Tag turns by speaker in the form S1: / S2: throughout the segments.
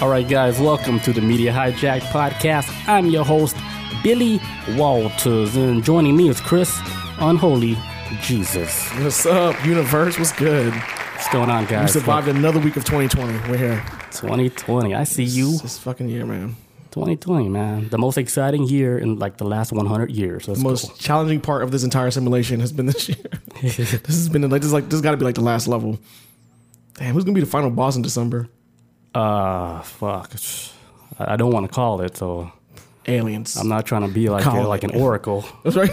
S1: All right, guys, welcome to the Media Hijack Podcast. I'm your host, Billy Walters, and joining me is Chris Unholy Jesus.
S2: What's up, universe? What's good?
S1: What's going on,
S2: We
S1: guys?
S2: survived another week of 2020. We're here.
S1: 2020. I see you.
S2: It's this fucking year, man.
S1: 2020, man. The most exciting year in like the last 100 years. Let's
S2: The most challenging part of this entire simulation has been this year.
S1: go.
S2: this has been like this. Is like this got to be like the last level. Damn, who's gonna be the final boss in December?
S1: uh, fuck. I I don't want to call it, so
S2: Aliens.
S1: I'm not trying to be like
S2: Call
S1: like an
S2: it.
S1: oracle,
S2: That's right.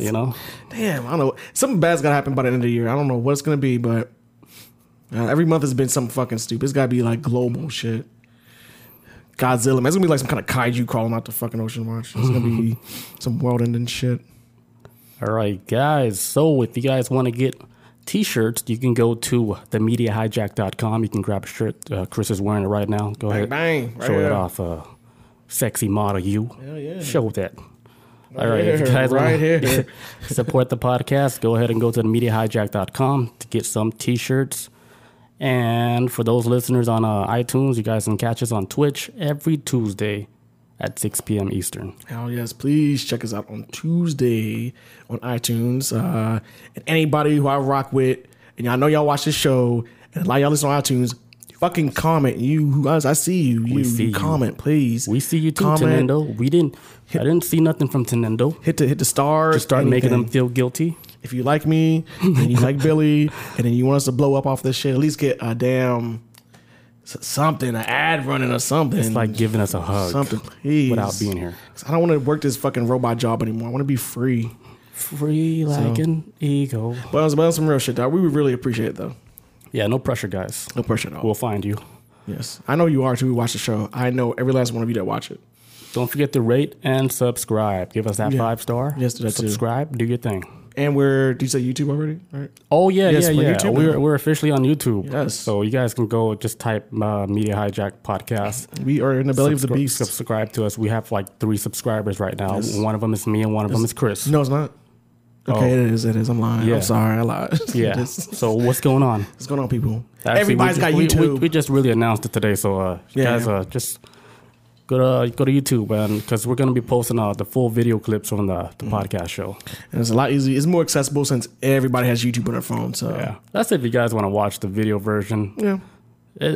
S1: you know?
S2: Damn, I don't know. Something bad's gotta happen by the end of the year. I don't know what it's gonna be, but uh, every month has been something fucking stupid. It's gotta be like global shit. Godzilla. Man, it's gonna be like some kind of kaiju crawling out the fucking ocean. Watch. It's gonna be some world-ending shit.
S1: All right, guys. So if you guys want to get t-shirts, you can go to themediahijack.com. You can grab a shirt. Uh, Chris is wearing it right now. Go ahead.
S2: bang, right
S1: show it
S2: here.
S1: off. Uh, sexy model you.
S2: Hell yeah.
S1: Show that. All right,
S2: here,
S1: if you guys
S2: right
S1: wanna
S2: here.
S1: support the podcast, go ahead and go to themediahijack.com to get some t-shirts. And for those listeners on uh, iTunes, you guys can catch us on Twitch every Tuesday at 6 p.m. Eastern.
S2: Hell yes, please check us out on Tuesday on iTunes. Uh, and anybody who I rock with, and y'all know y'all watch this show, and a lot of y'all listen on iTunes, fucking comment. You who I, I see you, you,
S1: see
S2: you
S1: you.
S2: comment, please.
S1: We see you too,
S2: Comment.
S1: Tenendo. We didn't. I didn't see nothing from Tenendo.
S2: Hit the hit the stars.
S1: Start making them
S2: anything.
S1: feel guilty.
S2: If you like me, and you like Billy, and then you want us to blow up off this shit, at least get a damn s- something, an ad running or something.
S1: It's like giving us a hug
S2: Mm. something, please.
S1: without being here.
S2: 'Cause I don't want to work this fucking robot job anymore. I want to be free.
S1: Free like an ego.
S2: But that was, that was some real shit, dog. We would really appreciate it, though.
S1: Yeah, no pressure, guys.
S2: No pressure at all.
S1: We'll find you.
S2: yes. I know you are, too. We watch the show. I know every last one of you that watch it.
S1: Don't forget to rate and subscribe. Give us that five star.
S2: Yes, do that too.
S1: subscribe. Do your thing.
S2: And we're, did you say YouTube already? All right.
S1: Oh yeah,
S2: Yes,
S1: yeah,
S2: we're
S1: yeah.
S2: YouTube
S1: we're
S2: now.
S1: we're officially on YouTube.
S2: Yes.
S1: So you guys can go just type uh, Media Hijack Podcast.
S2: We are in the belly of the
S1: Subscri-
S2: beast.
S1: Subscribe to us. We have like three subscribers right now.
S2: Yes.
S1: One of them is me, and one of them is Chris.
S2: No, it's not. Okay,
S1: Oh.
S2: it is. It is. I'm lying.
S1: Yeah.
S2: I'm sorry. I lied.
S1: Yeah.
S2: It's-
S1: So what's going on?
S2: what's going on, people?
S1: Actually,
S2: Everybody's
S1: we
S2: got
S1: ju-
S2: YouTube.
S1: We, we, we just really announced it today, so uh,
S2: Yeah.
S1: guys, uh, just go to go to YouTube, man, because we're gonna be posting uh, the full video clips from the, the
S2: Mm-hmm.
S1: podcast show.
S2: and it's a lot easier. It's more accessible since everybody has YouTube on their phone. So, yeah.
S1: that's if you guys want to watch the video version. It,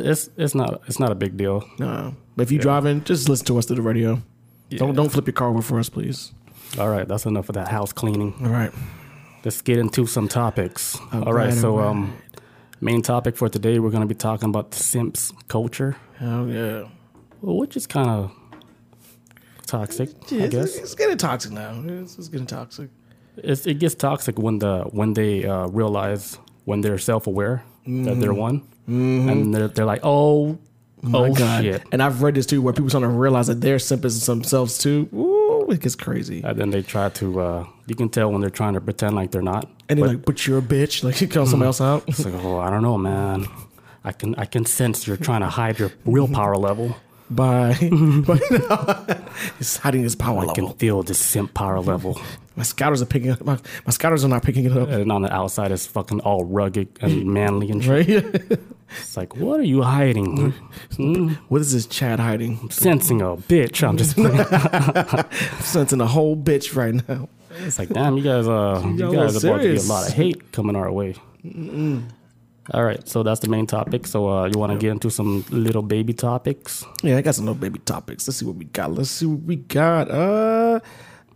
S1: it's it's not it's not a big deal.
S2: No. But if you're driving, just listen to us through the radio. Don't, don't flip your car over for us, please.
S1: All right, that's enough of that house cleaning.
S2: All right.
S1: Let's get into some topics.
S2: All
S1: all right,
S2: right,
S1: so
S2: all right.
S1: um, main topic for today, we're gonna be talking about the simps culture,
S2: Hell yeah.
S1: which is kind of toxic,
S2: Yeah,
S1: I
S2: it's,
S1: guess.
S2: it's getting toxic now. It's, it's getting toxic.
S1: It's, it gets toxic when the when they uh, realize when they're self aware that
S2: Mm-hmm.
S1: they're one, and they're, they're like, oh, oh shit,
S2: And I've read this too, where people starting to realize that they're simps themselves too. Ooh, it gets crazy.
S1: and then they try to. Uh, you can tell when they're trying to pretend like they're not.
S2: And they're like, "But you're a bitch!" Like you call
S1: Mm-hmm.
S2: somebody else out.
S1: It's like, oh, I don't know, man. I can I can sense you're trying to hide your real power level.
S2: Bye. He's hiding his power
S1: I can
S2: level.
S1: feel this simp power level,
S2: My scouters are picking up. My, my scouters are not picking it up.
S1: and on the outside it's fucking all rugged and manly and shit.
S2: Right?
S1: It's like, what are you hiding?
S2: what is this Chad hiding?
S1: Sensing a bitch. I'm just playing.
S2: I'm sensing a whole bitch right now.
S1: It's like, damn, you guys, uh, you
S2: got a
S1: guys are
S2: little
S1: about to get a
S2: serious.
S1: lot of hate coming our way. All right, so that's the main topic. So uh, you want to get into some little baby topics?
S2: Yeah, I got some little baby topics. Let's see what we got. Let's see what we got. Uh,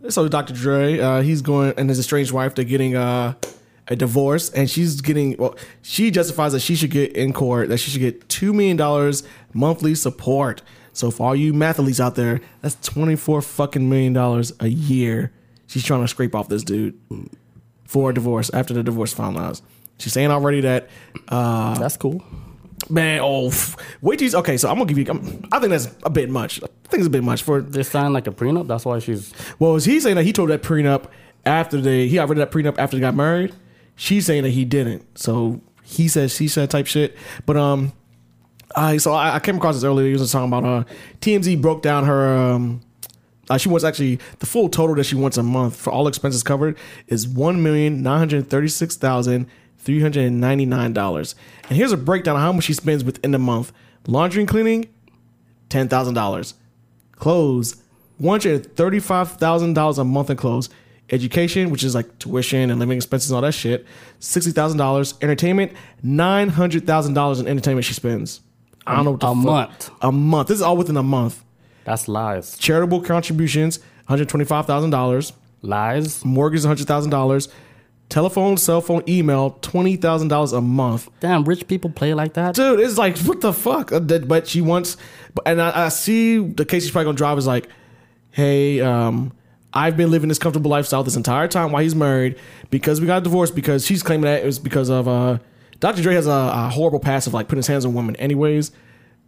S2: so Dr. Dre, uh, he's going and his estranged wife. They're getting uh a divorce, and she's getting well. She justifies that she should get in court that she should get two million dollars monthly support. So for all you mathletes out there, that's twenty four fucking million dollars a year. She's trying to scrape off this dude for a divorce after the divorce finalized. She's saying already that uh,
S1: that's cool.
S2: Man, oh, f- wait till you, okay. So I'm gonna give you. I'm, I think that's a bit much. I think it's a bit much for.
S1: They signed like a prenup. That's why she's
S2: Well, is he saying that he told that prenup after they he got rid of that prenup after they got married? She's saying that he didn't. So he says she said type shit. But um, I so I, I came across this earlier. You was talking about uh, TMZ broke down her um. Uh, she wants actually the full total that she wants a month for all expenses covered is one million nine hundred thirty six thousand three hundred ninety nine dollars. And here's a breakdown of how much she spends within the month: laundry and cleaning, ten thousand dollars. Clothes, one hundred thirty-five thousand dollars a month in clothes. Education, which is like tuition and living expenses and all that shit, sixty thousand dollars. Entertainment, nine hundred thousand dollars in entertainment she spends. I don't know what the
S1: A
S2: fuck-
S1: month.
S2: A month. This is all within a month.
S1: That's lies.
S2: Charitable contributions, one hundred twenty-five thousand dollars
S1: Lies.
S2: mortgage hundred thousand dollars, telephone, cell phone, email twenty thousand dollars a month.
S1: Damn, rich people play like that.
S2: Dude, it's like what the fuck? Uh, that- But she wants, but- and I, I see the case she's probably gonna drive is like, hey, um, I've been living this comfortable lifestyle this entire time while he's married because we got divorced because she's claiming that it was because of uh, Dr. Dre has a, a horrible past of like putting his hands on women anyways.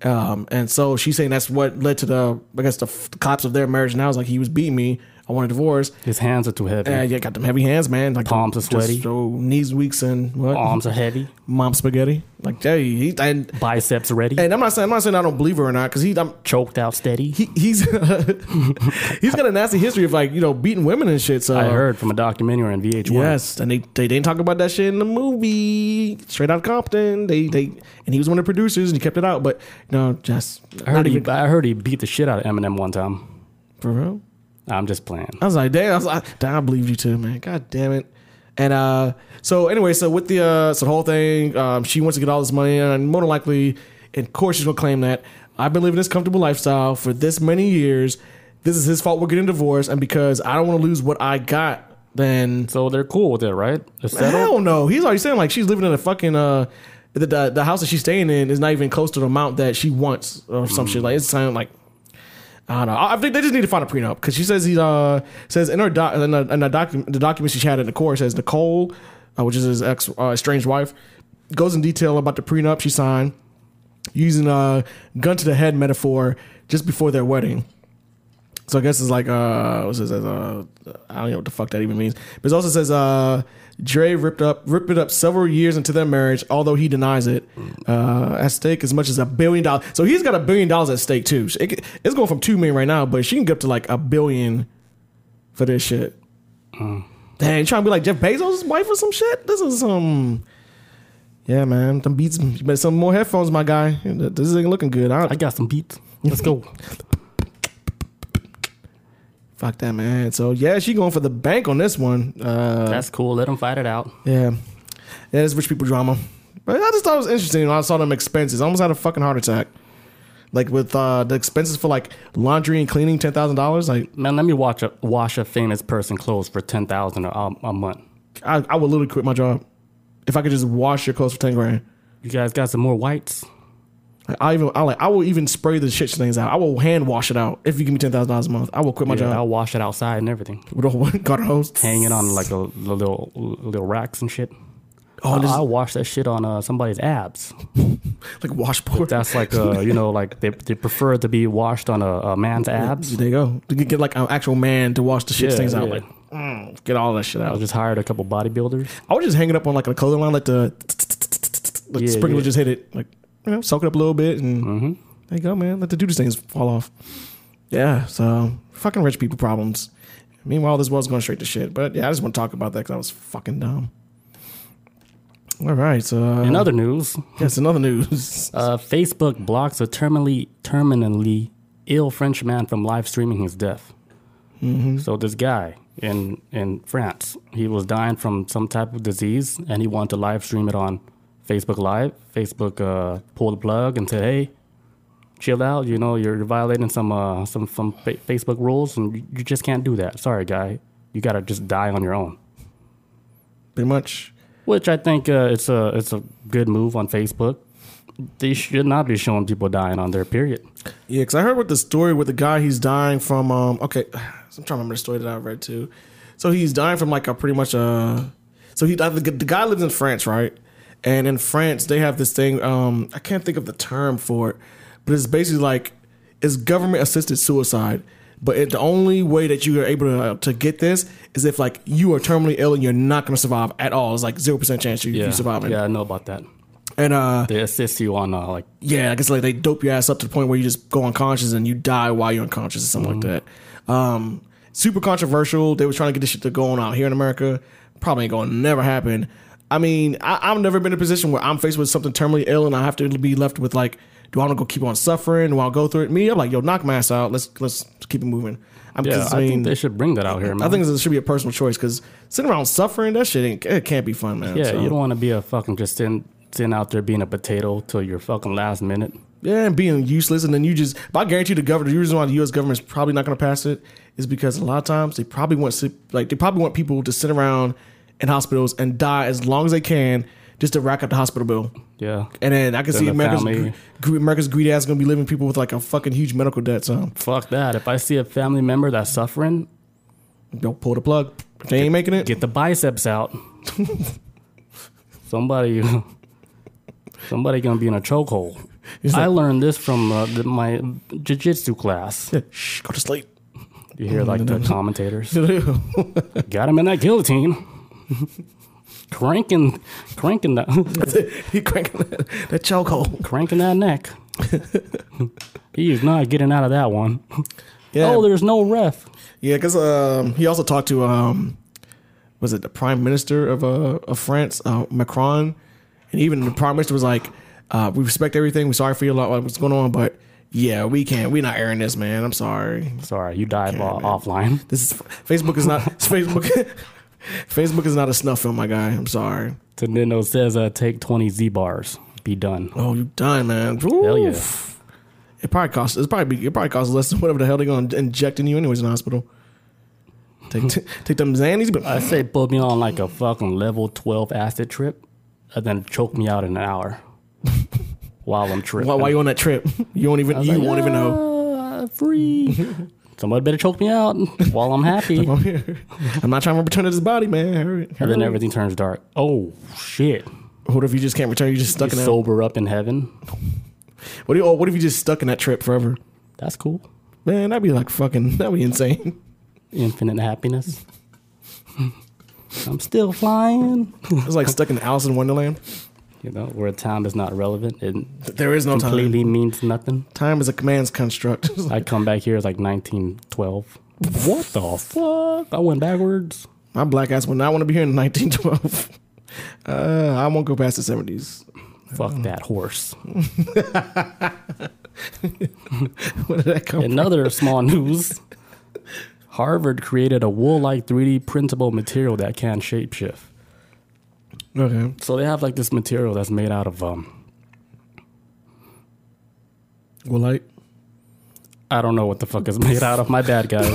S2: Um, and so she's saying that's what led to the, I guess, the f- collapse of their marriage. Now it's like he was beating me. I want a divorce.
S1: His hands are too heavy.
S2: Yeah, yeah, got them heavy hands, man. Like
S1: Palms are
S2: just
S1: sweaty.
S2: so knees weak and what?
S1: Arms are heavy.
S2: Mom spaghetti. Like, yeah, he, and
S1: Biceps ready.
S2: and I'm not saying I'm not saying I don't believe her or not because he, I'm,
S1: Choked out steady.
S2: Eh. he he's he's got a nasty history of like you know beating women and shit. So
S1: I heard from a documentary on VH1.
S2: uh, Yes, and they, they didn't talk about that shit in the movie. Straight out of Compton, they they and he was one of the producers and he kept it out. But no, just
S1: I heard, he, I heard he beat the shit out of Eminem one time.
S2: for real.
S1: I'm just playing.
S2: I was like, damn, I was like, damn, I believed you too, man. God damn it. And uh, so anyway, so with the uh, so the whole thing, um, she wants to get all this money, and more than likely, and of course, she's gonna claim that I've been living this comfortable lifestyle for this many years. This is his fault. We're getting divorced, and because I don't want to lose what I got, then
S1: So they're cool with it, right? They're settled.
S2: hell no. He's already saying like she's living in a fucking uh. The, the, the house that she's staying in is not even close to the amount that she wants or some shit like it's sounding like I don't know. I I think they just need to find a prenup because she says he uh says in her doc in the, in the document the document she had in the court says Nicole, uh, which is his ex uh, estranged wife, goes in detail about the prenup she signed using a gun to the head metaphor just before their wedding. So I guess it's like uh, what's this? Uh, I don't know what the fuck that even means. But it also says uh, Dre ripped up ripped it up several years into their marriage, although he denies it. Uh, at stake as much as a billion dollars. So he's got a billion dollars at stake too. So it could- it's going from two million right now, but she can get up to like a billion for this shit. Dang, you trying to be like Jeff Bezos' wife or some shit? This is some. Yeah, man, them beats. You better sell more headphones, my guy. This ain't looking good. I,
S1: I got some beats. Let's go.
S2: fuck that, man. So yeah, she going for the bank on this one. Uh,
S1: That's cool. Let them fight it out.
S2: Yeah. Yeah, it's rich people drama. But I just thought it was interesting when I saw them expenses. I almost had a fucking heart attack. Like with uh, the expenses for like laundry and cleaning, ten thousand dollars. Like
S1: Man, let me watch a wash a famous person clothes for ten thousand a, a month.
S2: I, I would literally quit my job if I could just wash your clothes for ten grand.
S1: You guys got some more whites?
S2: Like, I even I like I will even spray the shit things out. I will hand wash it out if you give me ten thousand dollars a month. I will quit my
S1: Yeah,
S2: job
S1: I'll wash it outside and everything.
S2: with a whole got a hose.
S1: Hang it on like a, little little racks and shit.
S2: Oh,
S1: I'll,
S2: this is
S1: I'll wash that shit on uh, somebody's abs.
S2: like washboard.
S1: That's like uh, you know, like they, they prefer to be washed on a, a man's abs.
S2: There you go. You can get like an actual man to wash the shit
S1: Yeah,
S2: things out.
S1: yeah.
S2: Like Uh-huh. mm, get all that shit
S1: I
S2: out.
S1: just hired a couple bodybuilders.
S2: I would just hang it up on like a clothing line, let the like
S1: Yeah,
S2: sprinkler
S1: yeah. Mm-hmm.
S2: just hit it, like you know, soak it up a little bit, and there you go, man. Let the dude's things fall off. Yeah, so fucking rich people problems. Meanwhile, this world's going straight to shit. But yeah, I just want to talk about that because I was fucking dumb. All right, so
S1: In
S2: another
S1: other news,
S2: yes, another news.
S1: uh, Facebook blocks a terminally terminally ill French man from live streaming his death. So this guy in in France, he was dying from some type of disease, and he wanted to live stream it on Facebook Live. Facebook uh, pulled the plug and said, "Hey, chill out. You know you're violating some uh, some some fa- Facebook rules, and you, you just can't do that. Sorry, guy, you gotta just die on your own."
S2: Pretty much.
S1: Which I think uh, it's a it's a good move on Facebook. They should not be showing people dying on their period.
S2: Yeah, because I heard with the story with the guy he's dying from. Um, okay, I'm trying to remember the story that I read too. So he's dying from like a pretty much a. So he uh, the, the guy lives in France, right? And in France, they have this thing. Um, I can't think of the term for it, but it's basically like it's government assisted suicide. But it, the only way that you are able to, to get this is if like you are terminally ill and you're not going to survive at all. It's like zero percent chance you, you survive. it.
S1: yeah, I know about that.
S2: And uh,
S1: They assist you on uh, like
S2: yeah, I guess like they dope your ass up to the point where you just go unconscious and you die while you're unconscious or something like that. Um, super controversial. They were trying to get this shit to go on out here in America. Probably ain't gonna never happen. I mean, I, I've never been in a position where I'm faced with something terminally ill and I have to be left with like Do I want to go keep on suffering? Do I want to go through it? Me, I'm like, yo, knock my ass out. Let's let's keep it moving. I'm,
S1: Yeah,
S2: 'cause,
S1: I, think they should bring that out here, man.
S2: I think it should be a personal choice because sitting around suffering, that shit ain't, it can't be fun, man.
S1: yeah,
S2: So-
S1: you don't want to be a fucking just sitting, sitting out there being a potato till your fucking last minute.
S2: yeah, and being useless, and then you just. But I guarantee the government. The reason why the U.S. government's probably not going to pass it is because a lot of times they probably want si- like they probably want people to sit around in hospitals and die as long as they can just to rack up the hospital bill.
S1: Yeah,
S2: And then I can see
S1: the
S2: America's
S1: family-
S2: gre- gre- America's greedy ass going to be living people with like a fucking huge medical debt. So
S1: fuck that. If I see a family member that's suffering,
S2: don't pull the plug. If they ain't making it.
S1: get the biceps out. somebody, somebody gonna be in a chokehold. I learned this from uh, the, my jujitsu class.
S2: Shh, go to sleep.
S1: You hear like the commentators,
S2: yeah,
S1: got him in that guillotine, cranking, cranking that,
S2: he cranking that, that chokehold.
S1: cranking that neck. He's not getting out of that one.
S2: Yeah,
S1: Oh, there's no ref.
S2: Yeah, because um, he also talked to um, was it the prime minister of uh, of France, uh, Macron, and even the prime minister was like, uh, "We respect everything. We're sorry for you a lot. What's going on, but yeah, we can't. We're not airing this, man. I'm sorry.
S1: Sorry, you died uh, offline.
S2: This is Facebook is not Facebook. Facebook is not a snuff film, my guy. I'm sorry.
S1: Tenendo says, uh, "Take 20 Z bars, be done."
S2: Oh, you done, man. Oof.
S1: Hell yeah.
S2: It probably costs. It probably be, it probably costs less than whatever the hell they're gonna inject in you anyways in the hospital. Take take them Xannies, but
S1: I say put me on like a fucking level 12 acid trip and then choke me out in an hour while I'm tripping.
S2: Why, why you on that trip? You won't even. You
S1: Like,
S2: won't even know.
S1: "Ah, Free. Somebody better choke me out while I'm happy.
S2: I'm here. I'm not trying to return to this body, man. Hurry,
S1: and then
S2: hurry.
S1: everything turns dark. Oh, shit.
S2: What if you just can't return? You're just stuck in that.
S1: Sober up in heaven.
S2: what, do you, oh, what if you just stuck in that trip forever?
S1: That's cool.
S2: Man, that'd be like fucking. That'd be insane.
S1: Infinite happiness. I'm still flying.
S2: It's like stuck in Alice in Wonderland.
S1: You know, where time is not relevant. It
S2: There is no time.
S1: completely means nothing.
S2: Time is a command's construct. It's like,
S1: I come back here, it's like 1912. What the fuck? I went backwards.
S2: My black ass would not want to be here in 1912. Uh, I won't go past the 70s.
S1: Fuck that horse.
S2: Where did that come? from?
S1: In other small news, Harvard created a wool like 3D printable material that can shapeshift.
S2: Okay.
S1: So they have like this material that's made out of, um,
S2: Well, like
S1: I don't know what the fuck is made out of. My bad, guys.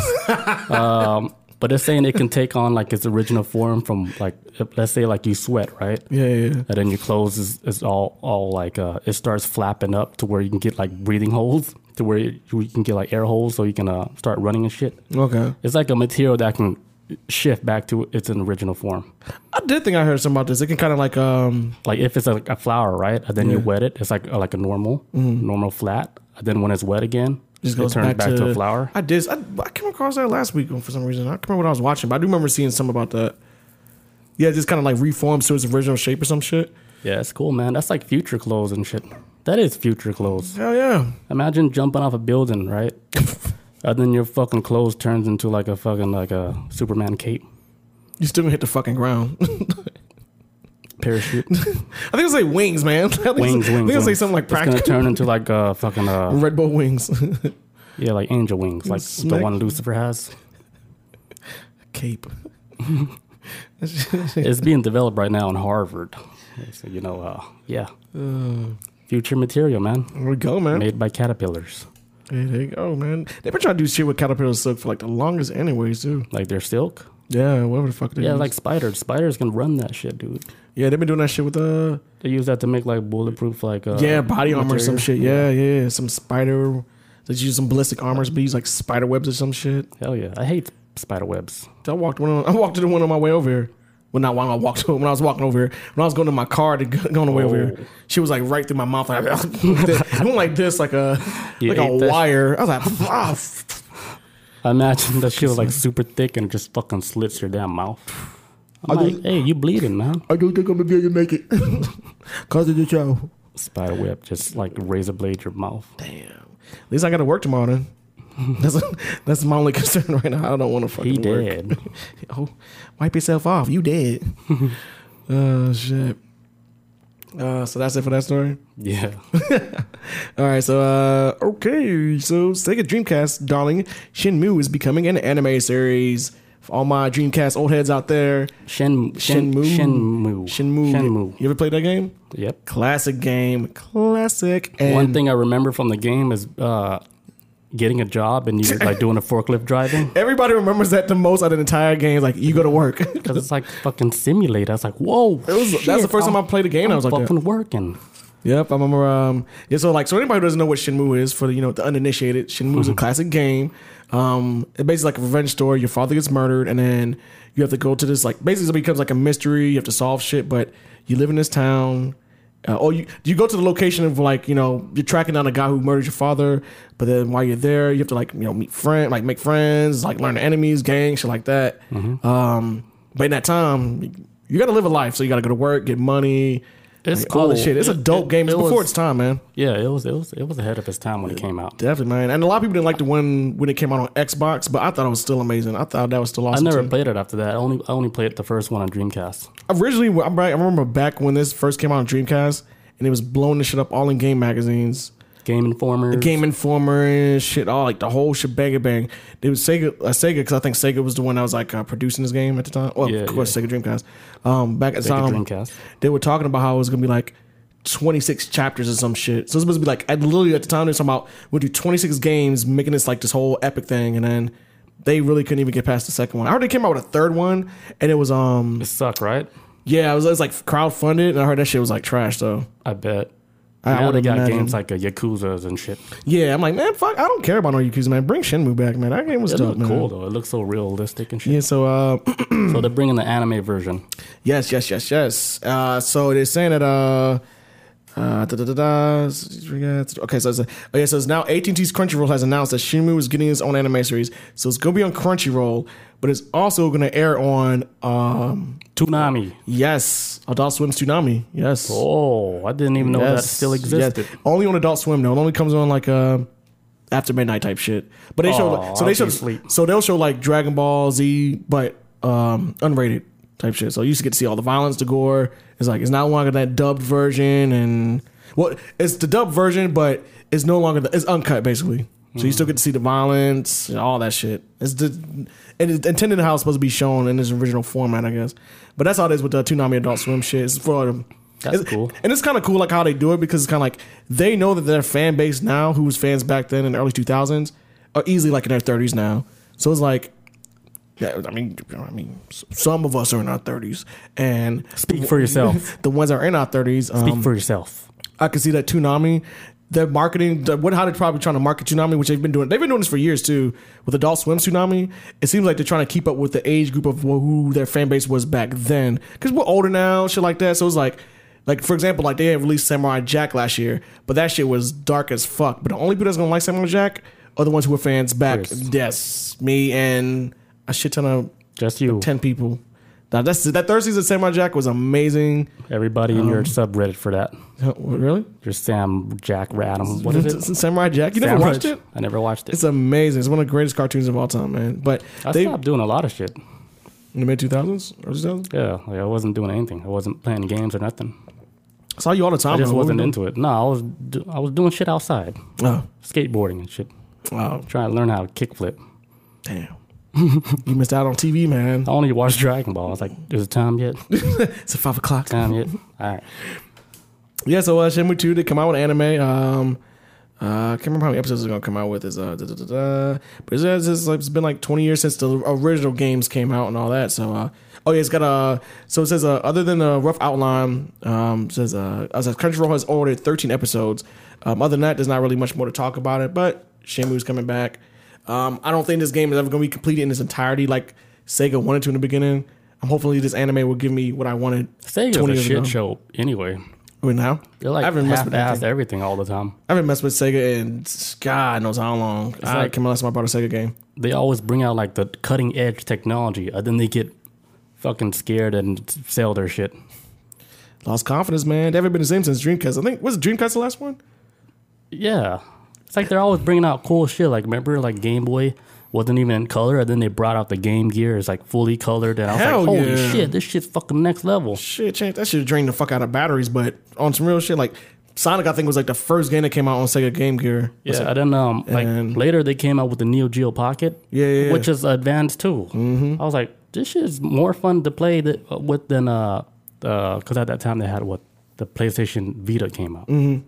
S1: um, but they're saying it can take on like its original form from like, if- let's say like you sweat, right?
S2: yeah, yeah, yeah.
S1: And then your clothes is, is all, all like, uh, it starts flapping up to where you can get like breathing holes, to where you, you can get like air holes so you can uh, start running and shit.
S2: Okay.
S1: It's like a material that can shift back to its original form.
S2: I did think I heard something about this. It can kind of like um.
S1: Like if it's a, a flower, right? And then you wet it, it's like uh, like a normal, normal flat. And then when it's wet again,
S2: just
S1: it
S2: goes
S1: turns back, to, a flower.
S2: I did. I, I came across that last week for some reason. I can't remember what I was watching, but I do remember seeing something about that. Yeah, it just kind of like reforms to its original shape or some shit.
S1: Yeah, it's cool, man. That's like future clothes and shit. That is future clothes.
S2: Hell yeah.
S1: Imagine jumping off a building, right? and then your fucking clothes turns into like a fucking like a Superman cape
S2: You still gonna hit the fucking ground. I think
S1: parachute.
S2: I'll say wings, man. I think
S1: wings,
S2: I
S1: wings.
S2: think I'll say
S1: wings.
S2: something like
S1: It's gonna
S2: practical.
S1: turn into like a fucking uh,
S2: Red Bull wings.
S1: yeah, like angel wings, like the
S2: Smack.
S1: one Lucifer has.
S2: Cape.
S1: it's being developed right now in Harvard. So, you know, uh, yeah.
S2: Uh.
S1: Future material, man.
S2: There we go, man.
S1: Made by caterpillars.
S2: Hey, there you go, man. They've been trying to do shit with caterpillar silk for like the longest, anyways, too.
S1: Like their silk.
S2: Yeah, whatever the fuck they
S1: Yeah,
S2: use.
S1: like spiders. Spiders can run that shit, dude.
S2: yeah, they've been doing that shit with uh
S1: They use that to make like bulletproof, like uh,
S2: Yeah, body armor or some
S1: material.
S2: shit. Yeah, yeah, yeah. Some spider. They use some ballistic armors, but use like spider webs or some shit.
S1: Hell yeah, I hate spider webs.
S2: I walked one. On, I walked to the one on my way over here. Well, not while I walked to when I was walking over here. When I was going to my car to go go on the way over
S1: Oh.
S2: here, she was like right through my mouth, like going like this, like a
S1: You
S2: like a
S1: ate that?
S2: wire. I was like, ah, f-
S1: I imagine that shit was like super thick and just fucking slits your damn mouth. I'm
S2: I
S1: like,
S2: just-
S1: hey, you bleeding, man?
S2: I don't think I'm gonna be able to make it. Cause of the show.
S1: Spider web, just like razor blade your mouth.
S2: Damn. At least I got to work tomorrow. Then. That's that's my only concern right now. I don't want to fucking
S1: He
S2: work.
S1: dead.
S2: Oh, wipe yourself off. You dead. oh shit. Uh, so that's it for that story.
S1: Yeah.
S2: All right, so uh, okay, so Sega Dreamcast, darling, Shenmue is becoming an anime series. For all my Dreamcast old heads out there,
S1: Shen, Shen,
S2: Shenmue.
S1: Shenmue.
S2: Shenmue.
S1: Shenmue.
S2: You ever played that game?
S1: Yep.
S2: Classic game, classic. And
S1: One thing I remember from the game is uh, getting a job and you like doing a forklift driving
S2: everybody remembers that the most out of the entire game. Like you go to work. it
S1: because it's like fucking simulator. It's like whoa. It
S2: was that's the 1st time I played a game. and I was like, that.
S1: fucking working.
S2: Yep, I remember. Um, yeah, so like, so anybody who doesn't know what Shenmue is, for the you know the uninitiated, Shenmue is
S1: Mm-hmm.
S2: a classic game. Um, it basically like a revenge story. Your father gets murdered, and then you have to go to this like basically it becomes like a mystery. You have to solve shit, but you live in this town. Uh, or you you go to the location of like you know you're tracking down a guy who murdered your father, but then while you're there, you have to like you know meet friend like make friends, like learn the enemies, gang, shit like that.
S1: Mm-hmm.
S2: Um, but in that time, you got to live a life, so you got to go to work, get money.
S1: It's
S2: Like, all this
S1: cool.
S2: shit. It's a
S1: It-
S2: dope
S1: it-
S2: game. It's
S1: it
S2: before
S1: was-
S2: its time, man.
S1: Yeah, it was it was it was ahead of its time when it came out.
S2: Definitely, man. And a lot of people didn't like the one when it came out on Xbox, but I thought it was still amazing. I thought that was still
S1: I
S2: awesome.
S1: never
S2: too.
S1: played it after that. I only I only played the first one on Dreamcast.
S2: originally. when- I'm right. I remember back when this first came out on Dreamcast, and it was blowing the shit up all in game magazines,
S1: Game Informer.
S2: Game Informer, and shit, all like the whole shebang bang. It was Sega, uh, Sega, because I think Sega was the one that was like uh, producing this game at the time. Well,
S1: Yeah,
S2: of course, Sega Dreamcast. Um, back at the
S1: Sega
S2: time,
S1: Dreamcast.
S2: they were talking about how it was gonna be like 26 chapters or some shit. So it's supposed to be like at literally at the time they're talking about we'll do 26 games, making this like this whole epic thing, and then they really couldn't even get past the second one. I heard they came out with a third one, and it was um
S1: It sucked, right?
S2: yeah, it was, it was like crowdfunded, and I heard that shit was like trash though.
S1: I bet.
S2: I
S1: now they
S2: would've
S1: got
S2: imagined.
S1: games like uh, Yakuza's and shit.
S2: Yeah, I'm like man, fuck, I don't care about no Yakuza, man. Bring Shenmue back, man. That game was
S1: It
S2: dope,
S1: looked
S2: man.
S1: cool though. It looks so realistic and shit.
S2: Yeah, so uh,
S1: So they're bringing the anime version.
S2: yes, yes, yes, yes. Uh, so they're saying that uh. Uh, da, da, da, da. Okay, so it's, oh yeah, so it's now AT&T's Crunchyroll has announced that Shinmu is getting his own anime series. So it's gonna be on Crunchyroll, but it's also gonna air on um
S1: Toonami.
S2: yes, Adult Swim Tsunami. Yes,
S1: Oh, I didn't even know that
S2: yes,
S1: still existed.
S2: yes. Only on Adult Swim though. It only comes on like uh after midnight type shit. But they show
S1: Aw,
S2: so they
S1: I'll
S2: show
S1: be asleep.
S2: so they'll show like Dragon Ball Z, but um unrated type shit. So you used to get to see all the violence, the gore. It's like it's no longer that dubbed version, and well, it's the dubbed version, but it's no longer the, it's uncut basically. So you still get to see the violence and all that shit. It's the and it's intended how it's supposed to be shown in its original format, I guess. But that's how it is with the Toonami Adult Swim shit. It's for them.
S1: That's
S2: it's-
S1: cool.
S2: and it's kind of cool, like how they do it because it's kind of like they know that their fan base now, who was fans back then in the early two thousands, are easily like in their thirties now. So it's like, yeah, I mean, I mean, s- some of us are in our thirties, and
S1: Speak for yourself.
S2: the ones that are in our thirties,
S1: Speak
S2: um,
S1: for yourself.
S2: I can see that Toonami, their marketing, the, what how they're probably trying to market Toonami, which they've been doing. They've been doing this for years too with Adult Swim Tsunami. It seems like they're trying to keep up with the age group of who their fan base was back then, because we're older now, shit like that. So it's like. Like for example, like they had released Samurai Jack last year, but that shit was dark as fuck. But the only people that's gonna like Samurai Jack are the ones who were fans back. Yes, me and a shit ton of
S1: Just you.
S2: ten people. Now that's that third season of Samurai Jack was amazing.
S1: Everybody in
S2: um,
S1: your subreddit for that.
S2: Huh, Really?
S1: Your Sam, Jack, Adam. What is it?
S2: Samurai Jack. You never
S1: Sam
S2: watched
S1: Rich.
S2: it?
S1: I never watched it.
S2: It's amazing. It's one of the greatest cartoons of all time, man. But
S1: I
S2: they
S1: stopped doing a lot of shit.
S2: in the mid two thousands, early two thousands.
S1: Yeah, like I wasn't doing anything. I wasn't playing games or nothing.
S2: I saw you all the time.
S1: I just
S2: bro. What
S1: wasn't
S2: we
S1: into it. No, I was do- I was doing shit outside,
S2: doing? Oh,
S1: skateboarding and shit.
S2: wow,
S1: Trying to learn how to kickflip.
S2: damn. you missed out on TV, man.
S1: I only watched Dragon Ball. I was like, "Is it time yet?
S2: It's at five o'clock.
S1: Time yet? All right."
S2: Yeah, so uh, Shenmue 2 did come out with anime. Um, uh, I can't remember how many episodes it's gonna come out with. Is uh, da, da, da, da. but it's, it's, it's, like, it's been like 20 years since the original games came out and all that. So, uh, oh yeah, it's got a. So it says uh, other than a rough outline, um, it says uh, it says Crunchyroll has ordered 13 episodes. Um, other than that, there's not really much more to talk about it. But Shenmue's coming back. Um, I don't think this game is ever gonna be completed in its entirety, like Sega wanted to in the beginning. Um, hopefully, this anime will give me what I wanted.
S1: Sega's
S2: 20
S1: a
S2: years
S1: shit
S2: ago.
S1: show anyway.
S2: Right now,
S1: They're like
S2: I haven't messed with that
S1: half-assed everything all the time.
S2: I haven't messed with Sega in God knows how long. I
S1: like-
S2: can unless I bought a Sega game.
S1: They always bring out like the cutting edge technology, and then they get fucking scared and s- sell their shit.
S2: Lost confidence, man. They haven't been the same since Dreamcast. I think was Dreamcast the last one?
S1: Yeah, it's like they're always bringing out cool shit. Like remember, like Game Boy wasn't even in color, and then they brought out the Game Gear. It's like fully colored, and I was
S2: Hell
S1: like, "Holy
S2: yeah.
S1: shit, this shit's fucking next level."
S2: Shit, change that should drain the fuck out of batteries. But on some real shit, like Sonic, I think was like the first game that came out on Sega Game Gear.
S1: Yeah, and then um, like
S2: and-
S1: later they came out with the Neo Geo Pocket,
S2: Yeah, yeah, Mm-hmm. yeah.
S1: which is advanced too. I was like, this shit is more fun to play th- with than uh, because at that time they had what the PlayStation Vita came out,
S2: Mm-hmm.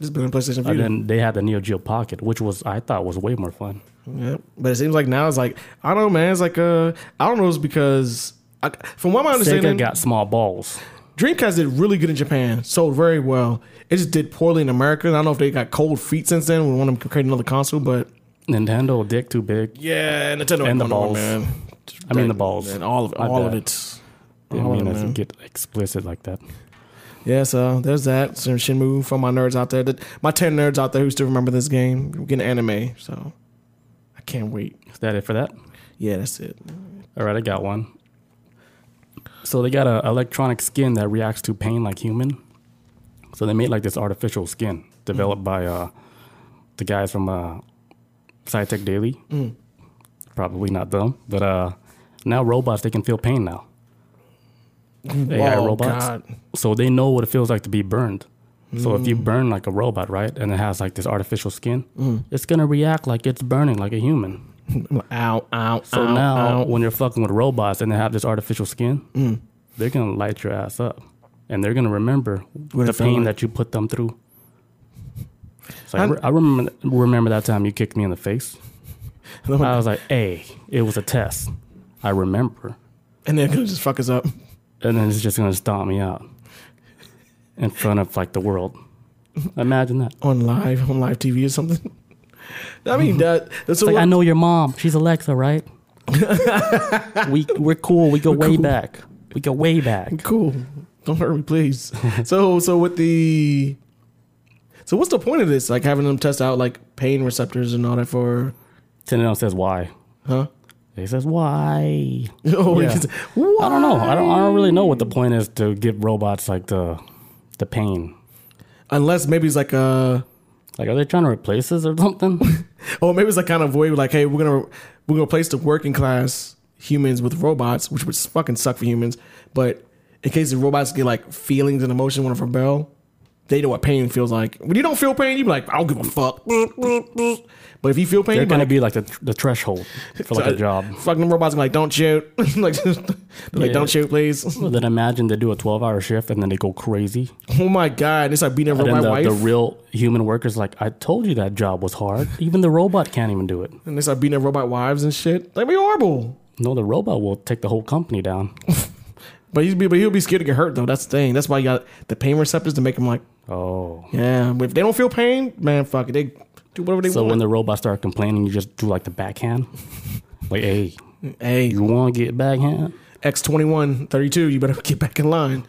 S2: It's been on PlayStation
S1: and
S2: Vita.
S1: then they had the Neo Geo Pocket, which was I thought was way more fun.
S2: Yeah, but it seems like now it's like I don't know, man. It's like uh, I don't know. It's because I, from what my understanding,
S1: Sega got small balls.
S2: Dreamcast did really good in Japan, sold very well. It just did poorly in America. And I don't know if they got cold feet since then. We want to create another console, but
S1: Nintendo dick too big.
S2: yeah, Nintendo
S1: And the
S2: ain't going nowhere,
S1: balls. I mean the balls.
S2: and all of it,
S1: I
S2: all of
S1: bet.
S2: it.
S1: Didn't
S2: All of
S1: mean
S2: it,
S1: to
S2: man.
S1: get explicit like that.
S2: Yeah, so there's that. Some Shinmu for my nerds out there. That- My ten nerds out there who still remember this game. We're getting anime, so I can't wait.
S1: Is that it for that?
S2: Yeah, that's it.
S1: All right, I got one. So they got an electronic skin that reacts to pain like human. So they made like this artificial skin developed by uh, the guys from uh, SciTech Daily. Probably not them, but uh, now robots they can feel pain now. AI
S2: Oh,
S1: robots.
S2: God.
S1: So they know what it feels like to be burned. So if you burn like a robot, right, and it has like this artificial skin, it's gonna react like it's burning like a human.
S2: Ow, ow,
S1: So
S2: ow,
S1: now,
S2: ow.
S1: when you're fucking with robots and they have this artificial skin,
S2: Mm.
S1: they're gonna light your ass up, and they're gonna remember
S2: it
S1: the
S2: felt
S1: pain
S2: like.
S1: that you put them through. So I, re- I remember remember that time you kicked me in the face. I was like, "Hey, it was a test. I remember."
S2: and they're gonna just fuck us up.
S1: And then it's just gonna stomp me out in front of like the world. Imagine that.
S2: on live on live TV or something. I mean that. That's
S1: It's
S2: what,
S1: like I know your mom. She's Alexa, right? we we're cool. We go way back. We go way back.
S2: Cool. Don't hurt me, please. so so with the. So what's the point of this? Like having them test out like pain receptors and all that for,
S1: Tenno says why.
S2: huh?
S1: He says why?
S2: Oh,
S1: Yeah.
S2: what?
S1: I don't know. I don't. I don't really know what the point is to give robots like the the pain.
S2: Unless maybe it's like uh
S1: Like, are they trying to replace us or something?
S2: or maybe it's like kind of way like, hey, we're gonna we're gonna replace the working class humans with robots, which would fucking suck for humans. But in case the robots get like feelings and emotion when they rebel, they know what pain feels like. When you don't feel pain, you be like, I don't give a fuck. But if you feel pain,
S1: They're
S2: you be
S1: gonna
S2: like,
S1: be like the the threshold for like a job.
S2: Fucking them robots, are like don't shoot. like, they're like don't shoot, please.
S1: Then imagine they do a twelve hour shift and then they go crazy.
S2: Oh my god, it's like beating up
S1: And
S2: my
S1: then the,
S2: wife,
S1: the real human workers like, I told you that job was hard. Even the robot can't even do it.
S2: and they start beating up robot wives and shit. Like be horrible.
S1: No, the robot will take the whole company down.
S2: But he'd be, but he'll be scared to get hurt though. That's the thing. That's why you got the pain receptors to make him like,
S1: Oh.
S2: yeah. If they don't feel pain, man, fuck it. They do whatever they
S1: So when
S2: want.
S1: the robots start complaining, you just do like the backhand. Like, hey,
S2: hey,
S1: you want to get backhand?
S2: X 21 32 you better get back in line.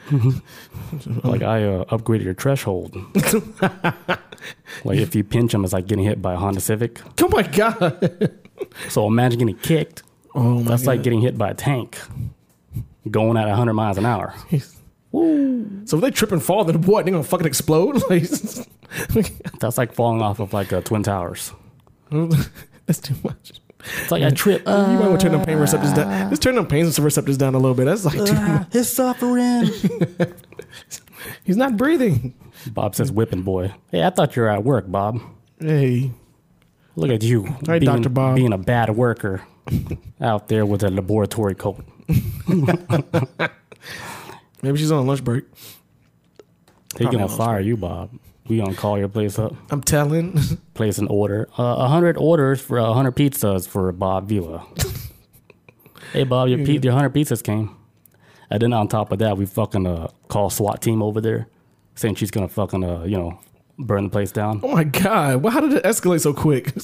S1: Like I uh, upgraded your threshold. like if you pinch him, it's like getting hit by a Honda Civic.
S2: Oh my god.
S1: So imagine getting kicked.
S2: Oh my
S1: That's like getting hit by a tank, going at 100 miles an hour.
S2: So if they trip and fall, then what? They gonna fucking explode? Like,
S1: That's like falling off of like uh, twin towers.
S2: that's too much.
S1: It's like a trip.
S2: You
S1: Uh, Uh,
S2: might want to turn them pain receptors down. Just turn them pain receptors down a little bit. That's like, too much.
S1: his suffering.
S2: he's not breathing.
S1: Bob says, "Whipping boy." Hey, I thought you were at work, Bob.
S2: Hey,
S1: Look at you,
S2: Hey,
S1: being,
S2: Dr. Bob.
S1: being a bad worker out there with a laboratory coat.
S2: maybe she's on lunch break.
S1: They're
S2: Probably
S1: gonna
S2: not.
S1: fire you, Bob. We gonna call your place up.
S2: I'm telling.
S1: place an order. Uh, A hundred orders for a hundred pizzas for Bob Vila. hey Bob, your pi- your hundred pizzas came. And then on top of that, we fucking uh, call SWAT team over there, saying she's gonna fucking uh, you know burn the place down.
S2: Oh my god. Why how did it escalate so quick?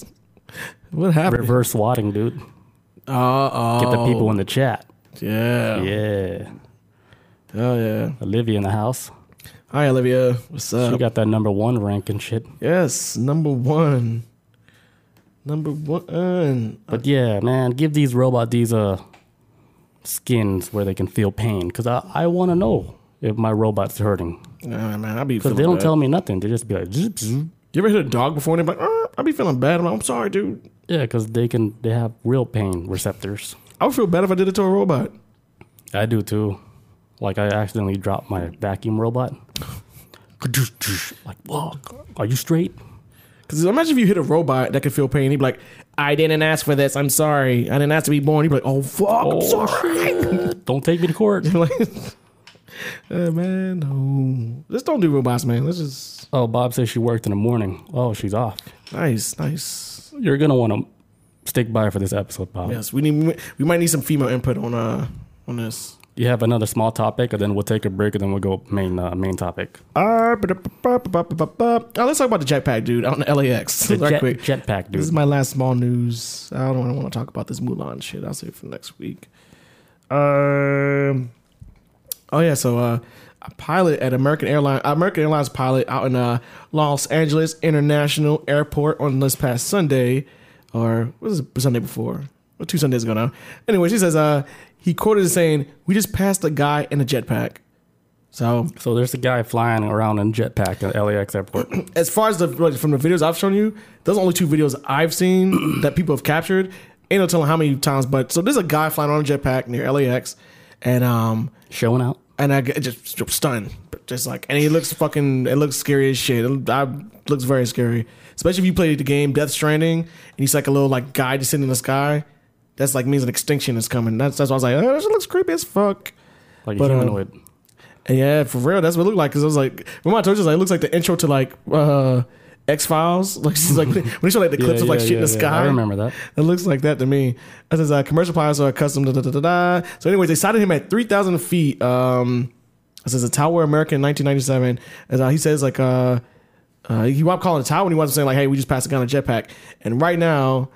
S2: What happened?
S1: Reverse swatting, dude.
S2: Uh oh.
S1: Get the people in the chat.
S2: Yeah.
S1: Yeah,
S2: Oh yeah.
S1: Olivia in the house.
S2: Hi Olivia. What's
S1: She
S2: up?
S1: got that number one rank and shit.
S2: yes, number one. Number one.
S1: But yeah, man, give these robot these uh skins where they can feel pain, cause I I want to know if my robot's hurting.
S2: Nah, man, I be
S1: But
S2: feeling
S1: they don't
S2: bad.
S1: tell me nothing. They just be like, zoop, zoop.
S2: You ever hit a dog before and they're like, "Uh, I be feeling bad. I'm like, I'm sorry, dude.
S1: Yeah, because they can they have real pain receptors.
S2: I would feel bad if I did it to a robot.
S1: I do too. Like I accidentally dropped my vacuum robot. Like, whoa, are you straight?
S2: Because imagine if you hit a robot that could feel pain. He'd be like, I didn't ask for this. I'm sorry. I didn't ask to be born. He'd be like, oh, fuck. I'm sorry.
S1: Don't take me to court.
S2: like, "Uh, man, no. Let's don't do robots, man. Let's just.
S1: Oh, Bob says she worked in the morning. Oh, she's off.
S2: Nice, nice.
S1: You're gonna want to stick by for this episode, Bob.
S2: Yes, we need. We might need some female input on uh on this.
S1: You have another small topic, and then we'll take a break, and then we'll go main uh, main topic. Ah,
S2: Uh, ba-da-ba-ba-ba-ba-ba. Oh, let's talk about the jetpack dude on the LAX.
S1: The
S2: right
S1: jet,
S2: quick.
S1: jetpack,
S2: This
S1: dude.
S2: is my last small news. I don't want to talk about this Mulan shit. I'll save it for next week. Um. Oh yeah, so uh, a pilot at American Airlines, American Airlines pilot out in uh, Los Angeles International Airport on this past Sunday, or was it Sunday before? Or two Sundays ago now. Anyway, she says uh, he quoted as saying, "We just passed a guy in a jetpack." So
S1: so there's a guy flying around in jetpack at LAX airport.
S2: as far as the like, from the videos I've shown you, those are only two videos I've seen that people have captured. Ain't no telling how many times, but so there's a guy flying on a jetpack near LAX, and um
S1: Showing out.
S2: and I get- just, just stunned, But just like and he looks fucking it looks scary as shit. It I, looks very scary, especially if you play the game Death Stranding and he's like a little like guy just sitting in the sky. That's like means an extinction is coming. That's that's why I was like, oh, that shit looks creepy as fuck.
S1: Like
S2: But,
S1: a
S2: um,
S1: humanoid.
S2: And yeah, for real, that's what it looked like. Cause I was like, remember I told you, like, it looks like the intro to like uh, X Files. Like she's like when they show like the clips of like shit in the sky.
S1: I remember that.
S2: It looks like that to me. That says uh, commercial pilots are accustomed. Da, da, da, da, da. So, anyways, they sighted him at three thousand feet. Um, it says a tower, America, in nineteen ninety seven. As uh, he says, like uh, uh, he wound up calling a tower, and he was saying like, "Hey, we just passed a guy in a jetpack." And right now,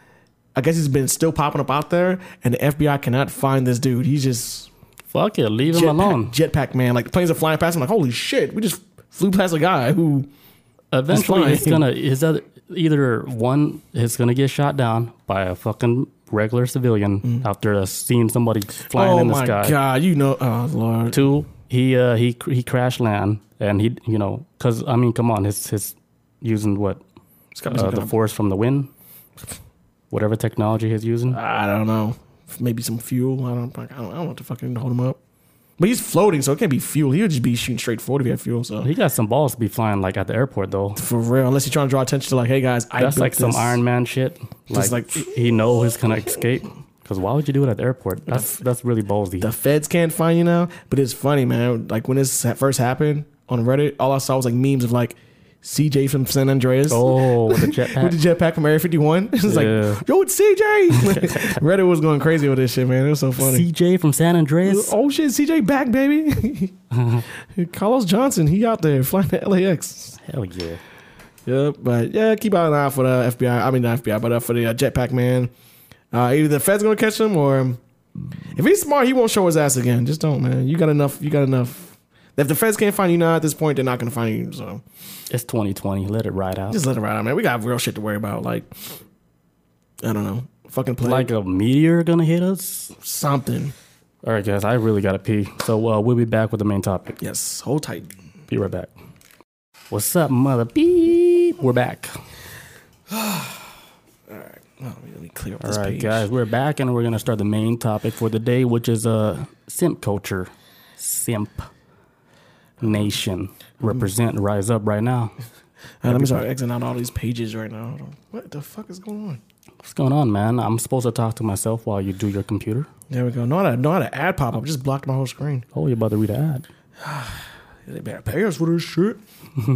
S2: I guess he's been still popping up out there, and the FBI cannot find this dude. He's just
S1: Fuck it, leave him alone.
S2: Jetpack, jetpack man. Like the planes are flying past. I'm like, holy shit, we just flew past a guy who.
S1: Eventually,
S2: flying.
S1: it's gonna his other, either one is gonna get shot down by a fucking regular civilian after seeing somebody flying
S2: Mm. oh
S1: in the
S2: my
S1: sky.
S2: god, you know, oh lord.
S1: Two, he uh, he cr- he crash land and he you know because I mean come on his his using what
S2: It's gotta
S1: uh,
S2: be some
S1: the
S2: kind of-
S1: force from the wind, whatever technology he's using.
S2: I don't know. Maybe some fuel. I don't. Like, I don't. I don't want to fucking hold him up. But he's floating, so it can't be fuel. He would just be shooting straight forward if he had fuel. So
S1: He got some balls to be flying like at the airport though.
S2: for real, unless you're trying to draw attention to like, hey guys, I
S1: That's
S2: built
S1: like some
S2: this.
S1: Iron Man shit. Like,
S2: Just like-
S1: he know he's gonna escape. Because why would you do it at the airport? That's that's really ballsy.
S2: The feds can't find you now. But it's funny, man. Like when this ha- first happened on Reddit, all I saw was like memes of like CJ from San Andreas.
S1: oh, with the jetpack.
S2: with the jetpack from Area 51. It's like,
S1: Yeah.
S2: yo, it's CJ. Reddit was going crazy with this shit, man. It was so funny.
S1: CJ from San Andreas.
S2: oh shit, CJ back, baby. Carlos Johnson, he out there flying to LAX.
S1: Hell yeah.
S2: Yep, but yeah, keep an eye out for the FBI. I mean, not FBI, but uh, for the uh, jetpack man. Uh, either the Fed's gonna catch him, or if he's smart, he won't show his ass again. Just don't, man. You got enough. You got enough. If the Feds can't find you now at this point, they're not gonna find you. So
S1: It's 2020. Let it ride out.
S2: just let it ride out, man. We got real shit to worry about. Like, I don't know, fucking play
S1: like a meteor gonna hit us?
S2: something.
S1: All right, guys. I really gotta pee. So uh, we'll be back with the main topic.
S2: Yes, hold tight.
S1: Be right back. What's up, mother? Beep. We're back.
S2: Oh, let me clear up
S1: All
S2: this
S1: right,
S2: page.
S1: guys. We're back, and we're gonna start the main topic for the day, which is uh, simp culture. Simp nation. Represent. and Rise up right now.
S2: All right, let me start exiting out all these pages right now. Hold on. What the fuck is going on?
S1: What's going on, man? I'm supposed to talk to myself while you do your computer.
S2: There we go. No, I know how to ad pop up. Just blocked my whole screen.
S1: Oh, you're about to read an ad.
S2: They better pay us for this shit. all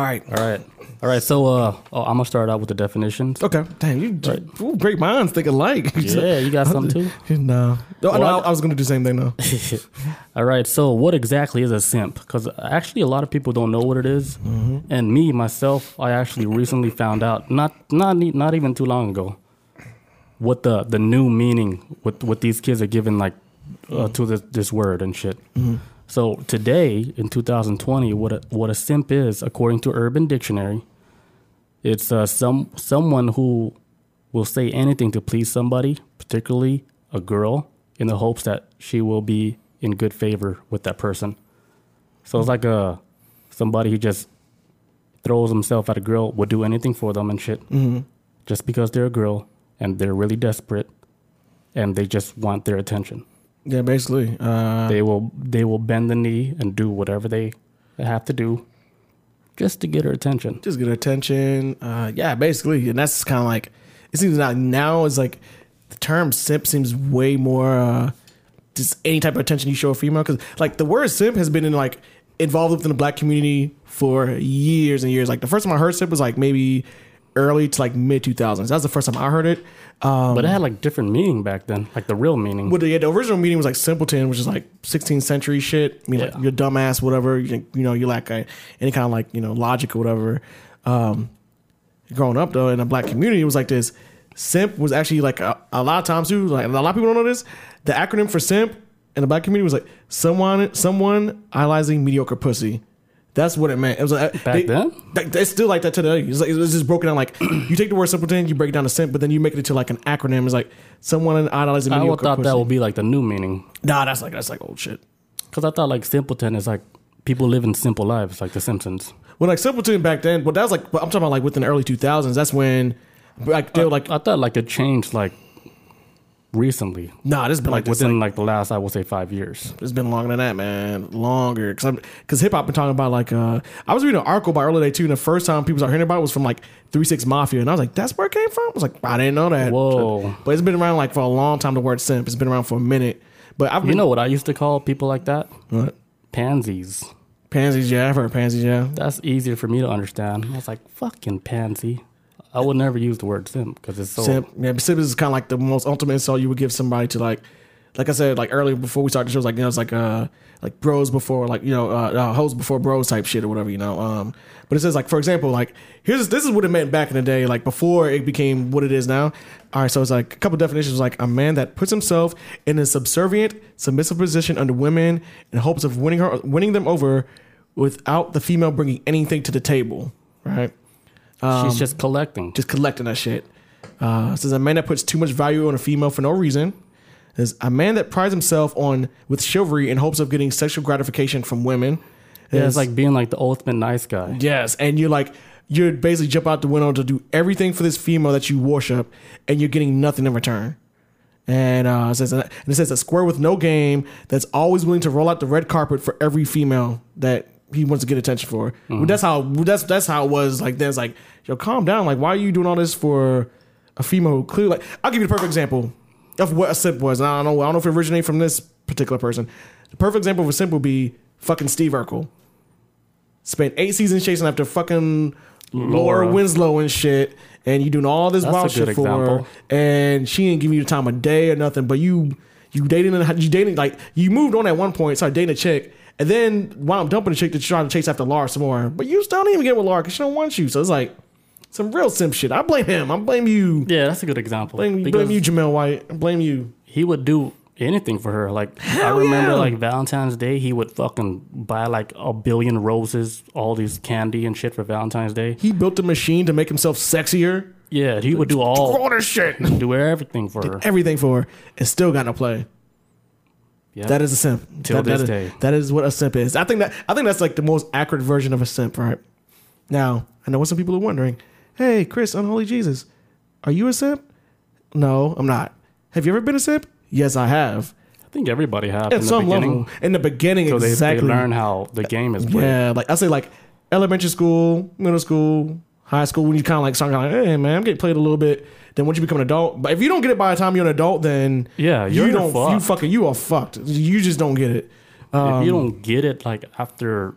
S2: right.
S1: All right. All right. So, uh, oh, I'm gonna start out with the definitions.
S2: Okay. Damn, you just, ooh, great minds think alike.
S1: Yeah, you got some too.
S2: no. No, no, I, I was going to do the same thing, though.
S1: All right. So, what exactly is a simp? Because actually, a lot of people don't know what it is. and me myself, I actually recently found out not not ne- not even too long ago what the the new meaning what what these kids are giving like uh, to this this word and shit. So today in 2020, what a, what a simp is according to Urban Dictionary, it's uh, some someone who will say anything to please somebody, particularly a girl, in the hopes that she will be in good favor with that person. So it's like uh, a somebody who just throws himself at a girl, will do anything for them and shit. just because they're a girl and they're really desperate and they just want their attention.
S2: Yeah, basically. Uh,
S1: They will they will bend the knee and do whatever they have to do just to get her attention.
S2: just get attention. Uh, yeah, basically, and that's kind of like it seems like now it's like the term simp seems way more uh, just any type of attention you show a female because like the word simp has been in like involved within the black community for years and years. Like the first time I heard simp was like maybe early to like mid two thousands. That was the first time I heard it. Um,
S1: But it had like different meaning back then, like the real meaning.
S2: but yeah, the original meaning was like simpleton, which is like 16th century shit. I mean, like
S1: Yeah.
S2: you're dumbass, whatever. You, you know, you lack uh any kind of like you know logic or whatever. Um, growing up though in a black community, it was like this. Simp was actually like a, a lot of times too. Like a lot of people don't know this. The acronym for simp in the black community was like someone, someone idolizing mediocre pussy. That's what it meant. It was uh, like,
S1: Back then?
S2: Th- it's still like that today. It's, like, it's just broken down like you take the word simpleton, you break it down to simp, but then you make it into like an acronym. It's like someone idolizing
S1: I would
S2: mediocre
S1: thought
S2: pussy.
S1: that would be like the new meaning.
S2: Nah, that's like that's like old shit.
S1: Because I thought like simpleton is like people living simple lives, like The Simpsons.
S2: Well, like simpleton back then, but that was like but I'm talking about like within the early 2000s. That's when like they were like
S1: I thought like it changed like recently,
S2: nah, this has been
S1: like,
S2: like, this
S1: within like the last I would say five years.
S2: It's been longer than that, man. Longer, because because hip hop been talking about like uh, I was reading an article by earlier today too, and the first time people started hearing about it was from like Three Six Mafia, and I was like, that's where it came from. I was like, I didn't know that.
S1: Whoa.
S2: But it's been around like for a long time. The word simp, it's been around for a minute. But I've
S1: You
S2: been
S1: know what I used to call people like that?
S2: What?
S1: Pansies.
S2: pansies, yeah, I've heard pansies, yeah.
S1: That's easier for me to understand. I was like, fucking pansy. I would never use the word simp because it's so.
S2: Simp, yeah, simp is kind of like the most ultimate insult you would give somebody to like, like I said, like earlier before we started the show, it was like you know, it's like uh, like bros before, like you know, uh, uh hoes before bros type shit or whatever, you know. Um, but it says like for example, like here's this is what it meant back in the day, like before it became what it is now. All right, so it's like a couple definitions, like a man that puts himself in a subservient, submissive position under women in hopes of winning her, winning them over, without the female bringing anything to the table, right?
S1: she's just collecting.
S2: um, just collecting that shit. Uh, says a man that puts too much value on a female for no reason. There's a man that prides himself on with chivalry in hopes of getting sexual gratification from women.
S1: yeah, it's
S2: There's-
S1: like being like the ultimate nice guy.
S2: yes, and you're like you're basically jump out the window to do everything for this female that you worship, and you're getting nothing in return. And uh, it says and it says a square with no game that's always willing to roll out the red carpet for every female that he wants to get attention for. Well, that's how well, that's that's how it was like. That's like yo, calm down. Like why are you doing all this for a female who clearly? Like I'll give you the perfect example of what a simp was. And I don't know. I don't know if it originated from this particular person. The perfect example of a simp would be fucking Steve Urkel. Spent eight seasons chasing after fucking Laura,
S1: Laura.
S2: Winslow and shit, and you doing all this
S1: That's a
S2: wild
S1: good
S2: shit for her,
S1: example.
S2: and she didn't give you the time of day or nothing. But you, you dating, you dating like you moved on at one point, started dating a chick, and then wound up dumping a chick that you trying to chase after Laura some more. But you still don't even get with Laura because she don't want you. So it's like some real simp shit. I blame him. I blame you.
S1: Yeah, that's a good example.
S2: Blame, blame
S1: because
S2: you, Jamel White. I blame you.
S1: he would do anything for her. Like I remember
S2: yeah.
S1: like Valentine's Day, he would fucking buy like a billion roses, all these candy and shit for Valentine's Day.
S2: He built a machine to make himself sexier.
S1: Yeah, he would do all
S2: All this shit.
S1: do everything for her.
S2: Everything for her, and still got no play.
S1: Yeah.
S2: That is a simp.
S1: Till
S2: That- that
S1: this
S2: is-
S1: day.
S2: that is what a simp is. I think that I think that's like the most accurate version of a simp, right? Now, I know what some people are wondering. Hey, Chris, unholy Jesus, are you a simp? No, I'm not. Have you ever been a simp? Yes, I have.
S1: I think everybody had
S2: At
S1: in the
S2: some level,
S1: beginning.
S2: in the beginning,
S1: So they,
S2: exactly.
S1: they learn how the game is played.
S2: Yeah, like I say, like elementary school, middle school, high school. When you kind of like start kind of like, hey man, I'm getting played a little bit. Then once you become an adult, but if you don't get it by the time you're an adult, then
S1: Yeah,
S2: you
S1: you're
S2: don't. You
S1: fucked.
S2: fucking you are fucked. You just don't get it. Um,
S1: if you don't get it like after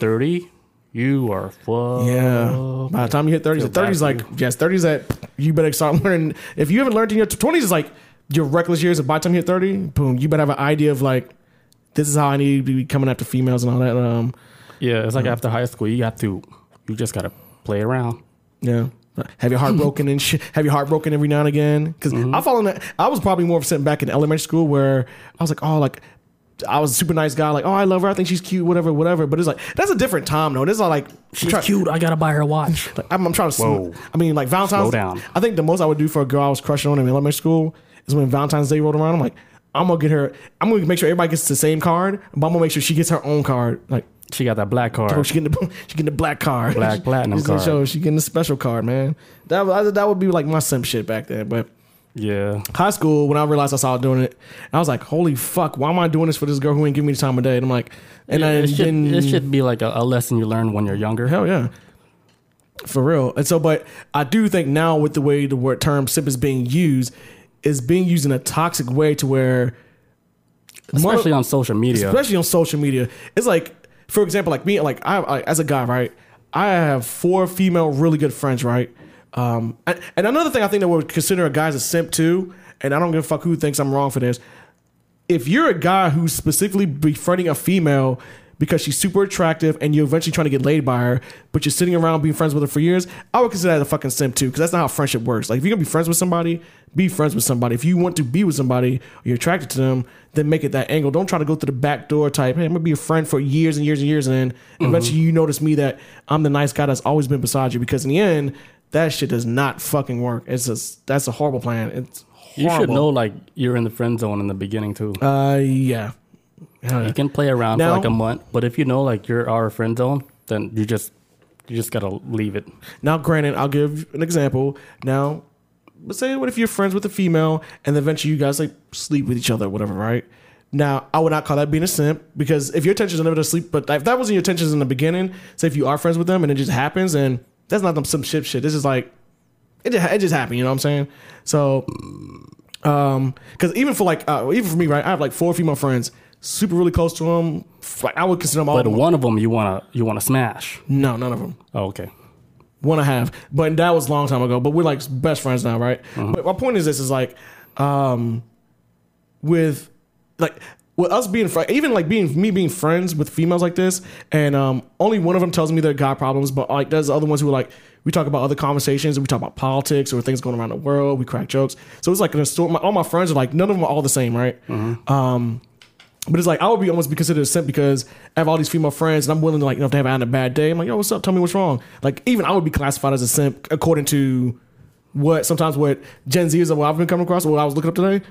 S1: thirty, you are fucked. Oh,
S2: yeah. By the time you hit 30s,
S1: Feel
S2: the
S1: bad
S2: 30s like
S1: for
S2: yes, 30s that you better start learning. If you haven't learned in your 20s, is like your reckless years. And by the time you hit 30, boom, you better have an idea of like this is how I need to be coming after females and all that. Um,
S1: Yeah, it's like after high school, you have to, you just gotta play around.
S2: Yeah. Have your heart
S1: Hmm.
S2: broken and shit. Have your heart broken every now and again. Because
S1: Mm-hmm.
S2: I fall in that. I was probably more sitting back in elementary school where I was like, oh, like I was a super nice guy. Like, oh, I love her. I think she's cute. Whatever, whatever. But it's like that's a different time though. This is all like
S1: She's
S2: try-
S1: cute. I gotta buy her a watch.
S2: like, I'm, I'm trying to. sm-
S1: Whoa.
S2: I mean, like Valentine's.
S1: Slow down.
S2: I think the most I would do for a girl I was crushing on in elementary school is when Valentine's Day rolled around. I'm like, I'm gonna get her. I'm gonna make sure everybody gets the same card, but I'm gonna make sure she gets her own card. Like,
S1: She got that black
S2: Oh,
S1: card.
S2: she getting the she getting the black card,
S1: Black platinum
S2: She's gonna
S1: card.
S2: Show she getting the special card, man. That was- that would be like my simp shit back then. But
S1: Yeah.
S2: high school, when I realized I started doing it, I was like, holy fuck, why am I doing this for this girl who ain't giving me the time of day? And I'm like, and I
S1: it, should,
S2: didn't.
S1: it should be like a, a lesson you learn when you're younger.
S2: Hell yeah. For real. And so, but I do think now with the way the word term simp is being used, is being used in a toxic way to where, more-
S1: Especially on social media.
S2: especially on social media, it's like, for example, like me, like I, I as a guy, right? I have four female really good friends, right? Um, and, and another thing I think that would consider a guy as a simp too, and I don't give a fuck who thinks I'm wrong for this. If you're a guy who's specifically befriending a female because she's super attractive and you're eventually trying to get laid by her, but you're sitting around being friends with her for years, I would consider that a fucking simp too, because that's not how friendship works. Like if you're gonna be friends with somebody, be friends with somebody. If you want to be with somebody or you're attracted to them, then make it that angle. Don't try to go through the back door type, hey, I'm gonna be a friend for years and years and years, and then
S1: Mm-hmm.
S2: eventually you notice me that I'm the nice guy that's always been beside you, because in the end, that shit does not fucking work. It's just that's a horrible plan. It's
S1: you
S2: horrible.
S1: should know like you're in the friend zone in the beginning too.
S2: Uh, yeah. Hell yeah.
S1: you can play around
S2: Now-
S1: for like a month, but if you know like you're our friend zone, then you just you just gotta leave it.
S2: Now, granted, I'll give an example. Now, let's say what if you're friends with a female and then eventually you guys like sleep with each other, or whatever, right? Now, I would not call that being a simp because if your intentions are never to sleep, but if that wasn't your intentions in the beginning, say if you are friends with them and it just happens, and that's not some simp shit shit. This is like it just, it just happened. You know what I'm saying? So, um, because even for like uh, even for me, right? I have like four female friends, super really close to them. Like I would consider them all.
S1: But one of them you wanna you wanna smash.
S2: no, none of them.
S1: Oh, okay.
S2: one I have, but that was a long time ago. But we're like best friends now, right? But my point is this: is like, um, with like with us being fri even like being me being friends with females like this, and um, only one of them tells me their guy problems, but like there's other ones who are like we talk about other conversations and we talk about politics or things going around the world. We crack jokes, so it's like an astor- my, all my friends are like none of them are all the same, right? Um. But it's like I would be almost be considered a simp because I have all these female friends and I'm willing to like you know if they have had a bad day, I'm like, yo, what's up? Tell me what's wrong. Like even I would be classified as a simp according to what sometimes what Gen Z is what I've been coming across, what I was looking up today.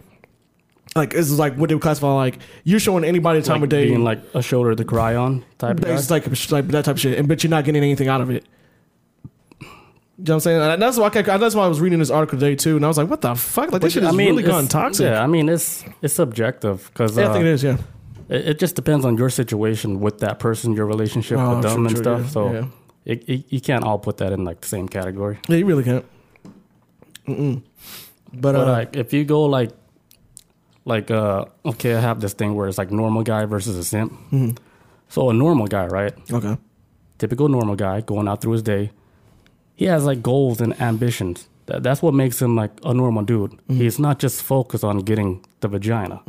S2: Like this is like what they would classify like you're showing anybody the time of day
S1: Being like a shoulder to cry on type of guy.
S2: it's like, it's like that type of shit, and but you're not getting anything out of it. You know what I'm saying? And that's why I kept, that's why I was reading this article today too, and I was like, what the fuck? Like this shit has really
S1: it's-
S2: gone toxic.
S1: Yeah, I mean it's it's subjective uh, because
S2: yeah, I think it
S1: it,
S2: is. Yeah.
S1: it just depends on your situation with that person, your relationship
S2: Oh,
S1: with them
S2: true,
S1: and
S2: true,
S1: stuff.
S2: yeah,
S1: so
S2: yeah.
S1: It, it, you can't all put that in like the same category.
S2: Yeah, you really can't. Mm-mm. But,
S1: But
S2: uh,
S1: like, if you go like, like, uh, okay, I have this thing where it's like normal guy versus a simp.
S2: Mm-hmm.
S1: So a normal guy, right?
S2: okay,
S1: Typical normal guy going out through his day. He has like goals and ambitions. That, that's what makes him like a normal dude.
S2: Mm-hmm.
S1: He's not just focused on getting the vagina.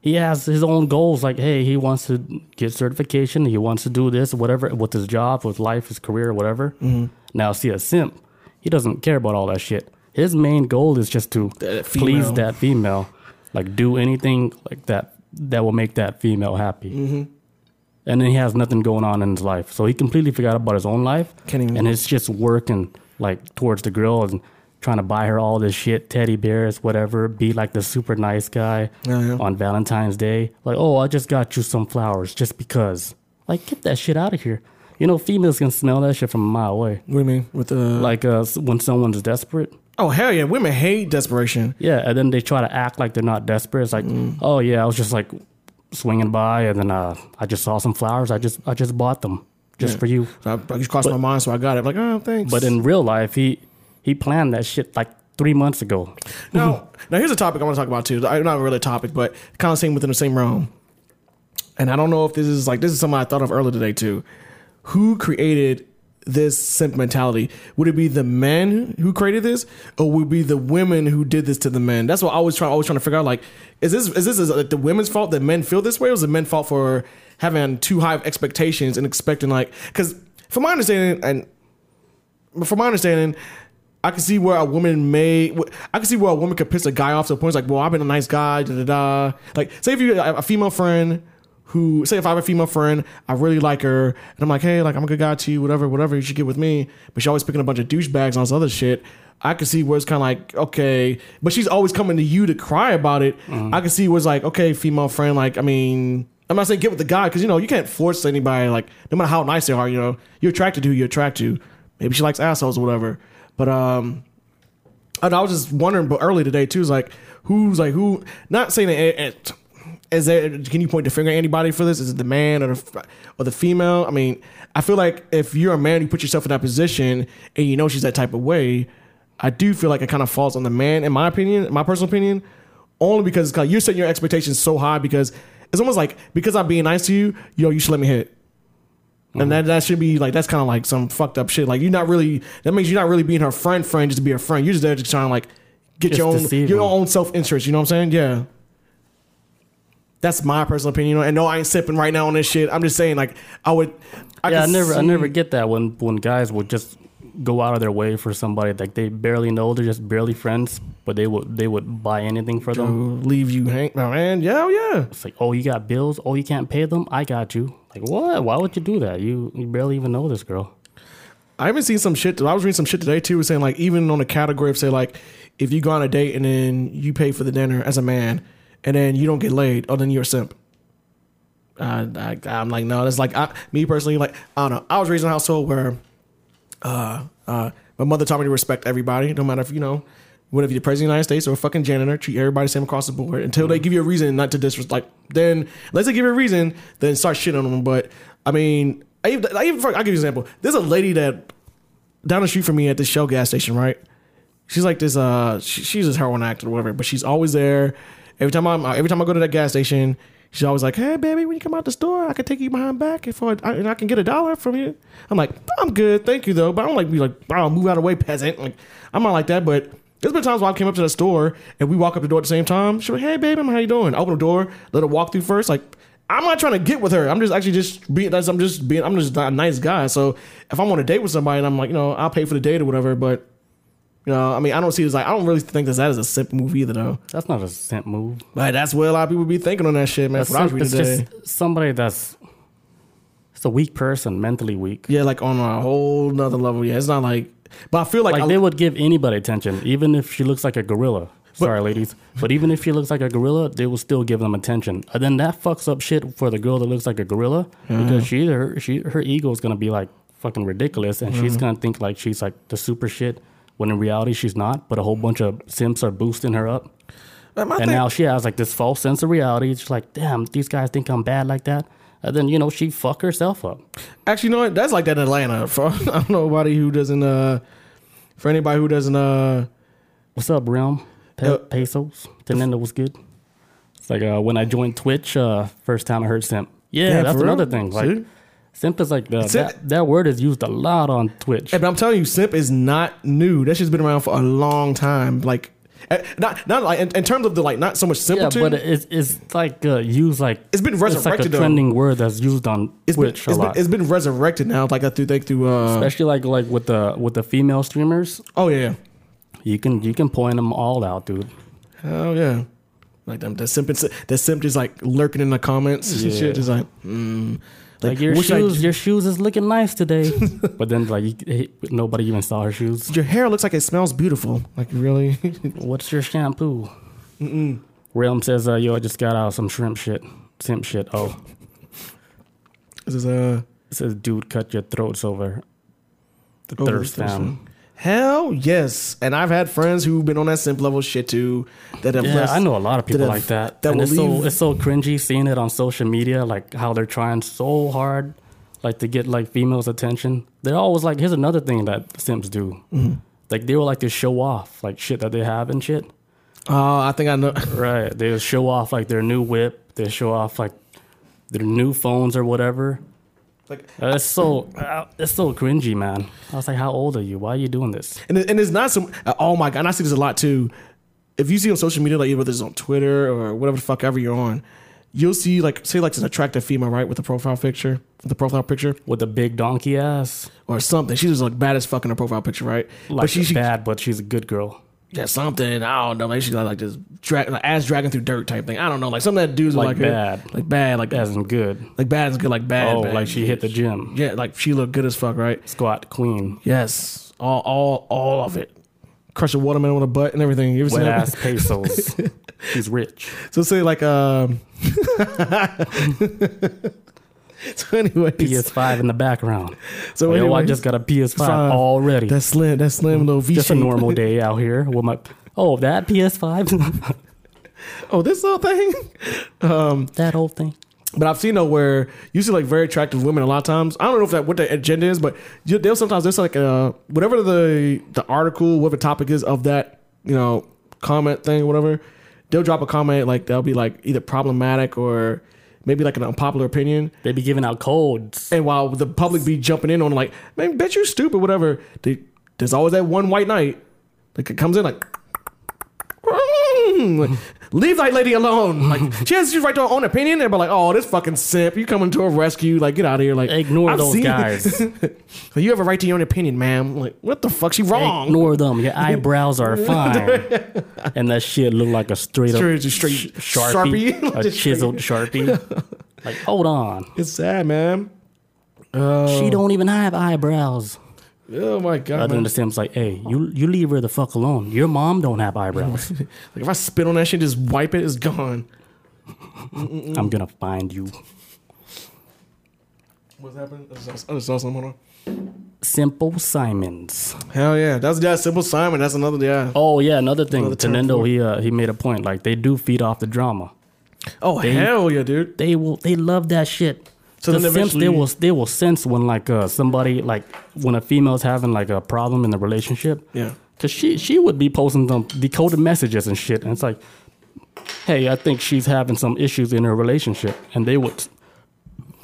S1: He has his own goals. Like, hey, he wants to get certification. He wants to do this, whatever, with his job, with life, his career, whatever.
S2: Mm-hmm.
S1: Now, see a simp. He doesn't care about all that shit. His main goal is just to
S2: That female.
S1: please that female. Like, do anything like that that will make that female happy
S2: Mm-hmm.
S1: and then he has nothing going on in his life. So he completely forgot about his own life,
S2: Can't even-
S1: and it's just working like towards the girl and trying to buy her all this shit, teddy bears, whatever. Be like the super nice guy
S2: Yeah, yeah.
S1: on Valentine's Day, like, oh, I just got you some flowers just because. Like, get that shit out of here. You know, females can smell that shit from a mile away.
S2: what do you mean with the
S1: Like uh, s- when someone's desperate,
S2: Oh hell yeah, women hate desperation.
S1: yeah, and then they try to act like they're not desperate. It's like,
S2: Mm.
S1: oh yeah, I was just like swinging by, and then uh, I just saw some flowers. I just I just bought them just
S2: Yeah.
S1: for you.
S2: So I, I just crossed my mind, so I got it. I'm like, oh thanks.
S1: But in real life, he he planned that shit like three months ago.
S2: now, now here's a topic I want to talk about too. I- Not really a topic, but kind of same within the same realm. And I don't know if this is like this is something I thought of earlier today too. Who created this simp mentality? Would it be the men who created this, or would it be the women who did this to the men? That's what I always try, always trying to figure out. Like, is this is this is like the women's fault that men feel this way, or is the men fault for having too high of expectations and expecting like? Because from my understanding, and but from my understanding, I can see where a woman may, I can see where a woman could piss a guy off to the point it's like, well, I've been a nice guy, da da da. Like, say if you have a female friend who, say if I have a female friend, I really like her, and I'm like, hey, like I'm a good guy to you, whatever, whatever, you should get with me. But she always picking a bunch of douchebags and all this other shit. I can see where it's kind of like, okay, but she's always coming to you to cry about it. I can see where it's like, okay, female friend, like, I mean, I'm not saying get with the guy because you know you can't force anybody. Like no matter how nice they are, you know you're attracted to who you're attracted to. Maybe she likes assholes or whatever. But um, and I was just wondering, but early today too is like who's like who? Not saying that. It, is there? Can you point the finger at anybody for this? Is it the man or the or the female? I mean, I feel like if you're a man, you put yourself in that position, and you know she's that type of way. I do feel like it kind of falls on the man, in my opinion, in my personal opinion, only because it's kinda- you're setting your expectations so high because it's almost like because I'm being nice to you, yo, you should let me hit. it.
S1: Mm-hmm.
S2: And that, that should be like that's kind of like some fucked up shit. Like you're not really that means you're not really being her friend, friend just to be her friend. You're just there just trying to like get
S1: Just
S2: your own
S1: deceive
S2: your
S1: them.
S2: own self interest. You know what I'm saying? Yeah. That's my personal opinion. You know? And no, I ain't sipping right now on this shit. I'm just saying like I would. I
S1: yeah, I
S2: could
S1: never, I
S2: see-
S1: never get that when when guys will just go out of their way for somebody like they barely know, they're just barely friends, but they would they would buy anything for them.
S2: leave you hang. Oh, man, yeah, oh, yeah.
S1: It's like, oh, you got bills, oh, you can't pay them, I got you. Like, what? Why would you do that? You you barely even know this girl.
S2: I haven't seen some shit. I was reading some shit today too, saying like even on a category of say like if you go on a date and then you pay for the dinner as a man, and then you don't get laid, oh then you're a simp. I, I, I'm like no, that's like I, me personally like I don't know. I was raised in a household where, uh, uh, my mother taught me to respect everybody, no matter if you know. Whether you're the president of the United States or a fucking janitor, treat everybody the same across the board until they give you a reason not to disrespect. Like, then, unless they give you a reason, then start shitting on them. But, I mean, I even, I even, I'll give you an example. There's a lady that down the street from me at this Shell gas station, right? She's like this. Uh, she, she's this heroin addict or whatever, but she's always there. Every time I'm, every time I go to that gas station, she's always like, "Hey, baby, when you come out the store, I can take you behind back and for I, and I can get a dollar from you." I'm like, "I'm good, thank you though," but I don't like be like, "Oh, move out of the way, peasant." Like, I'm not like that, but. There's been times where I came up to the store and we walk up the door at the same time. She's like, "Hey, baby, how you doing?" I open the door, let her walk through first. Like, I'm not trying to get with her. I'm just actually just being. that's- I'm just being. I'm just a nice guy. So if I'm on a date with somebody and I'm like, you know, I'll pay for the date or whatever. But you know, I mean, I don't see it as like I don't really think that that is a simp move either, though.
S1: That's not a simp move.
S2: Like that's what a lot of people be thinking on that shit, man. That's what I was
S1: Simp
S2: reading
S1: is
S2: today.
S1: just somebody that's it's a weak person, mentally weak.
S2: yeah, like on a whole nother level. Yeah, it's not like. But I feel like,
S1: Like
S2: I-
S1: they would give anybody attention, even if she looks like a gorilla. Sorry, ladies, but even if she looks like a gorilla, they will still give them attention. And then that fucks up shit for the girl that looks like a gorilla because she her she her ego is gonna be like fucking ridiculous, and she's gonna think like she's like the super shit when in reality she's not. But a whole bunch of simps are boosting her up,
S2: like, my
S1: and
S2: thing-
S1: now she has like this false sense of reality. She's like, damn, these guys think I'm bad like that. And then you know she fuck herself up.
S2: Actually, you know what? That's like that in Atlanta. For, I don't know nobody who doesn't. uh For anybody who doesn't. uh
S1: What's up, Realm? Pe-
S2: Uh,
S1: pesos. Tenendo was good. It's like uh, when I joined Twitch, uh, first time I heard simp. Yeah,
S2: Yeah,
S1: that's
S2: for
S1: another thing.
S2: real?
S1: Like
S2: See?
S1: simp is like the,
S2: Simp-
S1: that, that word is used a lot on Twitch.
S2: Hey, but I'm telling you, simp is not new. That shit's been around for a long time. Like, eh, not not like in, in terms of the like, not so much
S1: yeah,
S2: simpleton.
S1: but it's it's like uh, used like
S2: It's been
S1: like a
S2: resurrected, though.
S1: trending word that's used on
S2: it's been,
S1: Twitch
S2: it's,
S1: a
S2: been,
S1: lot.
S2: it's been resurrected now. Like I through think through. Uh,
S1: Especially like like with the with the female streamers,
S2: oh yeah,
S1: you can you can point them all out, dude.
S2: oh yeah. Like them, the simp, the simp just like lurking in the comments and
S1: Yeah.
S2: shit. Just like, mm.
S1: Like your
S2: wish I-
S1: shoes, your shoes is looking nice today, but then like you, nobody even saw her shoes.
S2: your hair looks like it smells beautiful. Like really,
S1: What's your shampoo? Realm says, uh, yo, I just got out some shrimp shit. Simp shit. Oh.
S2: this is uh,
S1: It says, dude, cut your throats over the
S2: over
S1: thirst,
S2: the
S1: fam.
S2: Hell yes, and I've had friends who've been on that simp level shit too. That have
S1: Yeah,
S2: less-
S1: I know a lot of people
S2: that-
S1: like that.
S2: that
S1: and
S2: will
S1: it's so
S2: leave-
S1: it's so cringy seeing it on social media, like how they're trying so hard, like to get like females' attention. They're always like, here's another thing that simps do.
S2: Mm-hmm.
S1: Like they will like to show off like shit that they have and shit.
S2: Oh, I think I know.
S1: Right. They show off like their new whip. They show off like their new phones or whatever.
S2: like,
S1: Uh, It's so uh, it's so cringy, man. I was like, "How old are you? Why are you doing this?"
S2: and it- and it's not some. uh, Oh my god, and I see this a lot too. If you see on social media, like whether it's on Twitter or whatever the fuck ever you're on, you'll see like say like an attractive female right with a profile picture, the profile picture
S1: With a big donkey ass,
S2: or something. She just look bad as fuck in her profile picture, right?
S1: like
S2: she, she
S1: bad, but she's a good girl.
S2: yeah something. I don't know. Maybe she got like this dra- like, ass dragging through dirt type thing. I don't know. Like something that dudes are
S1: Like
S2: like, her-
S1: bad.
S2: like bad, like
S1: As in good.
S2: like bad is good, like bad.
S1: oh,
S2: bad.
S1: like she hit the gym.
S2: yeah, like she looked good as fuck, right?
S1: Squat queen.
S2: Yes, all all all of it. Crush a watermelon with a butt and everything. You ever seen
S1: Wet
S2: that?
S1: ass pesos. He's rich.
S2: So say like um. so anyway,
S1: PS5 in the background.
S2: so
S1: Yo, I
S2: anyways,
S1: just got a PS5
S2: Five.
S1: already.
S2: that slim, that slim little V
S1: just a
S2: shape.
S1: normal day out here with my. Oh, that PS5,
S2: Oh, this little thing. Um,
S1: that old thing.
S2: but I've seen though where you see like very attractive women a lot of times. I don't know if that what their agenda is, but you, they'll sometimes there's like uh whatever the the article, whatever topic is of that you know comment thing, whatever. They'll drop a comment like they'll be like either problematic or maybe like an unpopular opinion.
S1: They be giving out codes.
S2: And while the public be jumping in on like, man, bet you're stupid, whatever. They, there's always that one white knight that c- comes in like, "Mm, leave that lady alone. Like she has she's right to her own opinion. They're like, oh, this fucking simp, you coming to her rescue? Like get out of here. Like
S1: Ignore
S2: I've
S1: those
S2: seen-
S1: guys.
S2: Like, you have a right to your own opinion, ma'am. Like what the fuck? She wrong.
S1: Ignore them. Your eyebrows are fine. and that shit look like a straight up
S2: Straight- straight
S1: sharpie,
S2: Sharpie.
S1: a
S2: Just
S1: chiseled sharpie. Like, hold on.
S2: It's sad, man. Uh,
S1: She don't even have eyebrows.
S2: oh my god.
S1: Other than
S2: Man.
S1: the Sims, like, hey, you you leave her the fuck alone. Your mom don't have eyebrows.
S2: Like if I spit on that shit, just wipe it. It's gone.
S1: I'm gonna find you.
S2: What's happening? I just saw- I just saw something. Hold
S1: Simple Simons.
S2: on. Hell yeah, that's yeah. Simple Simon. That's another yeah.
S1: Oh yeah, another thing.
S2: Another term
S1: Tenendo,
S2: for it.
S1: he uh, he made a point. Like they do feed off the drama.
S2: Oh hell yeah, dude!
S1: They will. They love that shit. So
S2: So
S1: the
S2: then
S1: Sims, they
S2: eventually-
S1: will they will sense when like uh, somebody like when a female's having like a problem in the relationship.
S2: Yeah,
S1: Cause she she would be posting them decoded messages and shit, and it's like, hey, I think she's having some issues in her relationship, and they would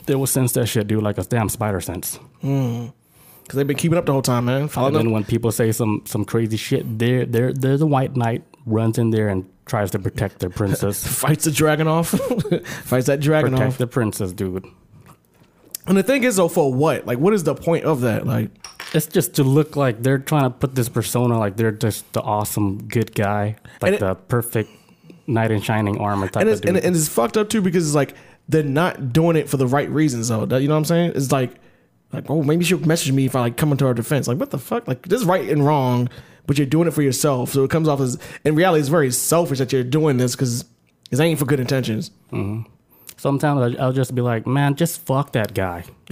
S1: they would sense that shit, dude, like a damn spider sense.
S2: because they've been keeping up the whole time, man.
S1: And
S2: Following
S1: then
S2: up.
S1: when people say some some crazy shit, they're they're they're the white knight runs in there and tries to protect their princess,
S2: Fights the dragon off, fights that dragon
S1: protect
S2: off.
S1: the princess, dude.
S2: And the thing is, though, for what? Like, what is the point of that? Like,
S1: It's just to look like they're trying to put this persona like they're just the awesome good guy, like
S2: And it-
S1: the perfect knight in shining armor type
S2: and
S1: of
S2: it's
S1: dude.
S2: and, and it's fucked up too because it's like they're not doing it for the right reasons, though. That- You know what I'm saying? It's like, like, oh, maybe she'll message me if I like come into her defense. Like, what the fuck? Like, this is right and wrong, but you're doing it for yourself, so it comes off as in reality, it's very selfish that you're doing this because it ain't for good intentions.
S1: Sometimes I- I'll just be like, man, just fuck that guy.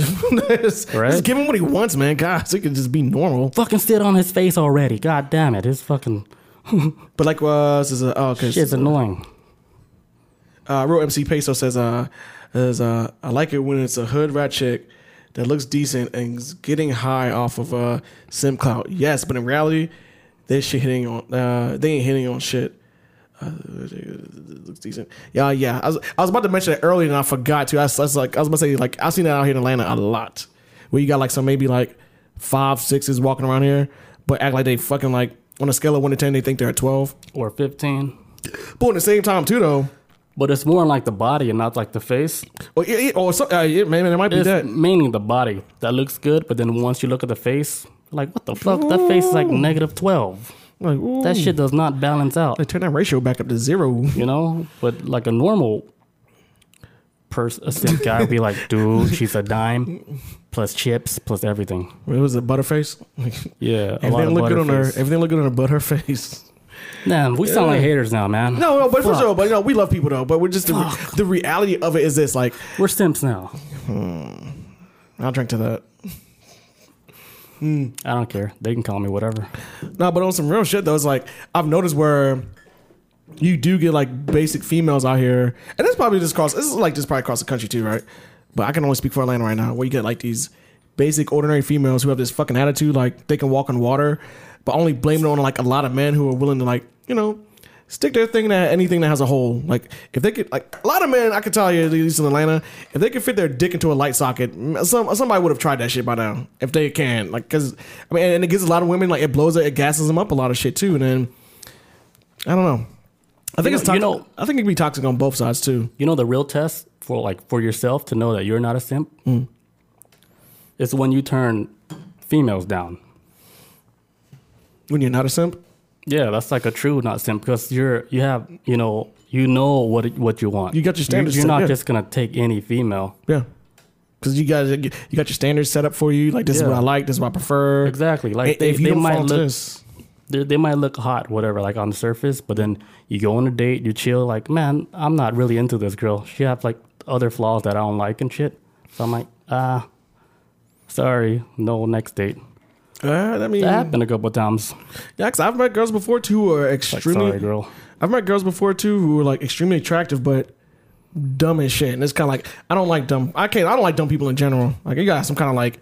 S2: just,
S1: Right.
S2: just give him what he wants, man. God, so he can just be normal.
S1: fucking sit on his face already. God damn it. His fucking
S2: But like, uh, this is a, oh, okay.
S1: shit's annoying.
S2: Uh, real MC Peso says, uh, says, uh, I like it when it's a hood rat chick that looks decent and is getting high off of uh, sim clout. Yes, but in reality, they shit hitting on, uh, they ain't hitting on shit. Uh, looks decent. Yeah, yeah. I was, I was about to mention it earlier and I forgot to. I was, I was like, I was about to say like I've seen that out here in Atlanta a lot, where you got like some maybe like five sixes walking around here, but act like they fucking like on a scale of one to ten they think they're at twelve.
S1: Or 15.
S2: But at the same time too though.
S1: But it's more like the body and not like the face.
S2: Or, yeah, yeah, or so, uh, yeah, man, it might be
S1: It's
S2: that.
S1: mainly the body that looks good, but then once you look at the face, like what the fuck? That face is like negative 12.
S2: Like, ooh,
S1: That shit does not balance out,
S2: they turn that ratio back up to zero.
S1: you know? But like a normal person, a simp guy would be like, dude, she's a dime plus chips plus everything.
S2: What was it, Butterface?
S1: Yeah. a lot
S2: everything
S1: of
S2: look good on her.
S1: butterface.
S2: Everything look good on her, but her face.
S1: Nah, we sound like haters now, man.
S2: No, no, but for
S1: Fuck.
S2: sure. But you know, we love people though. But we're just the, re- the reality of it is this. Like,
S1: We're simps now.
S2: I'll drink to that.
S1: I don't care. They can call me whatever.
S2: No, but on some real shit though, it's like I've noticed where you do get like basic females out here, and this probably just across. This is like this probably across the country too, right? But I can only speak for Atlanta right now, where you get like these basic ordinary females who have this fucking attitude, like they can walk on water, but only blame it on like a lot of men who are willing to like you know stick their thing that anything that has a hole. Like if they could, like a lot of men, I can tell you at least in Atlanta, if they could fit their dick into a light socket, mm, some somebody would have tried that shit by now if they can. Like because I mean, and it gives a lot of women like it blows it, it gasses them up a lot of shit too, and then I don't know. I think
S1: You
S2: it's
S1: know- you
S2: toxic.
S1: know-
S2: I think it can be toxic on both sides too.
S1: You know the real test for like for yourself to know that you're not a simp.
S2: Mm.
S1: It's when you turn females down.
S2: When you're not a simp,
S1: Yeah, that's like a true not simp because you're you have you know you know what it- what you want.
S2: You got your standards
S1: You're,
S2: set,
S1: not
S2: yeah.
S1: just gonna take any female.
S2: yeah, because you got you got your standards set up for you. Like this is
S1: Yeah.
S2: what I like. This is what I prefer.
S1: Exactly. Like
S2: If
S1: they,
S2: you
S1: they
S2: don't
S1: might
S2: fall into
S1: look
S2: this,
S1: they, they might look hot, whatever, like on the surface, but then you go on a date, you chill, like, man, I'm not really into this girl. She have like other flaws that I don't like and shit. So I'm like, ah, sorry, no next date.
S2: Uh, I mean,
S1: That happened a couple times.
S2: yeah, i I've met girls before too who are
S1: Like,
S2: extremely.
S1: sorry, girl.
S2: I've met girls before too who were like extremely attractive, but dumb as shit. And it's kind of like I don't like dumb. I can't. I don't like dumb people in general. Like you got some kind of like.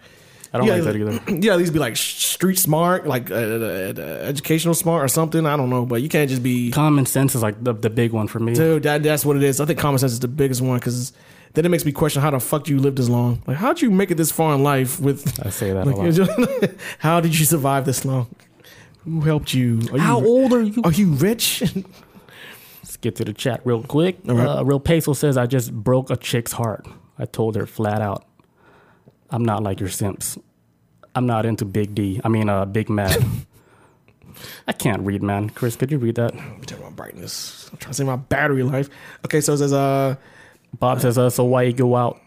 S1: I don't
S2: yeah,
S1: like that either.
S2: Yeah, at least be like sh- street smart, like uh, uh, uh, educational smart or something. I don't know, but you can't just be.
S1: Common sense is like the, the big one for me.
S2: Dude, that, that's what it is. I think common sense is the biggest one because then it makes me question how the fuck you lived as long. Like, how'd you make it this far in life with.
S1: I say that a
S2: Like,
S1: lot.
S2: how did you survive this long? Who helped you? Are you
S1: old are you?
S2: Are you rich?
S1: Let's get to the chat real quick.
S2: right.
S1: Uh, real Peso says, I just broke a chick's heart. I told her flat out, I'm not like your simps. I'm not into Big D. I mean, uh, Big Mac. I can't read, man. Chris, could you read that?
S2: I'm turning my brightness. I'm trying to save my battery life. Okay, so it says, uh,
S1: Bob says, uh, so why you go out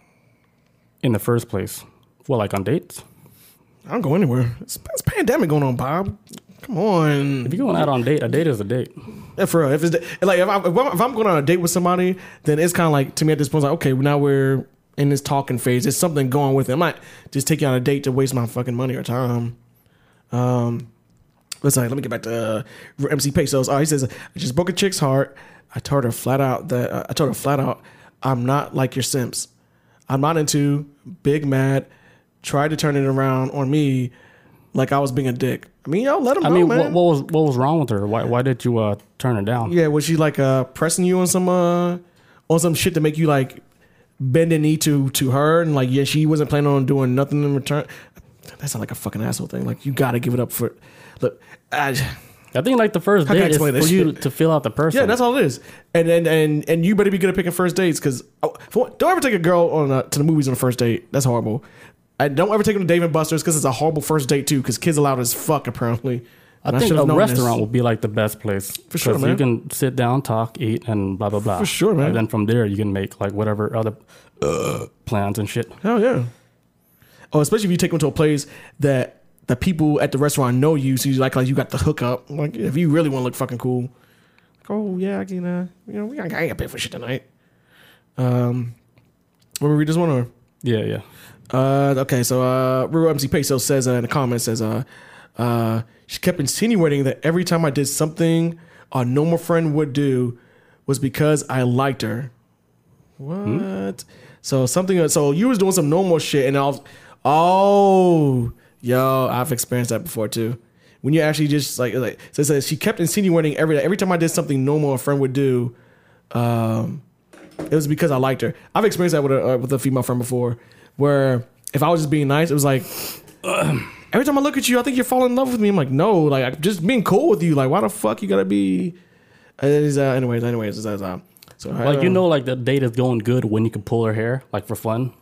S1: in the first place? Well, like on dates?
S2: I don't go anywhere. It's, it's pandemic going on, Bob. Come on.
S1: If you're going out on a date, a date is a date.
S2: Yeah, for real. If it's like if, I, if I'm if I'm going on a date with somebody, then it's kind of like to me at this point, it's like okay, now we're in this talking phase. There's something going with it. I'm not just taking you on a date to waste my fucking money or time. Um, let's say, let me get back to uh, MC Pesos. Oh, he says I just broke a chick's heart. I told her flat out that uh, I told her flat out I'm not like your Sims. I'm not into big mad. Tried to turn it around on me, like I was being a dick. I mean, y'all let him
S1: I
S2: know,
S1: mean,
S2: man.
S1: what, what was what was wrong with her? Why why did you uh, turn her down?
S2: Yeah, was she like uh pressing you on some uh on some shit to make you like bend a knee to to her and like yeah she wasn't planning on doing nothing in return. That's not like a fucking asshole thing. Like you gotta give it up for look. I,
S1: I think like the first
S2: can I
S1: date is
S2: explain
S1: for
S2: this
S1: you
S2: shit?
S1: to feel out the person.
S2: yeah, that's all it is. And and and and you better be good at picking first dates because don't ever take a girl on uh to the movies on a first date. That's horrible. And don't ever take them to Dave and Buster's because it's a horrible first date too. Because kids allowed as fuck apparently. And
S1: I think
S2: should've
S1: a
S2: known this.
S1: restaurant would be like the best place for
S2: sure, man.
S1: You can sit down, talk, eat, and blah blah blah.
S2: For sure, man.
S1: And then from there, you can make like whatever other uh, plans and shit.
S2: Hell yeah. Oh, especially if you take them to a place that the people at the restaurant know you, so you like like you got the hookup. Like if you really want to look fucking cool, like oh yeah, I can. Uh, you know, we got, I ain't got pay for shit tonight. Um, want me to read this one or?
S1: Yeah, yeah.
S2: Uh, okay, so uh, Ruru MC Peso says uh, in the comments says uh, uh, she kept insinuating that every time I did something a normal friend would do was because I liked her. What?
S1: Hmm?
S2: So something. So you was doing some normal shit, and I'll. Oh, yo, I've experienced that before too. When you actually just like like so it says she kept insinuating every every time I did something normal a friend would do. Um, it was because I liked her. I've experienced that with a uh, with a female friend before, where if I was just being nice, it was like every time I look at you, I think you're falling in love with me. I'm like, no, like I'm just being cool with you. Like, why the fuck you gotta be? And it's, uh, anyways, anyways, it's, uh, so I
S1: Like you
S2: don't-
S1: know, like the date is going good when you can pull her hair, like for fun.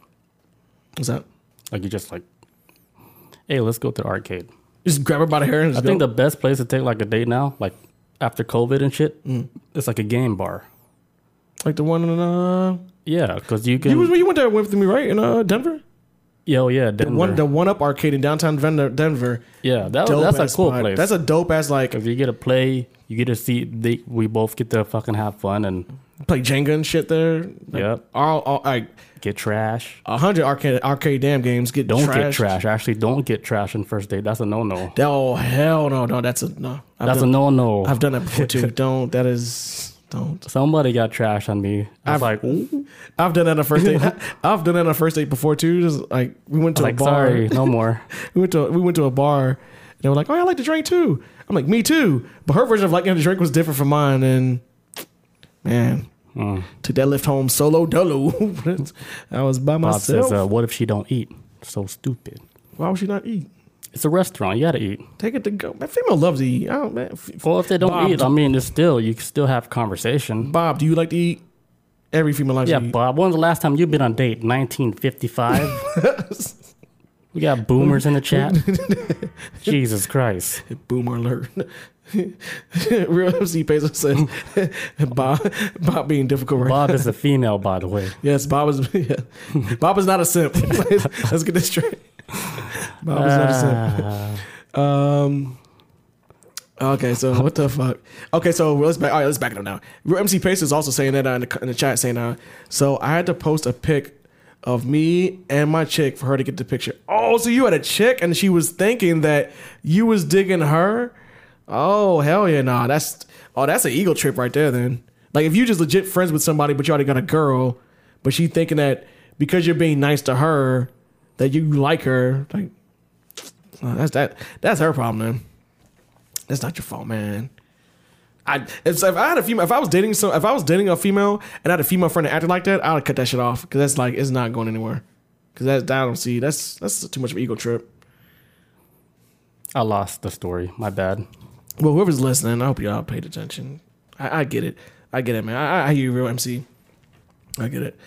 S2: what's that?
S1: Like you just like, hey, let's go to the arcade.
S2: Just grab her by the hair. And just
S1: I think
S2: go.
S1: the best place to take like a date now, like after COVID and shit,
S2: Mm.
S1: it's like a game bar.
S2: like the one in uh,
S1: Yeah, because you can.
S2: you was you went there with me right in uh Denver.
S1: yo, yeah, Denver.
S2: One the one up arcade in downtown Denver. Denver.
S1: yeah, that,
S2: Dope
S1: was- that's
S2: ass
S1: a cool
S2: spot.
S1: place.
S2: That's a dope ass like
S1: If you get to play, you get to see. They, we both get to fucking have fun and
S2: play Jenga and shit there. Like,
S1: Yep.
S2: All, all like
S1: get trash.
S2: a hundred arcade arcade damn games get
S1: Don't get
S2: trashed.
S1: trash. Actually, don't get trash in first date. That's a no no.
S2: Oh hell no no that's a no. I've
S1: That's a
S2: done,
S1: no no.
S2: I've done that before too. Don't that is don't.
S1: Somebody got trash on me. I was like, ooh,
S2: I've done that on a first date. I've done that on a first date before too. Just like we went to a
S1: like
S2: bar.
S1: sorry, no more.
S2: We went to we went to a bar and they were like, "Oh, I like to drink too." I'm like, "Me too," but her version of liking to drink was different from mine. And man,
S1: Mm.
S2: took that lift home solo dolo. I was by
S1: Bob
S2: myself.
S1: says, uh, what if she don't eat? So stupid.
S2: Why would she not eat?
S1: It's a restaurant. You gotta eat.
S2: Take it to go. Man, female loves to eat. I don't man. F- f-
S1: Well, if they don't
S2: Bob,
S1: eat, I mean, it's still you can still have conversation.
S2: Bob, do you like to eat? Every female loves
S1: Yeah,
S2: to eat.
S1: Bob. When's the last time you've been on date? 1955. we got boomers in the chat. Jesus Christ.
S2: Boomer alert. Real MC Peso says Bob, Bob being difficult right
S1: Bob is a female, by the way.
S2: Yes, Bob is. Yeah. Bob is not a simp. let's, let's get this straight. Bob is not a simp.
S1: Ah.
S2: Um, Okay, so what the fuck? Okay, so let's back. All right, let's back it up now. Real MC Pace is also saying that uh, in, the, in the chat, saying, uh, "So I had to post a pic of me and my chick for her to get the picture." Oh, so you had a chick, and she was thinking that you was digging her. Oh hell yeah, nah. That's oh that's an ego trip right there. Then like if you just legit friends with somebody, but you already got a girl, but she thinking that because you're being nice to her that you like her. Like uh, that's that that's her problem. Then. That's not your fault, man. I if, if I had a female, if I was dating some, if I was dating a female and I had a female friend that acted like that, I would cut that shit off because that's like it's not going anywhere. Because that, that I don't see that's that's too much of an ego trip.
S1: I lost the story. My bad.
S2: Well, whoever's listening, I hope y'all paid attention. I, I get it. I get it, man. I, I, I hear you, real MC. I get it.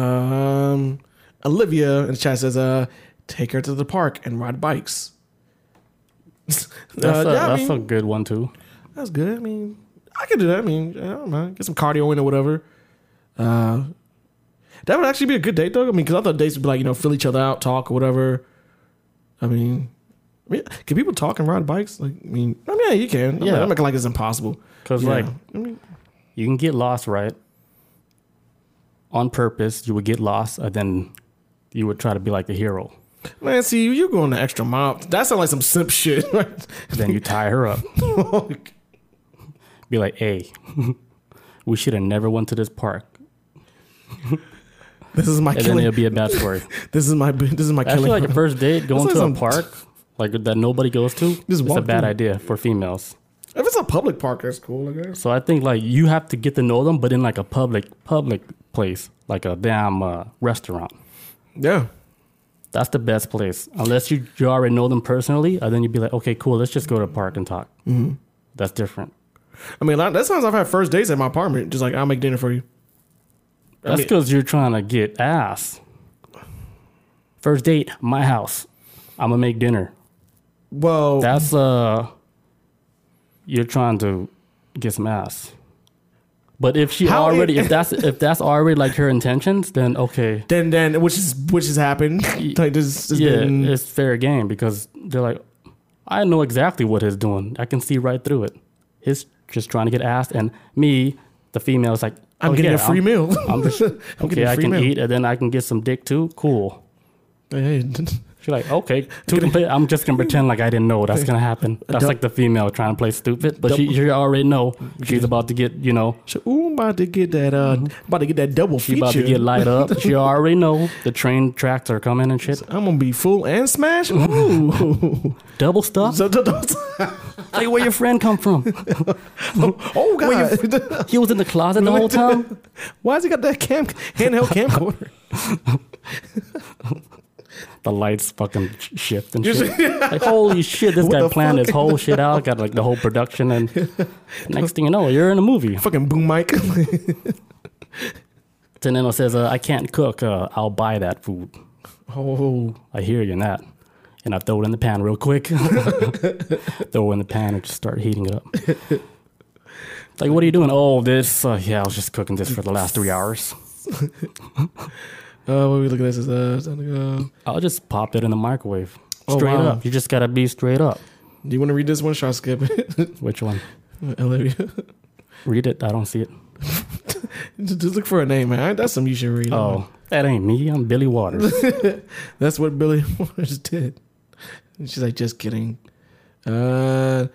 S2: Um, Olivia in the chat says, "Uh, take her to the park and ride bikes."
S1: That's,
S2: Uh,
S1: a,
S2: yeah, I
S1: that's
S2: mean-
S1: a good one too.
S2: That's good. I mean, I could do that. I mean, I don't mind. Get some cardio in or whatever. Uh, that would actually be a good date, though. I mean, because I thought dates would be like, you know, fill each other out, talk or whatever. I mean, I mean, can people talk and ride bikes? Like, I mean, I mean, yeah, you can. Yeah.
S1: Yeah.
S2: I'm making like it's impossible.
S1: Because
S2: Yeah.
S1: like
S2: I mean,
S1: you can get lost, right? On purpose, you would get lost, and then you would try to be like the hero.
S2: man, see, you going the extra mile. That sounds like some simp shit. Right?
S1: Then you tie her up. Be like, hey, we should have never went to this park.
S2: this is my
S1: And then
S2: killing.
S1: it'll be a bad story.
S2: This is my. This is my
S1: Actually,
S2: killing.
S1: like a first date going
S2: like
S1: to a
S2: some-
S1: park like that nobody goes to, it's a
S2: walk
S1: bad
S2: through.
S1: idea for females.
S2: if it's a public park, that's cool. I guess.
S1: So I think like you have to get to know them, but in like a public public place, like a damn uh, restaurant.
S2: Yeah.
S1: That's the best place. Unless you, you already know them personally, and then you'd be like, okay, cool, let's just go to a park and talk. Mm-hmm. That's different.
S2: I mean, that sounds. I've had first dates at my apartment. Just like I'll make dinner for you.
S1: That's
S2: mean-
S1: because you're trying to get ass. First date, my house. I'm gonna make dinner.
S2: Well,
S1: That's uh, you're trying to get some ass. But if she
S2: How
S1: already,
S2: i-
S1: if that's if that's already like her intentions, then okay,
S2: then then which is which has happened. like this has
S1: yeah,
S2: been
S1: it's fair game because they're like, I know exactly what he's doing. I can see right through it. He's just trying to get asked, and me, the female, is like,
S2: I'm
S1: "Oh,
S2: getting
S1: yeah,
S2: a free
S1: I'm-
S2: meal.
S1: I'm just
S2: I'm
S1: okay.
S2: getting a
S1: I
S2: free
S1: can
S2: meal.
S1: eat, and then I can get some dick too. Cool.
S2: Hey,
S1: She's like, okay, to complete, I'm just gonna pretend like I didn't know that's gonna happen. That's
S2: dou-
S1: like the female trying to play stupid, but she, you already know she's about to get, you know,
S2: so, ooh, I'm about to get that uh about to get that double
S1: she's Mm-hmm.
S2: feature.
S1: about to get light up. She already know the train tracks are coming and shit.
S2: I'm gonna be full and smash. Ooh.
S1: Double stuff.
S2: so, don't- don't-
S1: like where your friend come from?
S2: oh god.
S1: He was in the closet the whole time.
S2: Why has he got that cam handheld camcorder?
S1: the lights fucking sh- shift and
S2: Just-
S1: shit. like holy shit, this guy
S2: the
S1: planned his
S2: fuck?
S1: whole shit out, got like the whole production, and next thing you know, you're in a movie.
S2: Fucking boom mic.
S1: Teneno says, uh, "I can't cook. Uh, I'll buy that food."
S2: oh.
S1: I hear you in that, and I throw it in the pan real quick. throw it in the pan and just start heating it up. Like, what are you doing? Oh, this. Uh, yeah, I was just cooking this for the last three hours.
S2: Uh, what we looking at this? Uh, uh,
S1: I'll just pop it in the microwave.
S2: Oh,
S1: Straight
S2: wow.
S1: up. You just gotta be straight up.
S2: do you want to read this one? Shall I skip it?
S1: Which one?
S2: Olivia.
S1: Read it. I don't see it.
S2: Mm-hmm. Just look for a name, man. That's something you should read.
S1: Oh, that ain't me. I'm Billy Waters.
S2: That's what Billy Waters did. And she's like, just kidding. Uh,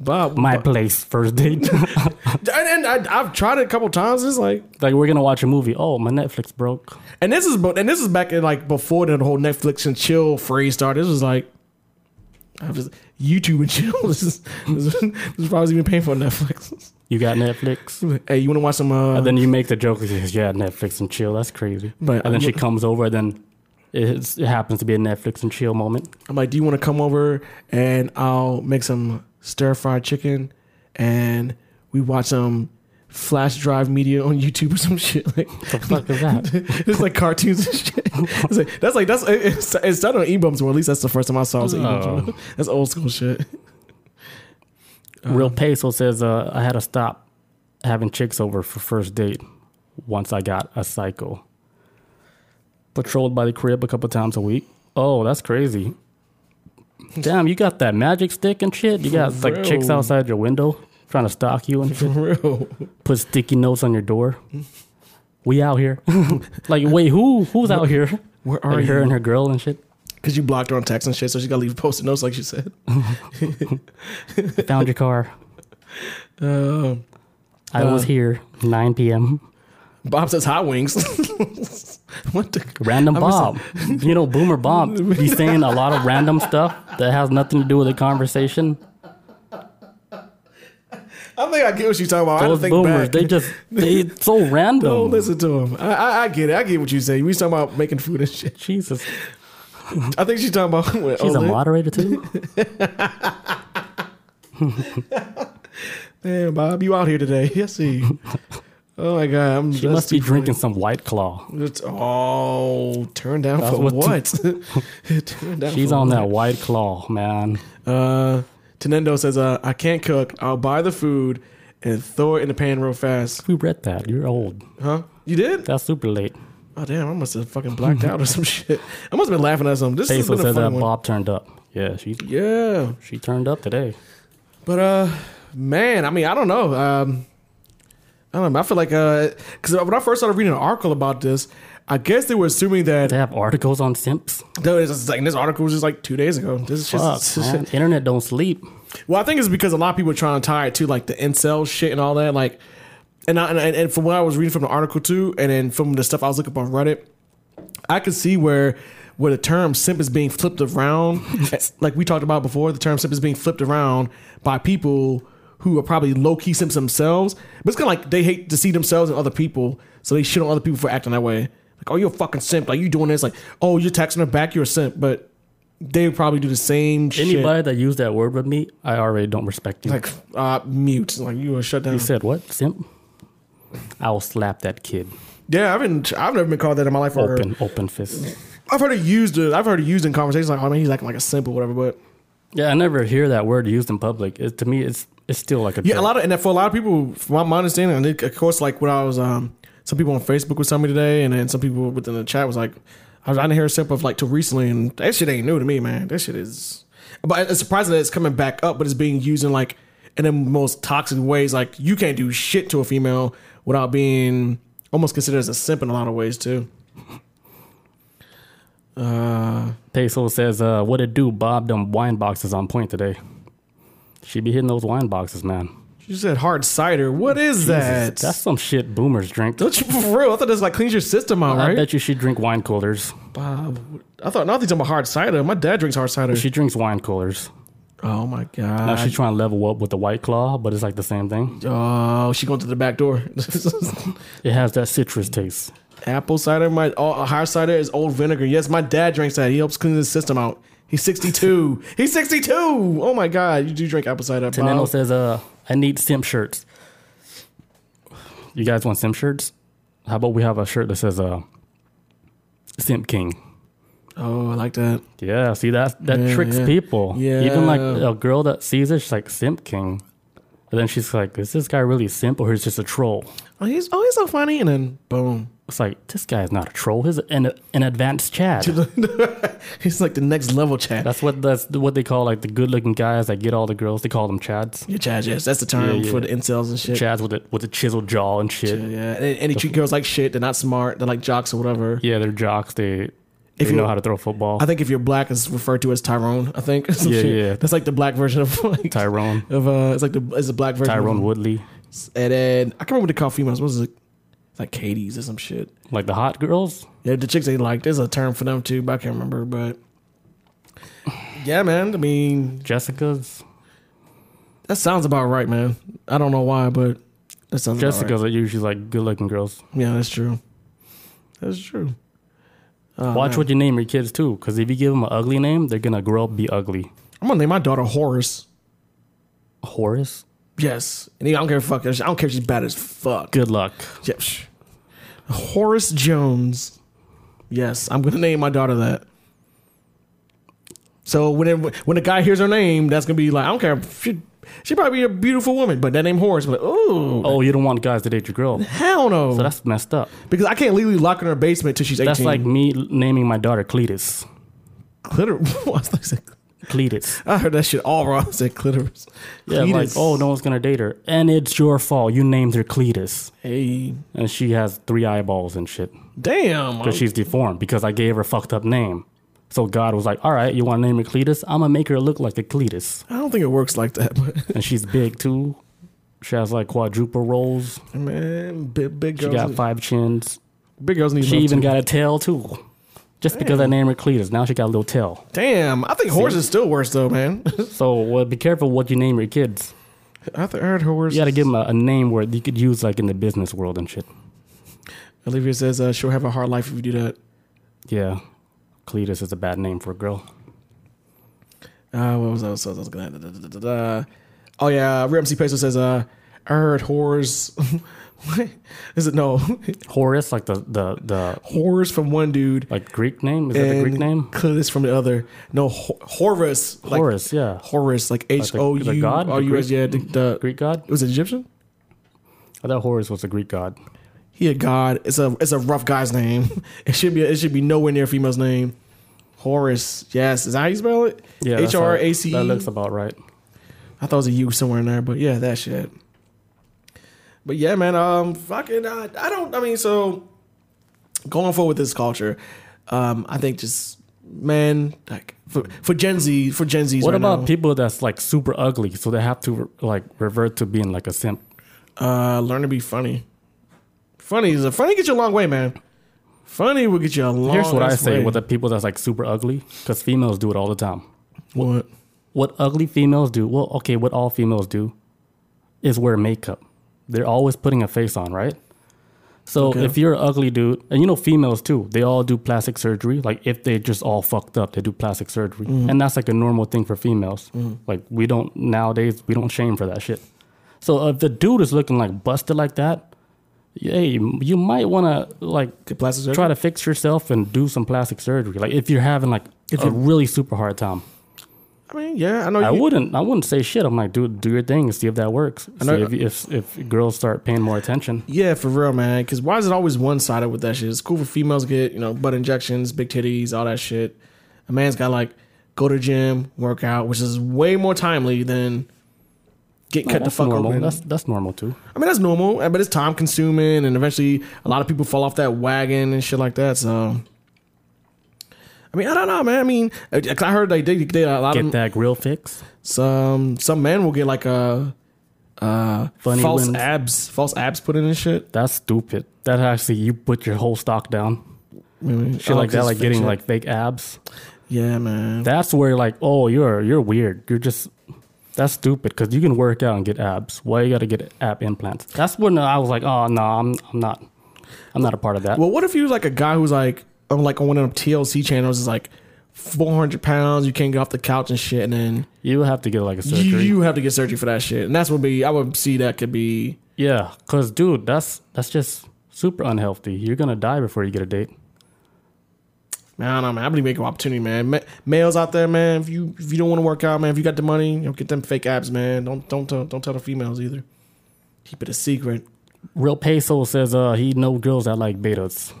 S2: Bob,
S1: my
S2: Bob-
S1: place first date.
S2: and, and I, I've tried it a couple times. It's like,
S1: like we're gonna watch a movie. Oh, my Netflix broke.
S2: and this is, bu- and this is back in like before the whole Netflix and chill phrase started. This was like, I was YouTube and chill. This is, this is, this is why I was even paying for Netflix.
S1: You got Netflix.
S2: hey, you want to watch some? Uh,
S1: And then you make the joke, like, yeah, Netflix and chill. That's crazy.
S2: But-
S1: and then she comes over, and then it's, it happens to be a Netflix and chill moment.
S2: I'm like, do you want to come over and I'll make some stir fried chicken and we watch some flash drive media on YouTube or some shit like.
S1: The fuck is that?
S2: it's like cartoons and shit. It's like, that's like that's it- it's, it started on E-Bums, or at least that's the first time I saw it was E-Bums.
S1: Oh.
S2: That's old school shit.
S1: Real Peso says, uh, I had to stop having chicks over for first date once I got a psycho. Patrolled by the crib a couple times a week. Oh, that's crazy. Damn, you got that magic stick and shit. You got like chicks
S2: real.
S1: outside your window trying to stalk you and shit.
S2: For real.
S1: Put sticky notes on your door. We out here. like, wait, who? Who's out here?
S2: Where are
S1: Like her and
S2: you?
S1: her girl and shit.
S2: Because you blocked her on text and shit, so she got to leave post-it notes like she said.
S1: Found your car.
S2: Um,
S1: I was here. 9 p.m.
S2: Bob says hot wings. what the?
S1: Random
S2: I'm just-
S1: Bob. you know, Boomer Bob. He's saying a lot of random stuff that has nothing to do with the conversation.
S2: I think I get what you're talking about. I don't
S1: Those
S2: think
S1: boomers,
S2: back.
S1: they just they it's so random.
S2: don't listen to him. I, I, I get it. I get what you say. We talking about making food and shit.
S1: Jesus.
S2: I think she's talking about. Wait,
S1: She's a
S2: Olin.
S1: moderator too?
S2: Damn, Bob, you out here today? Yes, he. oh my god, I'm.
S1: She must be drinking some white claw.
S2: oh, turn down for
S1: what-
S2: what? turn down.
S1: She's
S2: for
S1: on
S2: what?
S1: that white claw, man.
S2: Uh, Tenendo says, uh, "I can't cook. I'll buy the food and throw it in the pan real fast."
S1: We read that. You're old.
S2: Huh? You did?
S1: That's super late.
S2: Oh damn! I must have fucking blacked out or some shit. I must have been laughing at something. This has
S1: Peso
S2: been a
S1: says that
S2: fun one.
S1: Bob turned up. Yeah, she
S2: Yeah,
S1: she turned up today.
S2: but uh, man, I mean, I don't know. Um, I don't know. I feel like uh, because when I first started reading an article about this, I guess they were assuming that
S1: They have articles on simps.
S2: No, it's just like this article was just like two days ago. This is
S1: Fuck,
S2: just
S1: man. Internet don't sleep.
S2: well, I think it's because a lot of people are trying to tie it to like the incel shit and all that. Like, and I, and, and from what I was reading from the article too, and then from the stuff I was looking up on Reddit, I could see where where the term simp is being flipped around, Eh, like we talked about before. The term simp is being flipped around by people who are probably low key simps themselves, but it's kind of like they hate to see themselves and other people, so they shit on other people for acting that way. Like, oh, you're a fucking simp. Like, you doing this. Like, oh, you're texting her back. You're a simp. But they probably do the same shit.
S1: Anybody that used that word with me, I already don't respect you.
S2: Like uh, mute, like you were shut down.
S1: you said what? Simp? I'll slap that kid.
S2: Yeah, I've been, I've never been called that in my life. Or
S1: Open open fist.
S2: I've heard it used. uh, I've heard it used in conversations like, oh man, he's acting like a simp or whatever. But
S1: Yeah, I never hear that word used in public. It, to me, it's it's still like a
S2: yeah,
S1: joke.
S2: a lot of and for a lot of people, from my- my understanding, and it- of course, like when I was, um, some people on Facebook was telling me today, and then some people within the chat was like, I, I didn't hear a simp of like till recently, and that shit ain't new to me, man. That shit is, but it's surprising that it's coming back up, but it's being used in like in the most toxic ways. Like you can't do shit to a female without being almost considered as a simp in a lot of ways too. Uh,
S1: Peso says, uh, "What it do, Bob? Them wine boxes on point today. She be hitting those wine boxes, man.
S2: you said hard cider. What is that?
S1: That's some shit boomers drink.
S2: Don't you for real? I thought this like cleans your system out,
S1: I
S2: right?
S1: bet you she drink wine coolers.
S2: Bob, I thought nothing's about hard cider. My dad drinks hard cider.
S1: She drinks wine coolers.
S2: oh my
S1: Now
S2: god.
S1: she's trying to level up with the white claw, but it's like the same thing.
S2: oh, she going to the back door.
S1: It has that citrus taste.
S2: Apple cider, my oh, hard cider is old vinegar. Yes, my dad drinks that. He helps clean his system out. He's 62. He's 62. Oh my god, you do drink apple cider.
S1: Teneno
S2: Bob.
S1: says, "Uh, I need simp shirts. You guys want simp shirts? How about we have a shirt that says uh, Simp King."
S2: Oh, I like that.
S1: Yeah, see that that
S2: Yeah,
S1: tricks
S2: yeah.
S1: people. Even like
S2: Yeah.
S1: a girl that sees it, she's like simp king. And then she's like, is this guy really simp or he's just a troll?
S2: Oh, he's oh he's so funny. And then boom,
S1: It's like this guy is not a troll. He's an an advanced Chad.
S2: he's like the next level Chad.
S1: That's what that's what they call like the good looking guys that get all the girls. They call them Chads.
S2: yeah, Chad. Yes, that's the term
S1: Yeah, yeah.
S2: for the incels and shit.
S1: Chads with a with a chiseled jaw and shit.
S2: Yeah, yeah. And, and they treat girls like shit. They're not smart. They're like jocks or whatever.
S1: Yeah, they're jocks. They
S2: If
S1: they
S2: you-
S1: know how to throw football.
S2: I think if you're black, it's referred to as Tyrone. I think. Some
S1: Yeah,
S2: shit.
S1: yeah.
S2: That's like the black version of like
S1: Tyrone.
S2: of uh, it's like the it's the black version.
S1: Tyrone
S2: Of,
S1: Woodley.
S2: and then I can't remember what they call females. What was it? It's like Katie's or some shit.
S1: Like the hot girls.
S2: Yeah, the chicks they like. There's a term for them too, but I can't remember. But yeah, man. I mean,
S1: Jessica's.
S2: that sounds about right, man. I don't know why, but that sounds about right.
S1: Jessica's are usually like good looking girls.
S2: Yeah, that's true. That's true. Oh,
S1: Watch
S2: man.
S1: what you name your kids too, because if you give them an ugly name, they're gonna grow up be ugly.
S2: I'm gonna name my daughter Horace.
S1: Horace.
S2: Yes, and I don't care. Fuck, I don't care. if She's bad as fuck.
S1: Good luck.
S2: Yep. Horace Jones. Yes, I'm gonna name my daughter that. So when it, when a guy hears her name, that's gonna be like, I don't care. She she probably be a beautiful woman, but that name Horace, but oh,
S1: Oh, you don't want guys to date your girl.
S2: hell no,
S1: So that's messed up.
S2: because I can't legally lock her in her basement till she's 18.
S1: That's like me naming my daughter Cletus.
S2: clitoris.
S1: Cletus.
S2: I heard that shit all wrong. I said clitoris.
S1: Yeah, like,
S2: Cletus.
S1: oh, no one's gonna date her, and it's your fault. You named her Cletus,
S2: Hey,
S1: and she has three eyeballs and shit
S2: damn.
S1: because she's deformed because I gave her a fucked up name. So God was like, all right, you want to name her Cletus? I'm gonna make her look like a Cletus,
S2: I don't think it works like that, but
S1: and she's big too. She has like quadruple rolls.
S2: man, big, big
S1: She
S2: girls.
S1: got
S2: need-
S1: five chins.
S2: Big girls need.
S1: She
S2: love
S1: even
S2: too.
S1: got a tail too. Just because I named her Cletus, now she got a little tail.
S2: Damn, I think horse is still worse though, man.
S1: So well, be careful what you name your kids.
S2: I th- I heard horse.
S1: You gotta give them a, a name where you could use like in the business world and shit.
S2: Olivia says uh, she'll have a hard life if you do that.
S1: Yeah, Cletus is a bad name for a girl.
S2: Uh, what was I was, I was gonna. Da, da, da, da, da. Oh yeah, Real MC Peso says uh, I heard horrors. what is it? No,
S1: Horus, like the the the
S2: horrors from one dude.
S1: like Greek name. Is that the Greek
S2: and
S1: name?
S2: Cletus from the other. No, Ho- Horus. Like,
S1: Horus, yeah,
S2: Horus, like H
S1: the-
S2: O
S1: the
S2: U
S1: god, the
S2: R U S.
S1: Greek-
S2: Yeah, the, the,
S1: Greek god.
S2: it was Egyptian.
S1: I thought Horus was a Greek god.
S2: He a god. It's a it's a rough guy's name. It should be it should be nowhere near a female's name. Horus. Yes, is that how you spell it?
S1: Yeah, that's
S2: H
S1: how-
S2: R A C.
S1: That
S2: E.
S1: looks about right.
S2: I thought it was a U somewhere in there, but yeah, that shit. But yeah, man, um, fucking, uh, I don't, I mean, so going forward with this culture, um, I think just, man, like for, for Gen Z, for Gen Z's
S1: What
S2: right
S1: about
S2: now,
S1: people that's like super ugly, so they have to like revert to being like a simp?
S2: uh, learn to be funny. Funny is a funny gets you a long way, man. Funny will get you a long.
S1: Here's what I
S2: ass
S1: say
S2: way.
S1: with the people that's like super ugly, because females do it all the time.
S2: what?
S1: What ugly females do? Well, okay, what all females do is wear makeup. They're always putting a face on, right? So
S2: Okay.
S1: if you're an ugly dude, and you know females too, they all do plastic surgery. Like if they just all fucked up, they do plastic surgery,
S2: Mm-hmm.
S1: and that's like a normal thing for females. Like we don't nowadays, we don't shame for that shit. So if the dude is looking like busted like that, hey, you might want to like
S2: Get plastic surgery?
S1: try to fix yourself and do some plastic surgery. Like if you're having like
S2: If
S1: a
S2: you-
S1: really super hard time,
S2: I mean, yeah, I know.
S1: I
S2: you,
S1: wouldn't. I wouldn't say shit. I'm like, dude, do your thing and see if that works.
S2: know-
S1: See if, if if girls start paying more attention.
S2: Yeah, for real, man. Because why is it always one sided with that shit? It's cool for females to get you know butt injections, big titties, all that shit. A man's got like go to gym, work out, which is way more timely than get cut the
S1: That's
S2: fuck
S1: normal.
S2: open.
S1: That's that's normal too.
S2: I mean, that's normal, uh, but it's time consuming, and eventually a lot of people fall off that wagon and shit like that. So. I mean, I don't know, man. I mean, I I heard they did they, a lot
S1: Get
S2: of
S1: that grill fix.
S2: some some men will get like a uh,
S1: Funny
S2: false
S1: limbs.
S2: abs, false abs put in and shit.
S1: That's stupid. That actually, you put your whole stock down.
S2: Maybe.
S1: Shit
S2: Oh,
S1: like that,
S2: 'cause
S1: like
S2: it's
S1: getting
S2: fiction.
S1: like fake abs.
S2: Yeah, man.
S1: That's where like, oh, you're you're weird. You're just that's stupid because you can work out and get abs. Why you got to get ab implants? That's when I was like, oh no, I'm I'm not, I'm not a part of that.
S2: well, what if you was like a guy who's like on like on one of them TLC channels is like 400 pounds, you can't get off the couch and shit, and then
S1: you have to get like a surgery.
S2: you, you have to get surgery for that shit, and that's what be I would see that could be
S1: Yeah, cause dude, that's that's just super unhealthy. You're gonna die before you get a date.
S2: man, I don't know, man. I believe make an opportunity, man. Ma- males out there, man. If you if you don't want to work out, man, if you got the money, you know, get them fake abs, man. Don't don't tell don't tell the females either. Keep it a secret.
S1: Real Peso says uh he know girls that like betas.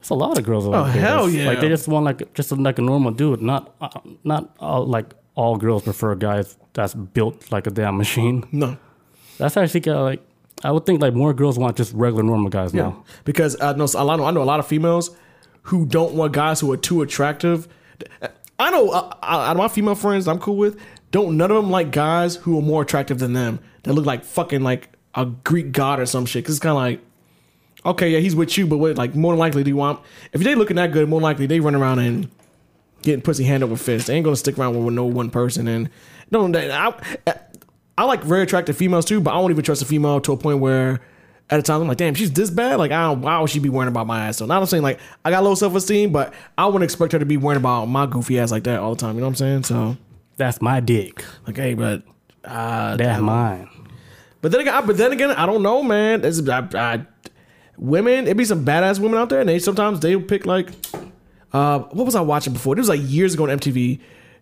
S1: It's a lot of girls that like
S2: Oh,
S1: betas.
S2: hell yeah.
S1: Like they just want like just like a normal dude. Not uh, not all, like all girls prefer guys that's built like a damn machine.
S2: No.
S1: That's actually kind of like I would think like more girls want just regular normal guys
S2: Yeah.
S1: now.
S2: Because I know a lot. Of, I know a lot of females who don't want guys who are too attractive. I know uh, out of my female friends I'm cool with, don't none of them like guys who are more attractive than them. That look like fucking like a Greek god or some shit. Cause it's kind of like, okay, yeah, he's with you, but what? Like more than likely, do you want? If they looking that good, more than likely they run around and getting pussy hand over fist. They ain't gonna stick around with, with no one person. And no, that- I, I like very attractive females too, but I won't even trust a female to a point where. At a time, I'm like, damn, she's this bad. Like, I don't, why would she be worrying about my ass? So now I'm saying, like, I got low self esteem, but I wouldn't expect her to be worrying about my goofy ass like that all the time. You know what I'm saying? So,
S1: That's my dick.
S2: like, hey, but, uh,
S1: That's mine.
S2: but then again, but then again, I don't know, man. It's, I, I, women, it be some badass women out there, and they sometimes they pick like, uh, what was I watching before? It was like years ago on MTV.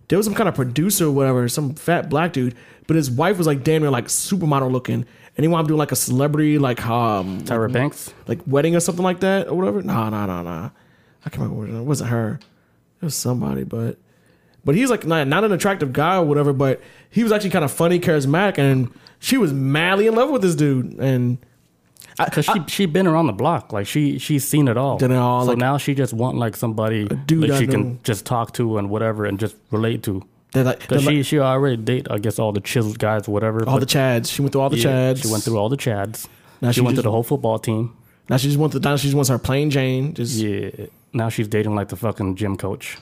S2: There was some kind of producer or whatever, some fat black dude, but his wife was like damn near like supermodel looking, and he wanted to do like a celebrity like um
S1: Tyra Banks.
S2: like wedding or something like that or whatever. Nah, nah, nah, nah. I can't remember. What it, was. it wasn't her. It was somebody, but But he's like not, not an attractive guy or whatever, but he was actually kind of funny, charismatic, and she was madly in love with this dude. And
S1: Cause she she been around the block, like she she's seen it all.
S2: Done it all,
S1: so
S2: like-
S1: now she just want like somebody
S2: dude
S1: that
S2: I
S1: she
S2: know.
S1: can just talk to and whatever, and just relate to.
S2: they're like, they're
S1: Cause
S2: like-
S1: she she already date I guess all the chiseled guys, whatever.
S2: all
S1: but
S2: the Chads. She went through all the
S1: yeah,
S2: Chads.
S1: She went through all the chads.
S2: Now
S1: she,
S2: she
S1: went
S2: just-
S1: through the whole football team.
S2: Now she just wants the. Now she just wants her plain Jane. Just
S1: Yeah. Now she's dating like the fucking gym coach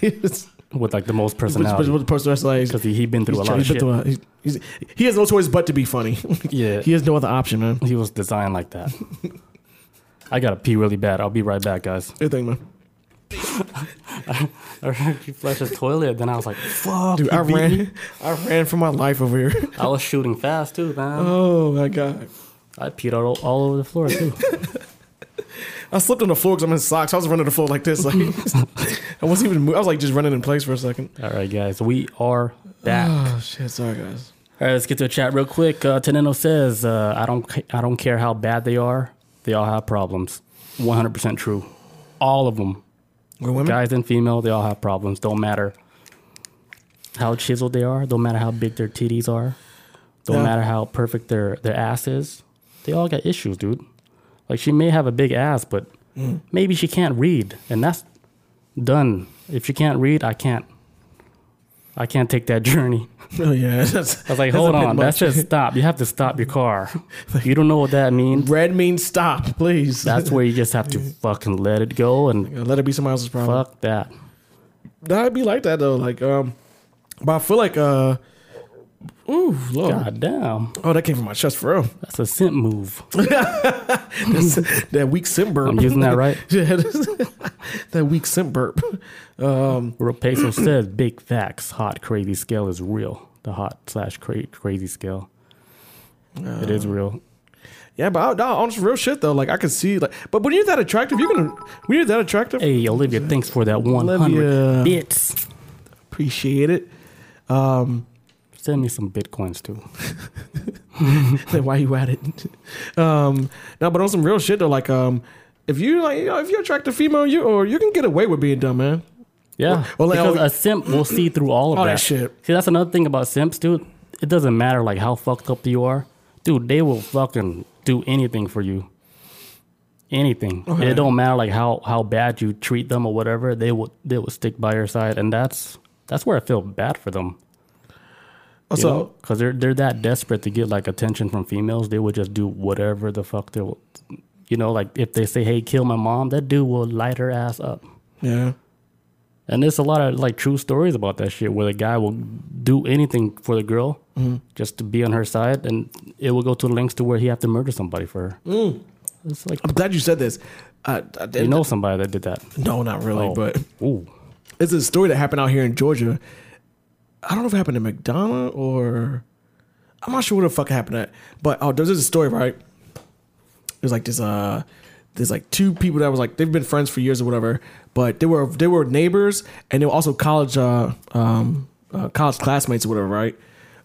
S2: It's-
S1: with like the most
S2: But-
S1: personality
S2: but the person that's like,
S1: because he he been through
S2: he's
S1: a lot
S2: trying-
S1: of
S2: he's been
S1: shit.
S2: through a- he's- he's- he has no choice but to be funny.
S1: Yeah.
S2: he has no other option, man.
S1: He was designed like that. I gotta pee really bad. I'll be right back, guys.
S2: Good thing, man.
S1: I heard you flush the toilet, then I was like, "Fuck!"
S2: Dude,
S1: you
S2: I
S1: Oh, beat me.
S2: ran, I ran for my life over here.
S1: I was shooting fast too, man.
S2: Oh my god,
S1: I peed all, all over the floor too.
S2: I slipped on the floor because I'm in socks. I was running the floor like this. Like I wasn't even. Moving. I was like just running in place for a second.
S1: all right, guys, we are back.
S2: Oh shit, sorry guys.
S1: All right, let's get to a chat real quick. Uh, Teneno says, uh, "I don't, ca- I don't care how bad they are. They all have problems. 100 percent true. All of them,
S2: We're women.
S1: guys and female, they all have problems. Don't matter how chiseled they are. Don't matter how big their titties are. Don't
S2: Yeah.
S1: matter how perfect their their ass is. They all got issues, dude. Like she may have a big ass, but
S2: Mm.
S1: maybe she can't read, and that's done. If she can't read, I can't. I can't take that journey."
S2: Oh yeah, that's,
S1: I was like,
S2: that's a
S1: hold
S2: bit
S1: on,
S2: much.
S1: that says stop. You have to stop your car. you don't know what that means.
S2: red means stop, please.
S1: That's where you just have to fucking let it go and
S2: Let it be somebody else's problem.
S1: fuck that.
S2: Nah, I'd be like that though. Like, um, but I feel like, uh, ooh, Lord.
S1: God damn,
S2: Oh, that came from my chest for real.
S1: that's a simp move.
S2: That's- that weak simp burp.
S1: I'm using that right.
S2: Yeah, that's- that weak simp burp. Um,
S1: Real Peso says big facts. Hot crazy scale is real. The hot slash cra- crazy scale. it is real.
S2: yeah, but I, no, on some real shit though. Like, I can see, like, but when you're that attractive, you're gonna, when you're that attractive,
S1: Hey Olivia, thanks for that 100
S2: Olivia.
S1: bits.
S2: appreciate it. Um,
S1: Send me some bitcoins too.
S2: then why you at it? um, no, but on some real shit though. Like, um, if you like, you know, if you're attractive female, you or you can get away with being dumb, man.
S1: Yeah,
S2: Well, like,
S1: because
S2: oh,
S1: a simp will see through all of
S2: all that shit.
S1: See, that's another thing about simps, dude. It doesn't matter like how fucked up you are, dude. They will fucking do anything for you. Anything.
S2: Okay.
S1: It don't matter like how how bad you treat them or whatever. They will they will stick by your side, and that's that's where I feel bad for them. You
S2: so,
S1: because they're they're that desperate to get like attention from females, they would just do whatever the fuck they will. You know, like if they say, "Hey, kill my mom," that dude will light her ass up.
S2: yeah.
S1: And there's a lot of like true stories about that shit where the guy will do anything for the girl just to be on her side, and it will go to lengths to where he have to murder somebody for her. It's like
S2: I'm glad you said this. Uh, I
S1: you
S2: didn't-
S1: know somebody that did that.
S2: no, not really,
S1: Oh.
S2: but
S1: Ooh,
S2: it's a story that happened out here in Georgia. I don't know if it happened in McDonough or I'm not sure what the fuck happened at. But oh, there's this story, right? There's like this uh there's like two people that was like they've been friends for years or whatever, but they were they were neighbors and they were also college uh um uh, college classmates or whatever, right?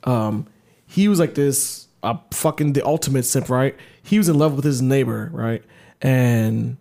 S2: Um he was like this uh, fucking the ultimate simp, right? He was in love with his neighbor, right? And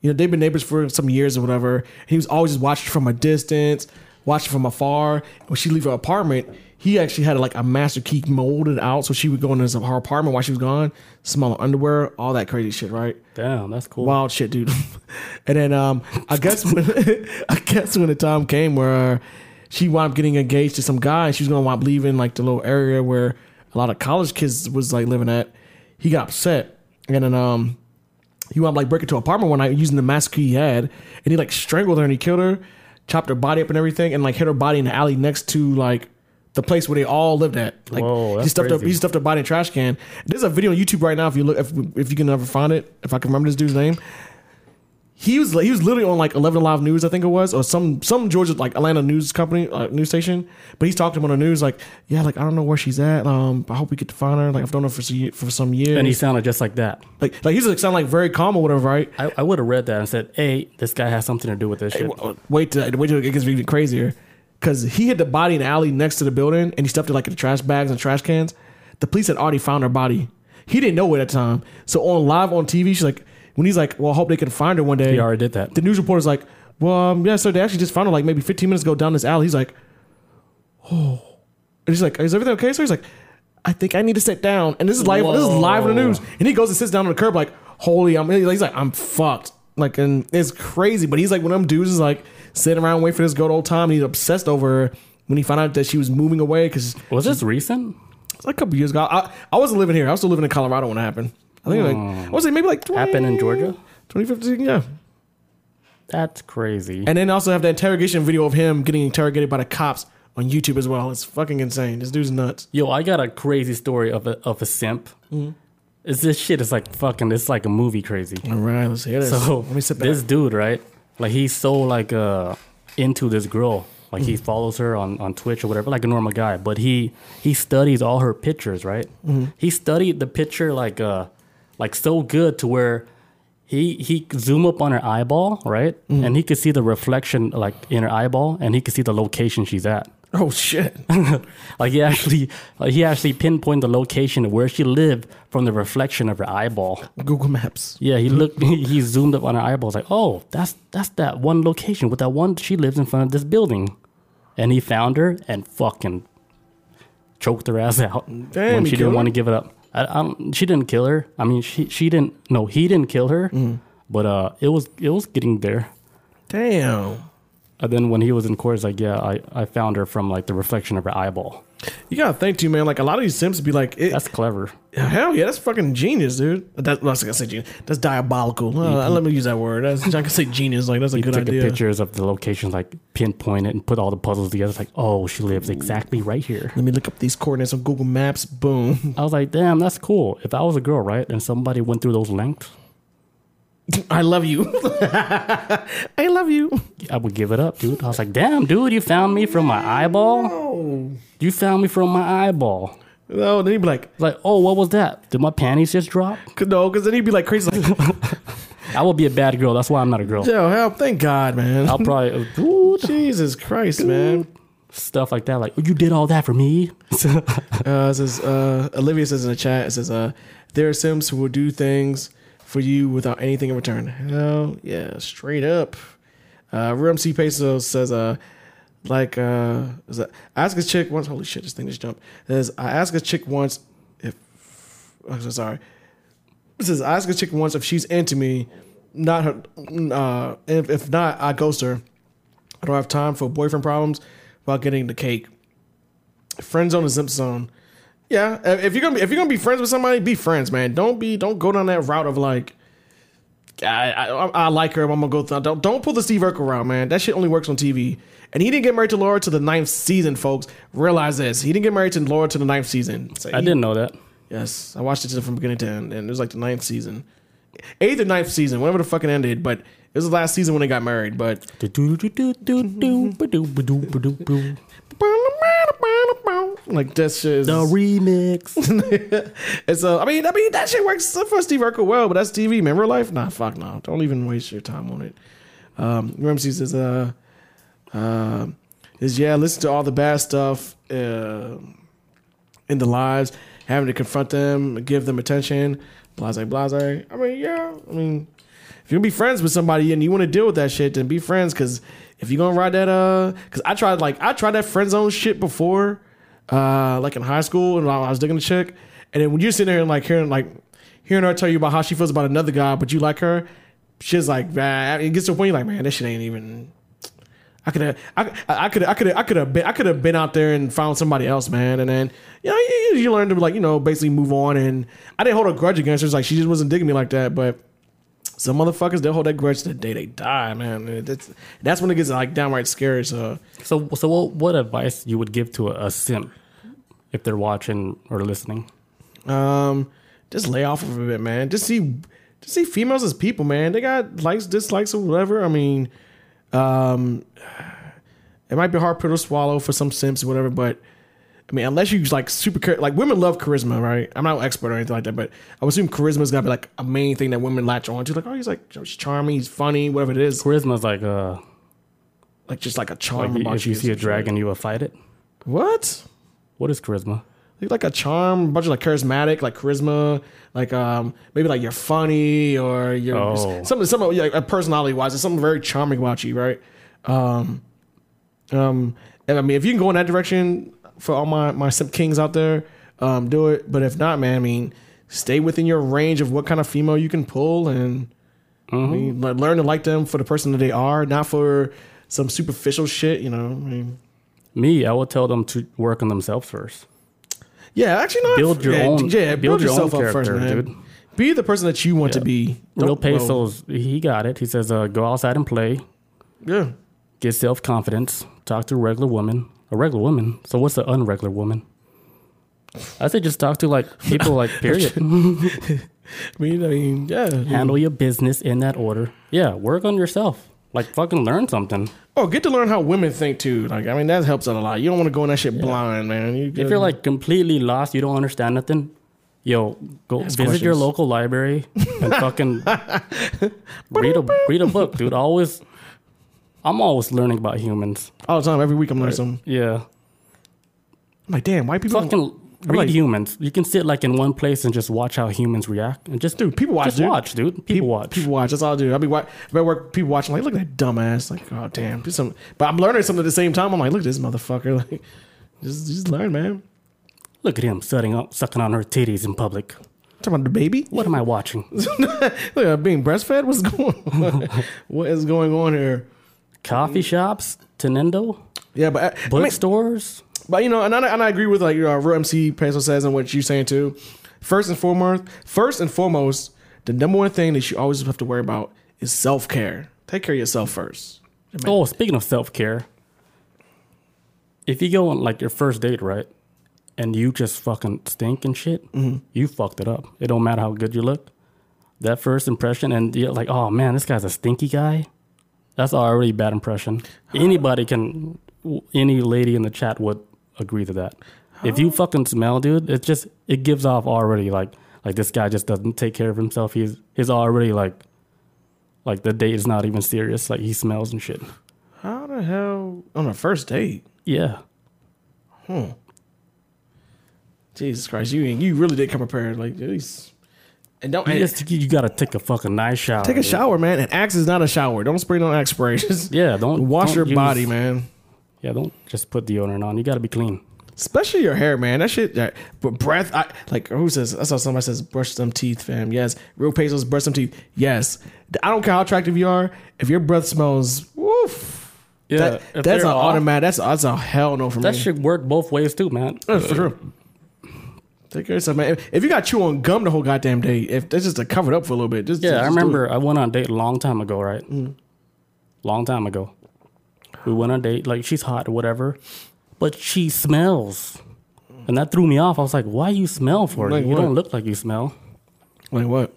S2: you know, they've been neighbors for some years or whatever. He was always just watching from a distance, watching from afar. When she leave her apartment, he actually had like a master key molded out, so she would go into his- her apartment while she was gone, smell her underwear, all that crazy shit, right?
S1: damn, that's cool.
S2: Wild shit, dude. and then um, I guess when I guess when the time came where she wound up getting engaged to some guy, and she was gonna wind up leaving like the little area where a lot of college kids was like living at. He got upset, and then um, he wound up like breaking into her apartment one night using the mask he had, and he like strangled her and he killed her, chopped her body up and everything, and like hid her body in the alley next to like the place where they all lived at. Like
S1: Whoa,
S2: he
S1: that's
S2: stuffed her,
S1: crazy.
S2: he stuffed her body in a trash can. There's a video on YouTube right now if you look if, if you can ever find it if I can remember this dude's name. He was he was literally on like Eleven Live News I think it was or some some Georgia like Atlanta news company uh, news station, but he's talking on the news like yeah like I don't know where she's at um I hope we get to find her like I've known her for some- for some years
S1: And he sounded just like that.
S2: like like he's like sound like very calm or whatever right
S1: I, I would have read that and said, "Hey, this guy has something to do with this shit."
S2: Wait- Wait till wait till it gets even crazier, because he hid the body in the alley next to the building, and he stuffed it like in the trash bags and trash cans. The police had already found her body. He didn't know it at the time. So on live on TV, she's like, when he's like, "Well, I hope they can find her one day."
S1: He already did that.
S2: The news reporter's like, Well, um, yeah, so they actually just found her like maybe 15 minutes ago down this alley. He's like, oh. And he's like, is everything okay? So he's like, I think I need to sit down. And this is live. This is live on the
S1: Whoa.
S2: news. And he goes and sits down on the curb like, holy, I'm. He's like, I'm fucked. Like, and it's crazy. But he's like, one of them dudes is like sitting around waiting for this good old time. And he's obsessed over her when he found out that she was moving away because
S1: Was this recent?
S2: a couple years ago. I, I wasn't living here. I was still living in Colorado when it happened. I think like I was it maybe like 20,
S1: Hmm. Happened in Georgia?
S2: 2015. Yeah.
S1: That's crazy.
S2: And then also have the interrogation video of him getting interrogated by the cops on YouTube as well. It's fucking insane. This dude's nuts.
S1: Yo, I got a crazy story of a of a simp. It's this shit is like fucking. It's like a movie crazy.
S2: All right, let's hear this.
S1: So
S2: let me sit back.
S1: this dude, right? Like he's so like uh into this girl. Like
S2: Mm-hmm.
S1: he follows her on, on Twitch or whatever, like a normal guy. But he he studies all her pictures, right?
S2: Mm-hmm.
S1: He studied the picture like uh like so good to where he he zoom up on her eyeball, right?
S2: Mm-hmm.
S1: And he could see the reflection like in her eyeball, and he could see the location she's at.
S2: oh shit.
S1: like he actually like he actually pinpointed the location of where she lived from the reflection of her eyeball.
S2: Google Maps.
S1: Yeah, he looked. He zoomed up on her eyeballs, like, "Oh, that's that's that one location with that one. She lives in front of this building," and he found her and fucking choked her ass out
S2: Damn,
S1: when
S2: he
S1: she
S2: killed
S1: didn't want to give it up. I, I don't, she didn't kill her. I mean, she she didn't. No, he didn't kill her.
S2: Mm-hmm.
S1: But uh, it was it was getting there.
S2: Damn.
S1: And then when he was in court, it's like, yeah, I, I found her from like the reflection of her eyeball.
S2: You gotta think too, man. Like a lot of these Sims be like, it,
S1: That's clever.
S2: hell yeah, that's fucking genius, dude. That, well, I was gonna say genius. That's diabolical. Uh, let me use that word. That's, I can say genius. Like that's a good
S1: Took
S2: idea.
S1: pictures of the locations, like pinpoint it and put all the puzzles together. It's like, oh, she lives exactly right here.
S2: Let me look up these coordinates on Google Maps. Boom.
S1: I was like, damn, that's cool. If I was a girl, right, and somebody went through those lengths,
S2: I love you. I love you.
S1: I would give it up, dude. I was like, damn, dude, you found me from my eyeball.
S2: Oh.
S1: You found me from my eyeball.
S2: No, then he'd be like,
S1: Like, oh, what was that? Did my panties just drop?
S2: no, because then he'd be like crazy, like,
S1: I would be a bad girl. That's why I'm not a girl.
S2: yo, help, thank God, man.
S1: I'll probably dude,
S2: Jesus Christ, man.
S1: stuff like that. Like, "Oh, you did all that for me.
S2: Uh, it says uh, Olivia says in the chat, it says, uh, "There are Sims who will do things for you without anything in return." Hell yeah, straight up. Uh, Real MC Peso says, "Uh, like uh, is that, I asked a chick once. Holy shit, this thing just jumped." It says, "I asked a chick once if." I'm so sorry. This is I asked a chick once if she's into me, not her. Uh, if if not, I ghost her. I don't have time for boyfriend problems while getting the cake. Friend zone is zip zone. Yeah, if if you're gonna be, if you're gonna be friends with somebody, be friends, man. Don't be don't go down that route of like, I I, I- I like her. I'm gonna go. Th- don't don't pull the Steve Urkel route, man. That shit only works on TV. And he didn't get married to Laura to the ninth season, folks. Realize this. He didn't get married to Laura to the ninth season. So
S1: I
S2: he-
S1: didn't know that.
S2: Yes, I watched it from beginning to end, and it was like the ninth season, eighth or ninth season, whenever the fucking ended. But it was the last season when they got married. But
S1: The
S2: like that shit is
S1: remix.
S2: It's uh, I mean, I mean that shit works for Steve Urkel well, but that's TV, man. Real life, nah, fuck no. Don't even waste your time on it. Um, Ramsey says, uh, uh, is yeah, listen to all the bad stuff uh, in the lives, having to confront them, give them attention, blase, blase. I mean, yeah, I mean, if you're gonna be friends with somebody and you want to deal with that shit, then be friends. Cause if you're gonna ride that, uh, cause I tried like I tried that friend zone shit before, uh, like in high school and while I was digging a chick, and then when you're sitting there and like hearing like hearing her tell you about how she feels about another guy, but you like her, she's like, man, it gets to a point you're like, man, that shit ain't even. I could have, I could, I could, I could have been, I could have been out there and found somebody else, man. And then, you know, you, you learn to like, you know, basically move on. And I didn't hold a grudge against her. It's like she just wasn't digging me like that. But some motherfuckers they hold that grudge to the day they die, man. And That's that's when it gets like downright scary. So
S1: So, so what, what advice you would give to a, a simp if they're watching or listening?
S2: um, just lay off of it, man. Just see, just see females as people, man. They got likes, dislikes, or whatever. I mean, um, it might be a hard pill to swallow for some simps or whatever, but I mean, unless you like super char- like women love charisma, right? I'm not an expert or anything like that, but I would assume charisma's got to be like a main thing that women latch on to. Like, oh, he's like he's charming, he's funny, whatever it is.
S1: Charisma's like uh,
S2: Like just like a charm.
S1: like
S2: about
S1: if you see a dragon, you will fight it.
S2: what?
S1: What is charisma?
S2: like, like a charm, a bunch of like charismatic, like charisma, like um maybe like you're funny or you're
S1: Oh.
S2: some some like personality wise, there's something very charming about you, right? Um, um, and I mean, if you can go in that direction for all my my simp kings out there, um, do it. But if not, man, I mean, stay within your range of what kind of female you can pull and. I mean, le- learn to like them for the person that they are, not for some superficial shit. You know, I mean,
S1: Me, I would tell them to work on themselves first.
S2: yeah, actually, not
S1: Build your
S2: yeah,
S1: own-
S2: d- Yeah,
S1: build
S2: build,
S1: your own
S2: yourself up first,
S1: character,
S2: man.
S1: dude.
S2: Be the person that you want to be.
S1: Real
S2: Don't- well,
S1: Pesos, he got it. He says, uh, go outside and play,
S2: Yeah,
S1: get self confidence, talk to a regular woman. A regular woman. So what's an unregular woman? I say just talk to like people like period.
S2: I mean, I mean, yeah.
S1: Handle your business in that order. Yeah, work on yourself. Like fucking learn something.
S2: Oh, get to learn how women think too. Like, I mean, that helps out a lot. You don't want to go in that shit blind, man. You
S1: If you're like completely lost, you don't understand nothing. Yo, go visit your
S2: questions.
S1: local library and fucking read a read a book, dude. Always, I'm always learning about humans.
S2: all the time, every week, I'm learning something.
S1: Yeah,
S2: I'm like, damn, white people. don't-
S1: fucking read
S2: like-
S1: humans. You can sit like in one place and just watch how humans react and just
S2: Dude, people watch,
S1: Just
S2: dude.
S1: watch, dude. People, watch.
S2: People watch. That's all I do. I'll be watch. I work. People watching. Like, look at that dumbass. Like, oh damn. do Some, but I'm learning something at the same time. I'm like, look at this motherfucker. Like, just, just learn, man.
S1: Look at him sucking up, sucking on her titties in public.
S2: Talking about the baby.
S1: What am I watching?
S2: Look, I'm being breastfed. What's going? on? what is going on here?
S1: Coffee shops, Tenendo,
S2: Yeah, but I, I mean,
S1: bookstores.
S2: but you know, and I, and I agree with like your uh, real MC Peso says and what you're saying too. First and foremost, first and foremost, the number one thing that you always have to worry about is self care. Take care of yourself first.
S1: Oh, speaking of self care, if you go on like your first date, right, and you just fucking stink and shit, you fucked it up. It don't matter how good you look. That first impression, and you're like, oh man, this guy's a stinky guy. That's already a bad impression. Anybody can, any lady in the chat would agree to that. If you fucking smell, dude, it just it gives off already like like this guy just doesn't take care of himself. He's he's already like like the date is not even serious. Like he smells and shit.
S2: How the hell on a first date?
S1: Yeah.
S2: Jesus Christ, you you really did come prepared. Like, jeez. And don't
S1: You,
S2: and
S1: just, you gotta take a fucking nice shower.
S2: take a
S1: dude.
S2: shower, man. An axe is not a shower. Don't spray no axe spray. Just
S1: Yeah, don't
S2: wash
S1: don't
S2: your
S1: use-
S2: body, man.
S1: Yeah, don't just put deodorant on. You gotta be clean.
S2: Especially your hair, man. That shit, that, but breath. I like who says? I saw somebody says brush some teeth, fam. Yes, real pesos brush some teeth. Yes, I don't care how attractive you are. If your breath smells, woof.
S1: Yeah,
S2: that-
S1: if
S2: that's an
S1: they're off-
S2: automatic. That's that's a hell no for
S1: That
S2: me.
S1: should work both ways too, man.
S2: That's for sure. Take care of yourself, man. If, if you got chew on gum the whole goddamn day, if that's just to cover it up for a little bit, just
S1: Yeah, I
S2: just do it. Mm-hmm.
S1: remember I went on a date a long time ago, right? Long time ago. We went on a date, like she's hot or whatever, but she smells. And that threw me off. I was like, why you smell for
S2: Like
S1: it? You
S2: what?
S1: don't look like you smell.
S2: Like what?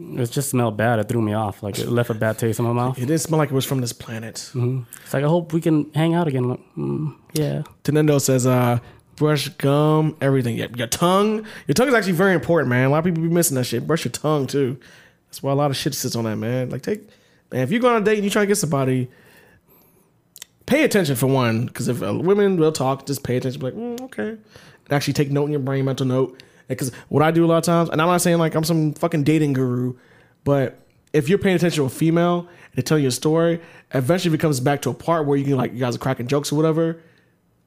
S1: It just smelled bad. It threw me off. Like it left a bad taste in my mouth.
S2: It didn't smell like it was from this planet.
S1: It's like I hope we can hang out again. I'm like, mm, yeah.
S2: Tenendo says, uh, brush gum, everything. Your, your tongue. Your tongue is actually very important, man. A lot of people be missing that shit. Brush your tongue too. That's why a lot of shit sits on that, man. Like take man, if you go on a date and you try to get somebody, pay attention for one. Cause if uh, women will talk, just pay attention, be like, mm, okay. And actually take note in your brain, mental note. Because what I do a lot of times, and I'm not saying like I'm some fucking dating guru, but if you're paying attention to a female and they tell you a story, eventually it comes back to a part where you can like you guys are cracking jokes or whatever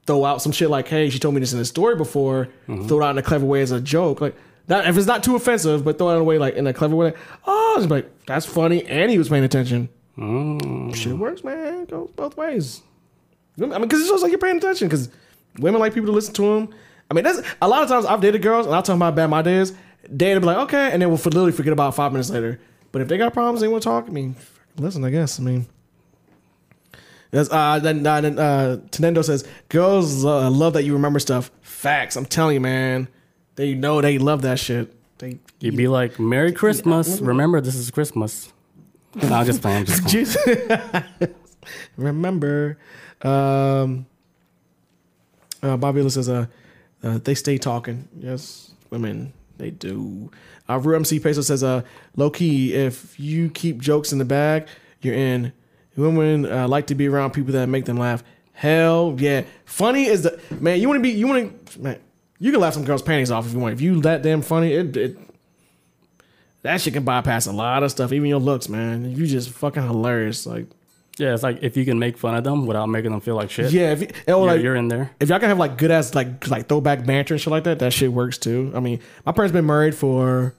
S2: throw out some shit like, "Hey, she told me this in a story before." Throw it out in a clever way as a joke, like that. If it's not too offensive, but throw it out away like in a clever way. Oh, it's like that's funny, and he was paying attention. Shit works, man. It goes both ways. I mean, because it shows like you're paying attention. Because women like people to listen to them. I mean, that's a lot of times I've dated girls, and I'll tell them how bad my day is. They'll be like, "Okay," and then we'll literally forget about five minutes later. But if they got problems, they want to talk. I mean, listen, I guess. I mean. That's, uh, then uh, then, uh, Tenendo says, "Girls uh, love that you remember stuff. Facts. I'm telling you, man. They know they love that shit. They
S1: You'd be like, Merry Christmas. Remember, this is Christmas. No, I'm just playing. I'm just playing.
S2: Jesus. remember." Um, uh, Bobby Lee says, uh, uh, "They stay talking. Yes, women, they do." Uh, Real MC Peso says, "Uh, low key, if you keep jokes in the bag, you're in. Women uh, like to be around people that make them laugh. Hell yeah, funny is the man. You want to be. You want to man. You You can laugh some girls' panties off if you want. If you that damn funny, it, it that shit can bypass a lot of stuff, even your looks, man. You just fucking hilarious. Like
S1: Yeah, it's like if you can make fun of them without making them feel like shit,
S2: yeah, if you, and,
S1: you're,
S2: like,
S1: you're in there.
S2: if y'all can have like good ass like like throwback banter and shit like that, that shit works too. I mean, my parents been married for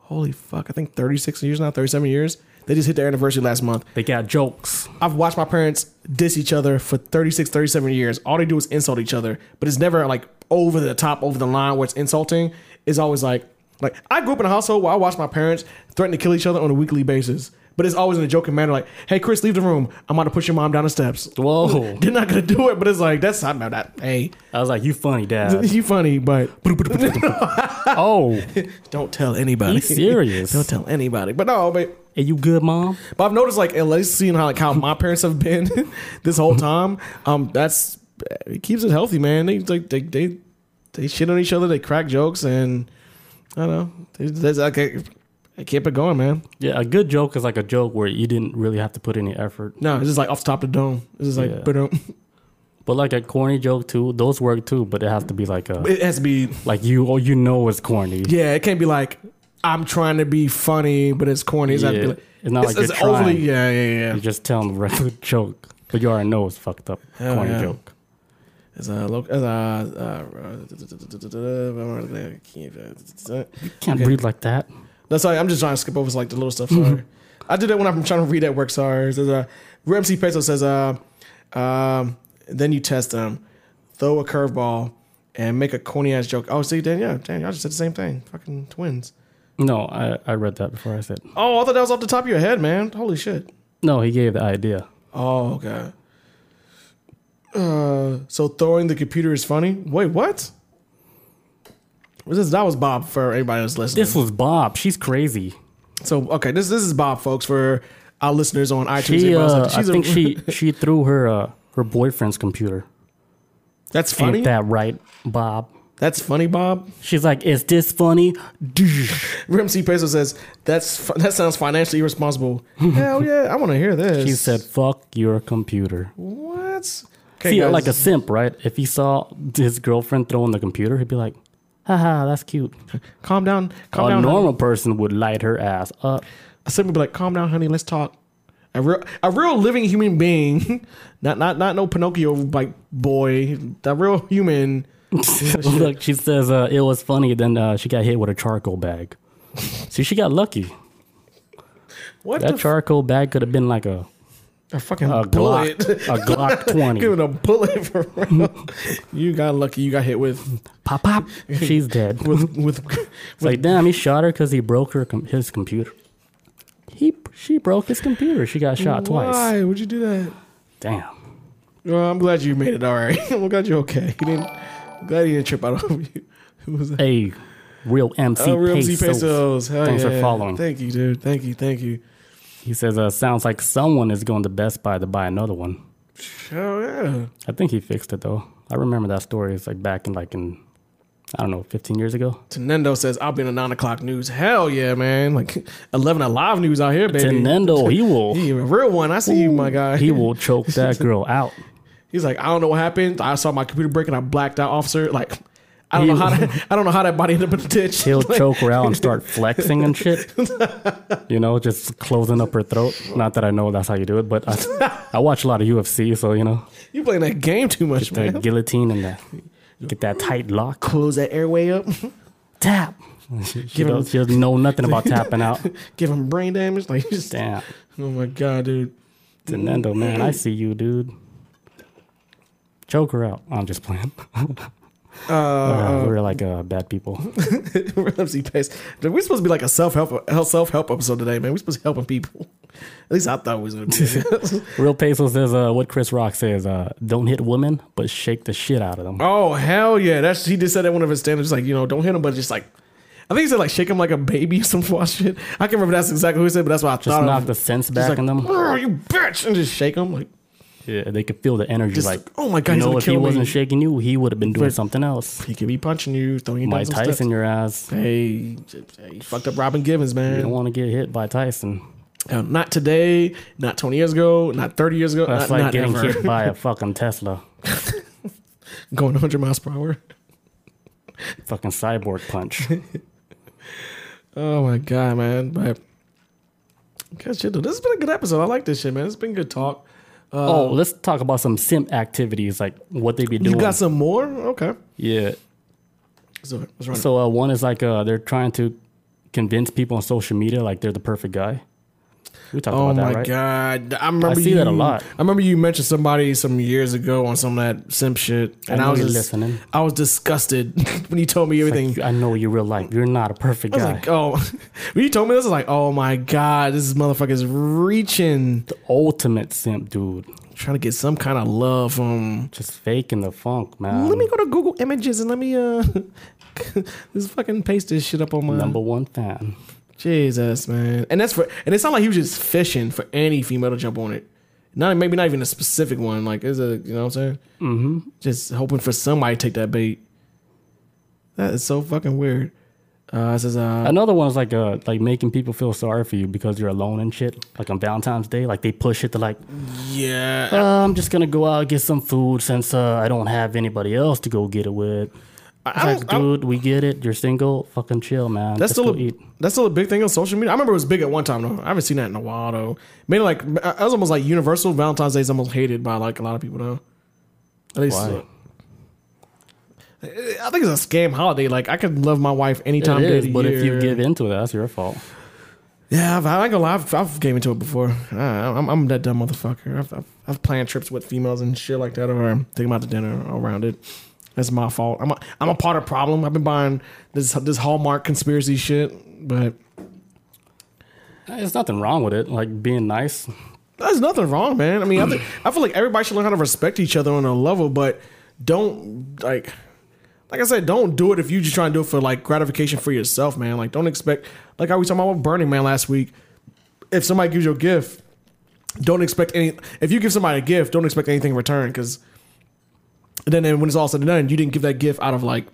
S2: holy fuck, I think thirty six years now, thirty seven years. They just hit their anniversary last month.
S1: They got jokes.
S2: I've watched my parents diss each other for 36, 37 years. All they do is insult each other, but it's never like over the top, over the line where it's insulting. It's always like, like I grew up in a household where I watched my parents threaten to kill each other on a weekly basis, but it's always in a joking manner, like, "Hey, Chris, leave the room. I'm about to push your mom down the steps."
S1: Whoa.
S2: They're not gonna do it, but it's like that's not about that. Hey,
S1: I was like, you funny, dad.
S2: you funny, but
S1: oh,
S2: don't tell anybody.
S1: Be serious.
S2: don't tell anybody. But no, but
S1: are you good, mom?
S2: But I've noticed like at least seeing how like how my parents have been this whole time. Um, that's it keeps us healthy, man. They like they they they shit on each other. They crack jokes, and I don't know. They, that's like I, I keep it going, man.
S1: Yeah, a good joke is like a joke where you didn't really have to put any effort.
S2: No, it's just like off the top of the dome. It's just like
S1: Yeah.
S2: but
S1: But like a corny joke too, those work too. But it has to be like a
S2: it has to be.
S1: like you oh you know it's corny.
S2: Yeah, it can't be like I'm trying to be funny, but it's corny. It's, yeah. be
S1: Yeah.
S2: like,
S1: It's not like
S2: it's,
S1: you're
S2: it's
S1: trying.
S2: overly. Yeah, yeah, yeah.
S1: You're just telling the regular joke, but you already know it's fucked up
S2: Hell
S1: corny
S2: yeah.
S1: joke.
S2: It's a local. It's a. Uh, uh,
S1: Can't breathe like that.
S2: No, sorry, I'm just trying to skip over like the little stuff. Sorry. I do that when I'm trying to read at work. Sorry, uh, there's a Ramsey Peso says, uh, um, then you test them, throw a curveball, and make a corny ass joke. Oh, see, then yeah, damn, y'all just said the same thing. Fucking twins.
S1: No, I, I read that before I said.
S2: Oh, I thought that was off the top of your head, man. Holy shit.
S1: No, he gave the idea.
S2: Oh, okay. Uh, so throwing the computer is funny. Wait, what? Was This, that was Bob for anybody that's listening.
S1: This was Bob. She's crazy.
S2: so okay, this this is Bob, folks, for our listeners on iTunes.
S1: She,
S2: Everybody else,
S1: uh,
S2: like,
S1: I
S2: she's a-
S1: think she she threw her uh, her boyfriend's computer.
S2: That's funny.
S1: Ain't that right, Bob?
S2: That's funny, Bob.
S1: She's like, is this funny?
S2: Ramsey Peso says that's fi- that sounds financially irresponsible. Hell yeah, I want to hear this.
S1: She said, "Fuck your computer."
S2: "What?" Okay,
S1: See,
S2: guys.
S1: like a simp, right? If he saw his girlfriend throwing the computer, he'd be like, haha, that's cute.
S2: calm down, calm
S1: a
S2: down.
S1: normal person would light her ass up.
S2: I simply be like, calm down, honey. Let's talk. A real, a real living human being, not not not no Pinocchio like boy. A real human.
S1: Look, she says uh, it was funny. Then uh, she got hit with a charcoal bag. See, she got lucky.
S2: What
S1: That
S2: the
S1: charcoal bag could have been like a,
S2: f- a fucking
S1: a Glock,
S2: bullet?
S1: a Glock twenty.
S2: Giving a bullet for real. you got lucky. You got hit with
S1: Pop pop. She's dead. It's
S2: with with
S1: like damn, he shot her because he broke her com- his computer. He she broke his computer. She got shot twice.
S2: Why would you do that?
S1: Damn.
S2: Well, I'm glad you made it all right. I'm glad you're okay. You didn't, I'm glad you didn't trip out over you. Who was that?
S1: Hey, real MC
S2: Oh, Real Z
S1: Pesos.
S2: Pesos. Hell
S1: Thanks for
S2: yeah.
S1: following.
S2: Thank you, dude. Thank you. Thank you.
S1: He says, uh, sounds like someone is going to Best Buy to buy another one.
S2: Hell yeah.
S1: I think he fixed it though. I remember that story. It's like back in like in, I don't know, 15 years ago.
S2: Tenendo says, I'll be in the 9 o'clock news. Hell yeah, man. Like 11 alive news out here, baby.
S1: Tenendo, he will,
S2: He a real one. I see you, my guy.
S1: he will choke that girl out.
S2: He's like, I don't know what happened. I saw my computer break and I blacked out, officer. Like, I don't know how that, I don't know how that body ended up in the ditch.
S1: He'll choke her out and start flexing and shit. You know, just closing up her throat. Not that I know that's how you do it, but I, I watch a lot of UFC, so you know,
S2: You playing that game too much,
S1: the
S2: man.
S1: guillotine and that, get that tight lock,
S2: Close that airway up.
S1: tap. She, she, does, she doesn't know nothing about tapping out.
S2: Give him brain damage. Like, just
S1: Damn.
S2: Oh my god, dude.
S1: Denendo, man, I see you, dude. Choke her out. I'm just playing. Uh, we're like uh, bad people.
S2: Ramsey Pace. Dude, we're supposed to be like a self help self help episode today, man. We're supposed to be helping people. At least I thought we was gonna be.
S1: Real Peso says uh, what Chris Rock says: uh, "Don't hit women, but shake the shit out of them."
S2: oh hell yeah! That's he just said that one of his standards. Like you know, don't hit him, but just like I think he said like shake him like a baby or some wild shit. I can't remember that's exactly who he said, but that's what I
S1: Just
S2: thought.
S1: knock
S2: of.
S1: the sense
S2: Just
S1: back
S2: like,
S1: in them.
S2: "Oh, you bitch, and just shake him like
S1: Yeah, they could feel the energy.
S2: Just
S1: like,
S2: like, "Oh my God,
S1: you
S2: he's
S1: know,
S2: gonna
S1: if he
S2: kill me."
S1: wasn't shaking you, he would have been doing
S2: Right.
S1: something else.
S2: he could be punching you, throwing you
S1: Mike
S2: down some steps.
S1: Tyson, your ass.
S2: Hey, hey, he fucked up Robin Givens, man.
S1: You don't want to get hit by Tyson.
S2: Uh, not today, not 20 years ago, not 30 years ago.
S1: That's
S2: not,
S1: like
S2: not
S1: getting
S2: ever.
S1: hit by a fucking Tesla.
S2: going 100 miles per hour.
S1: Fucking cyborg punch.
S2: Uh, Oh my god, man! But good shit, dude. This has been a good episode. I like this shit, man. It's been good talk.
S1: oh, let's talk about some sim activities, like what they be doing.
S2: You got some more? Okay.
S1: yeah.
S2: So, let's run it.
S1: So uh, one is like uh, they're trying to convince people on social media like they're the perfect guy. We talked
S2: Oh
S1: about
S2: my
S1: that, right?
S2: god! I remember
S1: see that a
S2: you-
S1: lot.
S2: I remember you mentioned somebody some years ago on some of that simp shit, and I,
S1: know
S2: was
S1: you're
S2: just,
S1: listening.
S2: I was disgusted when you told me everything.
S1: I know you real life. You're not a perfect
S2: I was
S1: guy.
S2: like, oh, when you told me this, I was like, oh my god, this motherfucker's reaching,
S1: Ultimate simp, dude.
S2: trying to get some kind of love from.
S1: Just faking the funk, man.
S2: let me go to Google Images and let me uh, just fucking paste this shit up on my
S1: Number one fan.
S2: Jesus, man. And that's for and it sounded like he was just fishing for any female to jump on it. Not maybe not even a specific one. Like is a you know what I'm saying? Mm-hmm. Just hoping for somebody to take that bait. That is so fucking weird. Uh, it says uh,
S1: Another one is like uh like making people feel sorry for you because you're alone and shit. Like on Valentine's Day, like they push it to like,
S2: yeah.
S1: uh, I'm just gonna go out and get some food since uh, I don't have anybody else to go get it with. It's
S2: I, I
S1: like,
S2: don't, I don't-
S1: dude, we get it. You're single. Fucking chill, man.
S2: that's
S1: Just go
S2: still a,
S1: eat.
S2: that's still a big thing on social media. I remember it was big at one time though. I haven't seen that in a while though. Mainly like I I was almost like universal. Valentine's Day is almost hated by like a lot of people now. At least
S1: Why?
S2: uh, I think it's a scam holiday. Like I could love my wife anytime.
S1: It
S2: day
S1: is,
S2: of the
S1: but if you
S2: year.
S1: give into it, that's your fault.
S2: Yeah, I've, I ain't gonna lie, I've, I've came into it before. I, I'm, I'm that dumb motherfucker. I've, I've, I've planned trips with females and shit like that, or take them out to dinner all around it. That's my fault. I'm a, I'm a part of the problem. I've been buying this this Hallmark conspiracy shit, but
S1: There's nothing wrong with it. Like being nice.
S2: there's nothing wrong, man. I mean, I, think, I feel like everybody should learn how to respect each other on a level, but don't like. Like I said, don't do it if you just trying to do it for like gratification for yourself, man. Like, don't expect like how we talking about with Burning Man last week. If somebody gives you a gift, don't expect any. If you give somebody a gift, don't expect anything in return. Because then, then when it's all said and done, you didn't give that gift out of like,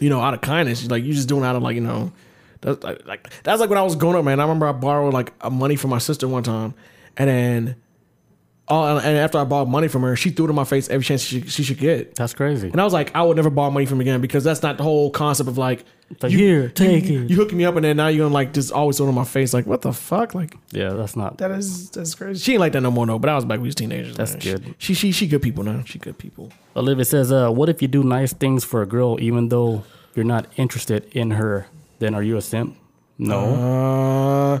S2: you know, out of kindness. Like you just doing it out of like, you know, that's like, like that's like when I was growing up, man. I remember I borrowed like uh, money from my sister one time, and then. Oh, and- and after I borrowed money from her, she threw it in my face every chance she, she should get.
S1: That's crazy.
S2: And I was like, I would never borrow money from you again because that's not the whole concept of like,
S1: like, "Here, take it."
S2: You hooking me up and then now you're gonna like just always throw it on my face. Like, what the fuck? Like
S1: Yeah, that's not.
S2: that is that's crazy. She ain't like that no more no. But I was back when we was teenagers.
S1: That's
S2: man.
S1: good.
S2: She, she she good people now. She good people.
S1: Olivia says, uh, "What if you do nice things for a girl, even though you're not interested in her? Then are you a simp? No,
S2: Uh,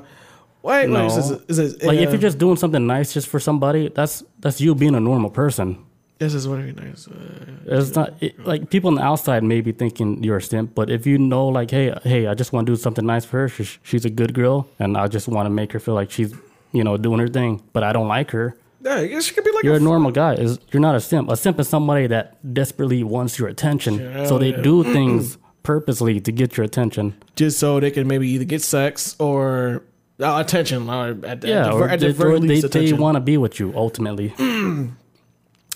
S2: wait,
S1: no.
S2: wait. Is it, is it,
S1: like
S2: uh,
S1: if you're just doing something nice just for somebody, that's that's you being a normal person.
S2: this is what are you nice. Uh,
S1: It's not it, like people on the outside may be thinking you're a simp, but if you know, like, hey, hey, I just want to do something nice for her. She, she's a good girl, and I just want to make her feel like she's, you know, doing her thing. But I don't like her.
S2: yeah, I guess she could be like
S1: You're
S2: a
S1: a normal guy. Is you're not a simp. A simp is somebody that desperately wants your attention, so they
S2: yeah.
S1: do things purposely to get your attention.
S2: just so they can maybe either get sex or uh, attention or at, at
S1: Yeah,
S2: the,
S1: or
S2: ver- at the
S1: they-
S2: very
S1: or they,
S2: least
S1: they
S2: attention.
S1: want to be with you ultimately.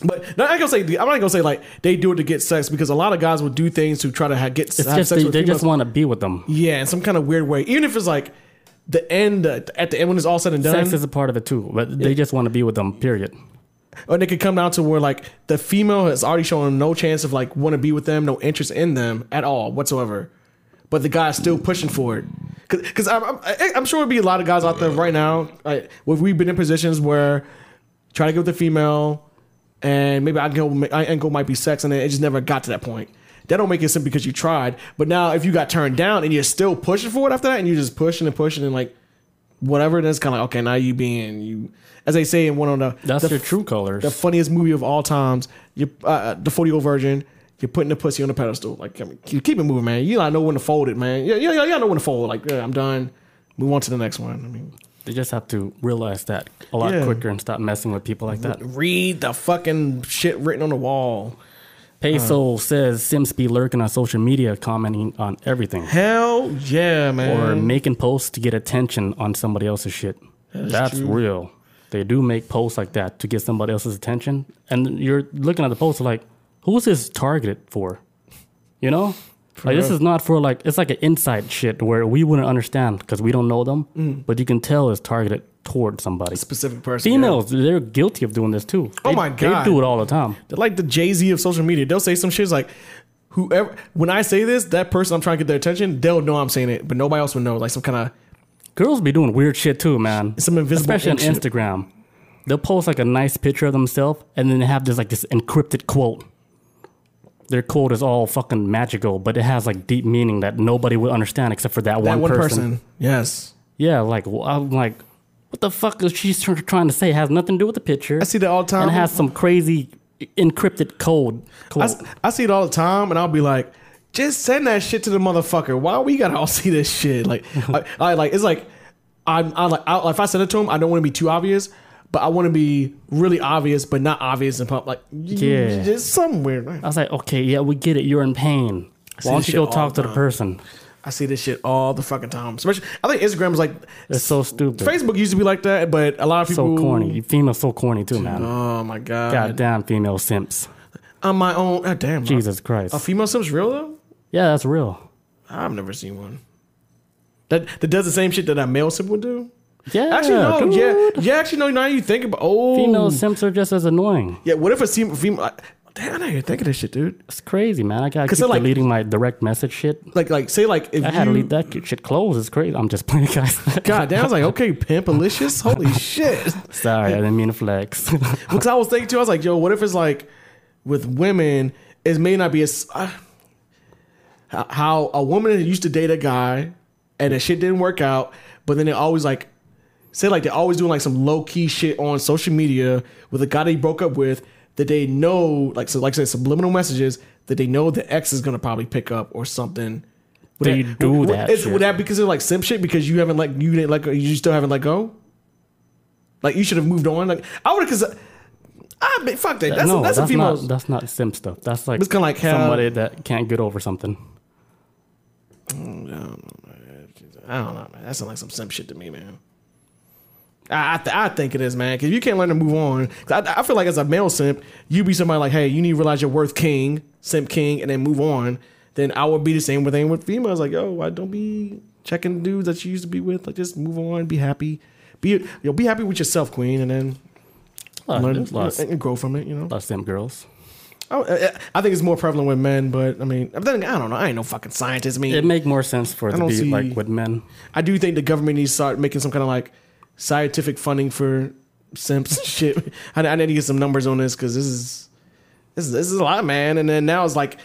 S2: but no, I ain't gonna say I'm not gonna say like they do it to get sex because a lot of guys will do things to try to ha- get
S1: It's
S2: have
S1: just
S2: sex
S1: they,
S2: with
S1: they
S2: females.
S1: just want to be with them.
S2: yeah, in some kind of weird way. Even if it's like the end uh, at the end when it's all said and done,
S1: Sex is a part of it too, but they just want to be with them. Period.
S2: or they could come down to where like the female has already shown no chance of like want to be with them, no interest in them at all whatsoever. But the guy's still pushing for it, because I'm, I'm I- I'm sure it'd be a lot of guys out there right now. Like, where we've been in positions where try to get with the female, and maybe I go I angle might be sex, and then it just never got to that point. That don't make it simple because you tried, but now if you got turned down and you're still pushing for it after that, and you're just pushing and pushing and like whatever, then it's kind of like okay, now you being you, as they say in one of the
S1: That's
S2: the
S1: your true colors.
S2: the funniest movie of all times. You, uh, the forty year old virgin. You're putting the pussy on the pedestal. Like, I mean, keep, keep it moving, man. You gotta know when to fold it, man. Yeah, yeah, yeah. You gotta know when to fold. Like, yeah, I'm done. Move on to the next one. I mean,
S1: they just have to realize that a lot
S2: Yeah. Uh-huh.
S1: quicker and stop messing with people like that.
S2: read the fucking shit written on the wall.
S1: Peso says Sims be lurking on social media, commenting on everything
S2: Hell yeah,
S1: or
S2: man.
S1: making posts to get attention on somebody else's shit. That's real. They do make posts like that to get somebody else's attention, and you're looking at the post like, who's this targeted for? You know, like this
S2: real.
S1: is not for like it's like an inside shit where we wouldn't understand because we don't know them,
S2: Mm.
S1: but you can tell it's targeted toward somebody.
S2: Specific person. yeah.
S1: Females, they're guilty of doing this too.
S2: Oh
S1: They-
S2: my God.
S1: they do it all the time.
S2: They're like the Jay Z of social media. They'll say some shit like, whoever when I say this, that person I'm trying to get their attention, they'll know I'm saying it, but nobody else will know. Like some kind
S1: Girls be doing weird shit too, man.
S2: Some invisible
S1: especially on
S2: ink shit.
S1: Instagram. They'll post like a nice picture of themselves, and then they have this like this encrypted quote. Their quote is all fucking magical, but it has like deep meaning that nobody would understand except for that,
S2: of
S1: one,
S2: one
S1: person.
S2: person. Yes.
S1: Yeah, like wh- I'm like, what the fuck is she tr- trying to say? It has nothing to do with the picture.
S2: I see that all the time.
S1: and it has some crazy encrypted code.
S2: I,
S1: quote.
S2: s- I see it all the time, and I'll be like, just send that shit to the motherfucker. Why we gotta all see this shit? Like, I, I like it's like I'm, I like I, if I send it to him, I don't want to be too obvious, but I want to be really obvious, but not obvious and pump like yeah,
S1: Yeah.
S2: just somewhere. Like,
S1: I was like, okay, yeah, we get it. You're in pain.
S2: see
S1: Why don't
S2: this
S1: you go
S2: shit all
S1: talk
S2: the
S1: to the
S2: time.
S1: person?
S2: I see this shit all the fucking time. Especially, I think Instagram is like
S1: It's so stupid.
S2: Facebook used to be like that, but a lot of
S1: so
S2: people
S1: corny. You females so corny too, man.
S2: Oh my god,
S1: Goddamn female simps.
S2: on my own. God damn,
S1: Jesus
S2: a
S1: Christ.
S2: female Sims real though?
S1: Yeah, that's real.
S2: I've never seen one. That that does the same shit that a male Sim would do.
S1: Yeah.
S2: Actually, no.
S1: dude.
S2: Yeah, yeah. Actually, no. Now you think about oh,
S1: Female simps are just as annoying.
S2: yeah. What if a female? female damn, I didn't even think of this shit, dude.
S1: It's crazy, man. I gotta keep
S2: 'Cause they're like-
S1: deleting my direct message shit.
S2: Like, like say, like if
S1: I had to
S2: you,
S1: leave that shit closed. It's crazy. I'm just playing, guys.
S2: God damn, I was like, okay, pimpalicious. Holy shit.
S1: Sorry, I didn't mean to flex.
S2: Because I was thinking too, I was like, yo, what if it's like with women, it may not be as uh, how a woman that used to date a guy and the shit didn't work out, but then they always like say like they're always doing like some low key shit on social media with a guy they broke up with that they know like so like I said subliminal messages that they know the ex is gonna probably pick up or something. Would
S1: They
S2: that-
S1: do
S2: would-
S1: that
S2: Is,
S1: shit.
S2: would that be considered like simp shit because you haven't like you didn't let go, you still haven't let go? Like you should have moved on. Like I would because I mean, fuck that. That's
S1: no,
S2: a, that's,
S1: that's,
S2: a female.
S1: not that's not simp stuff. That's like
S2: It's kinda like how-
S1: somebody that can't get over something.
S2: I don't know, man. That sounds like some simp shit to me, man. I I, th- I think it is, man. Because you can't learn to move on. 'Cause I, I feel like as a male simp, you be somebody like, hey, you need to realize your worth, king, simp king, and then move on. Then I would be the same with thing with females. Like, yo, why don't be checking dudes that you used to be with? Like, just move on, be happy, be you'll be happy with yourself, queen, and then
S1: Uh,
S2: learn
S1: there's lots,
S2: and grow from it. You know,
S1: lots of simp girls.
S2: I, I- I think it's more prevalent with men, but I mean, I'm thinking- I don't know. I ain't no fucking scientist. I mean,
S1: It make more sense for it to
S2: don't
S1: be
S2: see-
S1: like with men.
S2: I do think the government needs to start making some kind of like scientific funding for simps and shit. I, I need to get some numbers on this because this is this, is- this is a lot, man. And then now it's like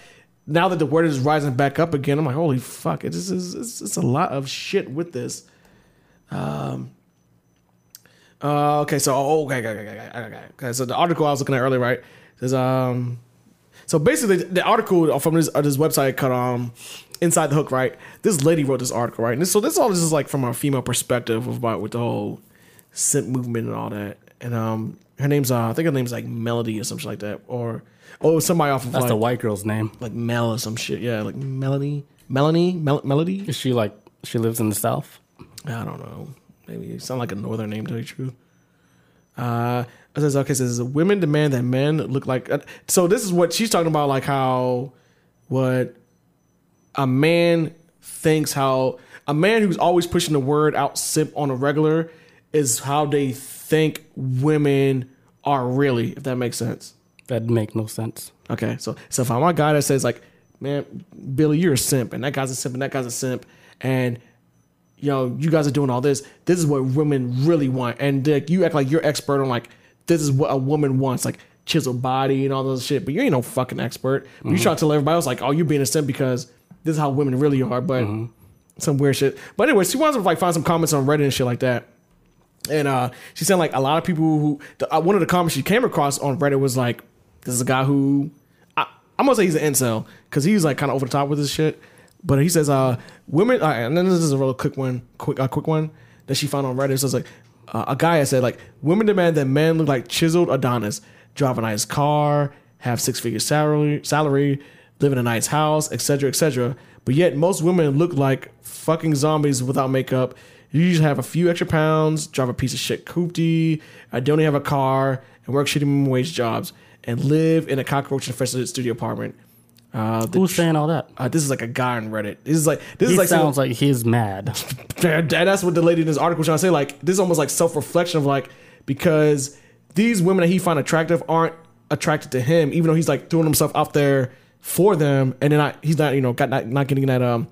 S2: now that the word is rising back up again, I'm like, holy fuck, it just is it's, it's a lot of shit with this. Um. uh, okay, so oh, okay, okay, okay, okay, okay, okay. Okay, So the article I was looking at earlier, right, says um. So basically, the article from this, uh, this website cut um inside the hook, right? This lady wrote this article, right? And this, so this all this is like from a female perspective of about with the whole simp movement and all that. And um, her name's uh, I think her name's like Melody or something like that, or oh somebody off of
S1: That's
S2: like,
S1: the white girl's name.
S2: like Mel or some shit, yeah, like Melanie, Melanie, Mel- Melody.
S1: Is she like she lives in the south?
S2: I don't know. Maybe it sounds like a northern name to be true. Uh, it says okay. It says women demand that men look like. uh, so this is what she's talking about, like how what a man thinks how a man who's always pushing the word out simp on a regular is how they think women are really. If that makes sense.
S1: That'd make no sense.
S2: Okay, so so if I'm a guy that says like, man, Billy, you're a simp, and that guy's a simp, and that guy's a simp, and you know, you guys are doing all this. This is what women really want, and Dick, you act like you're expert on like this is what a woman wants, like chiseled body and all those shit. But you ain't no fucking expert. But You try to tell everybody else like, oh, you're being a simp because this is how women really are, but some weird shit. But anyway, she wants to like find some comments on Reddit and shit like that. And uh, she said like a lot of people who the, uh, one of the comments she came across on Reddit was like, "This is a guy who I, I'm gonna say he's an incel because he's like kind of over the top with this shit." But he says, "Uh, women," uh, and then this is a real quick one, quick uh, quick one that she found on Reddit. So it's like uh, a guy that said like, "Women demand that men look like chiseled Adonis, drive a nice car, have six figure salary, salary, live in a nice house, etc., etc." But yet, most women look like fucking zombies without makeup. You usually have a few extra pounds, drive a piece of shit coopty, I don't have a car, and work shitty minimum wage jobs, and live in a cockroach infested studio apartment. Uh, the-
S1: Who's saying all that?
S2: uh, this is like a guy on Reddit. This is like this
S1: He
S2: is like some-
S1: sounds like he's mad.
S2: and that's what the lady in this article was trying to say. Like this is almost like self reflection of like because these women that he find attractive aren't attracted to him, even though he's like throwing himself out there for them, and then I, he's not, you know, got not, not getting that um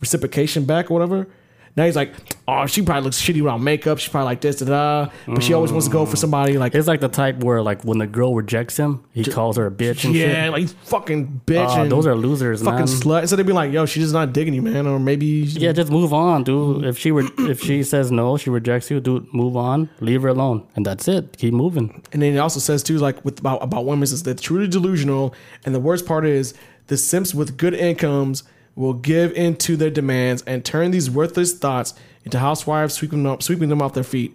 S2: reciprocation back or whatever. Now he's like, oh, she probably looks shitty without makeup. She probably like this, da da. But she always wants to
S1: Mm.
S2: go for somebody like,
S1: It's like the type where like when the girl rejects him, he calls her a bitch and
S2: yeah,
S1: shit.
S2: like fucking bitch.
S1: Uh,
S2: and
S1: those are losers,
S2: fucking
S1: man.
S2: slut. So they'd be like, yo, she's just not digging you, man. Or maybe
S1: yeah, just move on, dude. If she were, if she says no, she rejects you, dude. Move on, leave her alone, and that's it. Keep moving.
S2: And then it also says too, like with about about women, is they're truly delusional. And the worst part is the simps with good incomes will give in to their demands and turn these worthless thoughts into housewives, sweeping them up, sweeping them off their feet.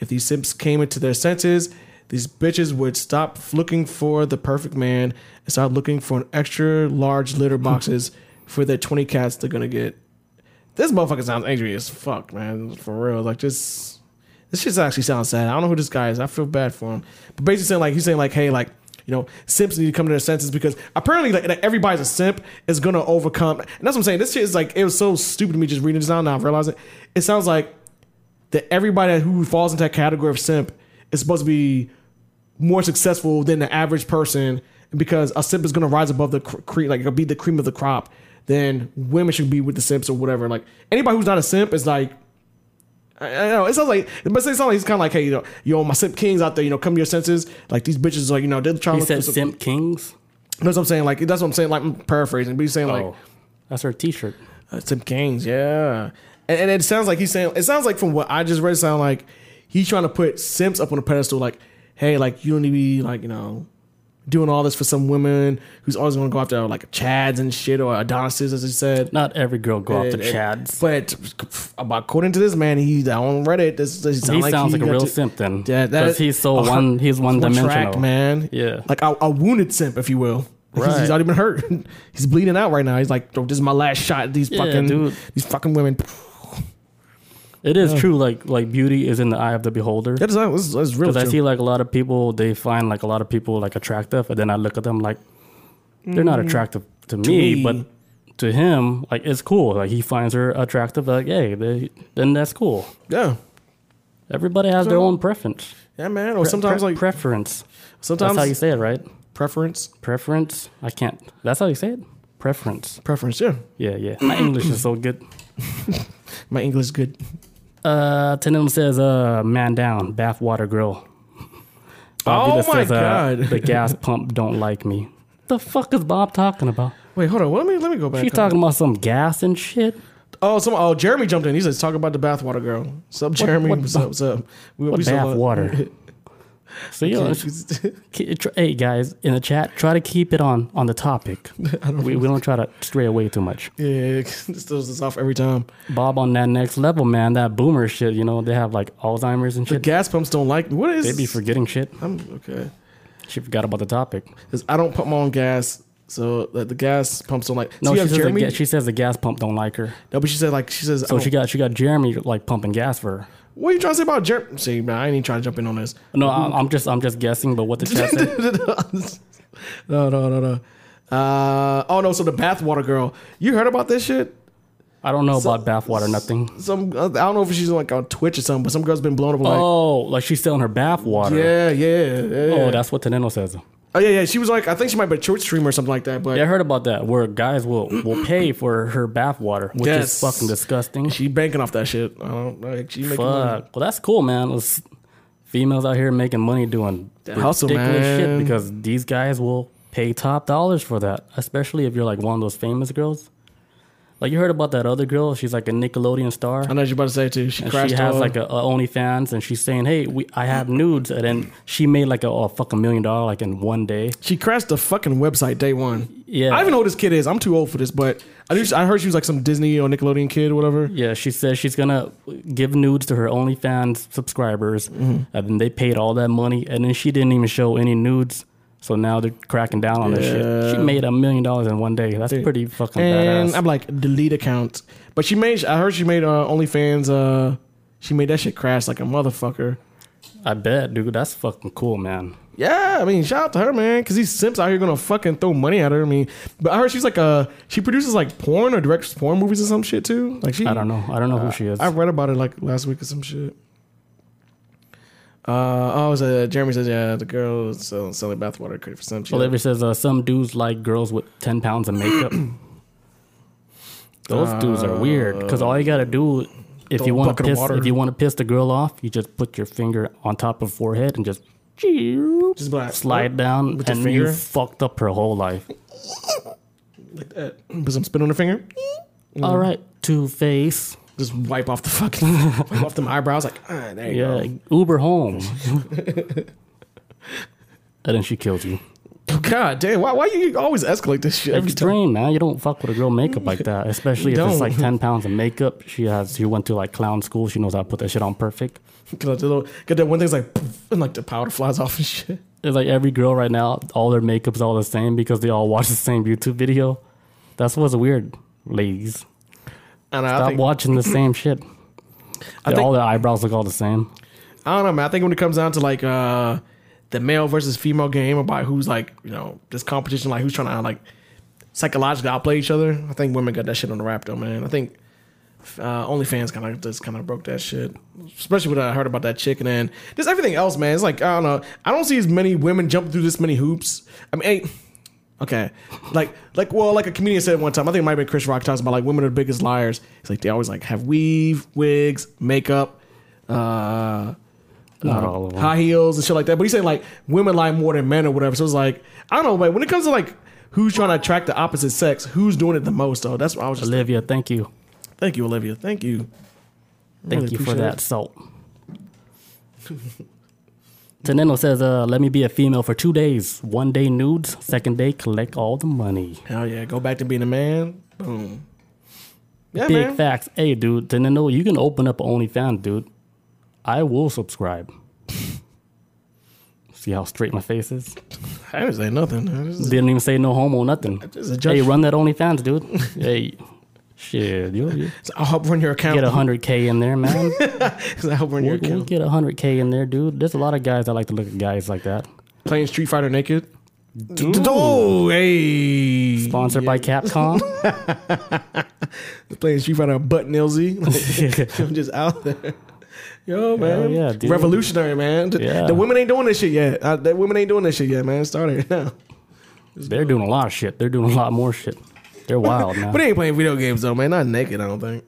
S2: If these simps came into their senses, these bitches would stop looking for the perfect man and start looking for an extra large litter boxes for their twenty cats they're gonna get. This motherfucker sounds angry as fuck, man. For real, like just this shit actually sounds sad. I don't know who this guy is. I feel bad for him. But basically saying like he's saying like, hey, like you know, simps need to come to their senses because apparently like, like, everybody's a simp is gonna overcome. And that's what I'm saying. This shit is like it was so stupid to me just reading this out now. I realize it. It sounds like that everybody who falls into that category of simp is supposed to be more successful than the average person because a simp is going to rise above the cr- cream, like be the cream of the crop. Then women should be with the simps or whatever. Like anybody who's not a simp is like, I, I don't know. It sounds like, but it sounds like he's kind of like, hey, you know, yo, my simp kings out there, you know, come to your senses. Like these bitches, like you know, they're trying
S1: He
S2: to look
S1: said
S2: for some-
S1: simp kings.
S2: That's what I'm saying. Like that's what I'm saying. Like I'm paraphrasing, but he's saying like,
S1: oh, that's her T-shirt.
S2: uh, Tim Kings, yeah. And, and it sounds like he's saying, it sounds like from what I just read, it sounds like he's trying to put Sims up on a pedestal, like, hey, like, you don't need to be, like, you know, doing all this for some women who's always going to go after, like, Chads and shit or Adonis's, as he said.
S1: Not every girl go off the
S2: And- and-
S1: chads.
S2: But about according to this man, he's on Reddit. This, this sound
S1: He sounds like a
S2: got
S1: real
S2: to-
S1: simp then,
S2: Yeah, that-
S1: because he's so one. He's one
S2: one track,
S1: dimensional.
S2: man.
S1: Yeah.
S2: like a, a wounded simp, if you will. Like, he's- He's
S1: Right.
S2: already been hurt. he's bleeding out right now. He's like, "Yo, this is my last shot. at These
S1: Yeah,
S2: fucking
S1: dude.
S2: these fucking women.
S1: It is true. Like like beauty is in the eye of the beholder.
S2: That is that's, that's real.
S1: Because I
S2: true.
S1: see like a lot of people, they find like a lot of people like attractive, and then I look at them like they're not attractive to, me,
S2: Mm. me.
S1: but to him, like it's cool. Like he finds her attractive. Like hey, they, then that's cool.
S2: yeah,
S1: Everybody has their own preference.
S2: yeah, man. Or sometimes
S1: Pre-
S2: like
S1: preference.
S2: sometimes
S1: That's how you say it, right?
S2: preference,
S1: Preference. I can't. That's how you say it. Preference.
S2: preference. Yeah,
S1: Yeah, yeah. My English is so good.
S2: my English is good.
S1: Uh, Tenem says, "Uh, man down, bathwater girl." Bob
S2: Oh
S1: Vila
S2: my
S1: uh,
S2: God.
S1: the gas pump don't like me. The fuck is Bob talking about?
S2: Wait, hold on. Let me let me go back.
S1: She talking about some gas and shit.
S2: Oh, some oh Jeremy jumped in. He says talk about the bathwater girl. Sub Jeremy,
S1: what-
S2: what's up? What's up? We,
S1: What
S2: we still
S1: bath
S2: love-
S1: water? So you know, k- tr- hey guys in the chat, try to keep it on on the topic. we, we don't try to stray away too much.
S2: yeah, this throws us off every time.
S1: Bob on that next level, man. That boomer shit. You know they have like Alzheimer's and shit.
S2: Gas pumps don't like me. What is?
S1: They be forgetting shit.
S2: I'm okay.
S1: She forgot about the topic.
S2: Because I don't pump my own gas, so the, the gas pumps don't like.
S1: No,
S2: so you
S1: she
S2: have
S1: says, the,
S2: Jeremy. Oh.
S1: ga- she says the gas pump don't like her.
S2: no, but she said like she says. I
S1: So
S2: don't-
S1: she got she got Jeremy like pumping gas for her.
S2: what are you trying to say about Jeremy? See, man, I ain't even trying to jump in on this.
S1: No, I, I'm just I'm just guessing, but what the chat said.
S2: no, no, no, no. Uh, oh no! So the bathwater girl, you heard about this shit?
S1: I don't know about bathwater, nothing.
S2: Some uh, I don't know if she's like on Twitch or something, but some girl's been blown up. Like,
S1: Oh, like she's selling her bathwater.
S2: yeah, yeah, yeah.
S1: Oh, that's what Teneno says.
S2: Oh yeah, yeah. She was like, I think she might be a Twitch streamer or something like that. But
S1: Yeah, I heard about that. Where guys will will pay for her bathwater, which
S2: Yes.
S1: is fucking disgusting.
S2: she banking off that shit. I don't like she making
S1: Fuck.
S2: money.
S1: Well, that's cool, man. It's females out here making money doing ridiculous
S2: hustle, man.
S1: shit because these guys will pay top dollars for that, especially if you're like one of those famous girls. Like you heard about that other girl? She's like a Nickelodeon star.
S2: I know what you're about to say too. She crashed.
S1: she has
S2: all-
S1: like a, a OnlyFans, and she's saying, "Hey, we, I have nudes," and then she made like a, a fucking million dollar like in one day.
S2: She crashed the fucking website day one.
S1: Yeah.
S2: I don't even know who this kid is. I'm too old for this, but I knew I heard she was like some Disney or Nickelodeon kid or whatever.
S1: Yeah, she says she's gonna give nudes to her OnlyFans subscribers,
S2: Mm-hmm.
S1: and then they paid all that money, and then she didn't even show any nudes. So now they're cracking down on this shit. She
S2: Yeah.
S1: made a million dollars in one day. That's pretty fucking
S2: And
S1: badass.
S2: I'm like, delete account. But she made. I heard she made uh, OnlyFans. Uh, she made that shit crash like a motherfucker.
S1: I bet, dude. That's fucking cool, man.
S2: Yeah, I mean, shout out to her, man, because these simps out here gonna fucking throw money at her. I mean, but I heard she's like a she produces like porn or directs porn movies or some shit too. Like she, Uh,
S1: I don't know. I don't know who she is.
S2: I read about it like last week or some shit. Uh, oh, it's, uh, Jeremy says, yeah, the girl is selling, selling bathwater credit for some shit.
S1: Olivia says uh, some dudes like girls with ten pounds of makeup. Those dudes are weird because all you gotta do if
S2: Throw
S1: you
S2: a
S1: want to
S2: bucket of
S1: piss
S2: water.
S1: if you want to piss the girl off, you just put your finger on top of forehead and just
S2: Just be like,
S1: slide down,
S2: With your
S1: and you
S2: finger?
S1: fucked up her whole life.
S2: like that. Uh, Put some spit on her finger. Mm.
S1: All right, Two Face.
S2: Just wipe off the fucking, wipe off them eyebrows. Like, ah, there you
S1: Yeah, Uber home. and then she kills you.
S2: go. God damn, why, why you always escalate this shit every time?
S1: Extreme, man. You don't fuck with a girl makeup like that, especially if it's
S2: don't.
S1: like ten pounds of makeup. She has. She went to like clown school. She knows how to put that shit on perfect.
S2: Get that little- get that one thing's like, poof, and like the powder flies off and shit.
S1: It's like every girl right now, all their makeup's all the same because they all watch the same YouTube video. That's what's weird, ladies.
S2: And I
S1: Stop
S2: think,
S1: watching the same shit.
S2: I
S1: all
S2: think-
S1: their eyebrows look all the same.
S2: I don't know, man. I think when it comes down to like uh the male versus female game about who's like, you know, this competition, like who's trying to like psychologically outplay each other. I think women got that shit on the rap though, man. I think uh, OnlyFans kind of just kind of broke that shit, especially when I heard about that chick and then just everything else, man. It's like I don't know. I don't see as many women jump through this many hoops. I mean, ain't- okay, like like well, like a comedian said one time. I think it might have been Chris Rock talks about like women are the biggest liars. It's like they always like have weave, wigs, makeup, uh,
S1: Not all of them.
S2: high heels and shit like that. But he's saying like women lie more than men or whatever. So it's like I don't know, but when it comes to like who's trying to attract the opposite sex, who's doing it the most though? That's what I was just.
S1: Olivia, thank you,
S2: Thank you, Olivia. Thank you.
S1: thank
S2: Really
S1: you for
S2: appreciate
S1: that
S2: it.
S1: salt. Teneno says, uh, "Let me be a female for two days. One day nudes, second day collect all the money."
S2: Hell yeah, go back to being a man. Boom. Yeah,
S1: Big
S2: man.
S1: facts. Hey, dude, Teneno, you can open up OnlyFans, dude. I will subscribe. See how straight my face is?
S2: I didn't say nothing. This is-
S1: Didn't even say no homo, nothing.
S2: this is a
S1: Hey,
S2: judge.
S1: run that OnlyFans, dude. hey, shit, you, you
S2: I'll help run your account.
S1: get hundred k in there, man.
S2: I'll help run your
S1: We'll, we'll
S2: account.
S1: get hundred k in there, dude. There's a lot of guys that like to look at guys like that.
S2: Playing Street Fighter naked. Oh, hey.
S1: Sponsored by Capcom.
S2: Playing Street Fighter butt nilsy. Like, I'm just out there. Yo, man.
S1: yeah, dude.
S2: Revolutionary, man. Th-
S1: Yeah.
S2: The women ain't doing this shit yet. Uh, the women ain't doing this shit yet, man. Start it now.
S1: They're doing a lot of shit. They're doing a lot more shit. They're wild, man.
S2: But they ain't playing video games, though, man. Not naked, I don't think.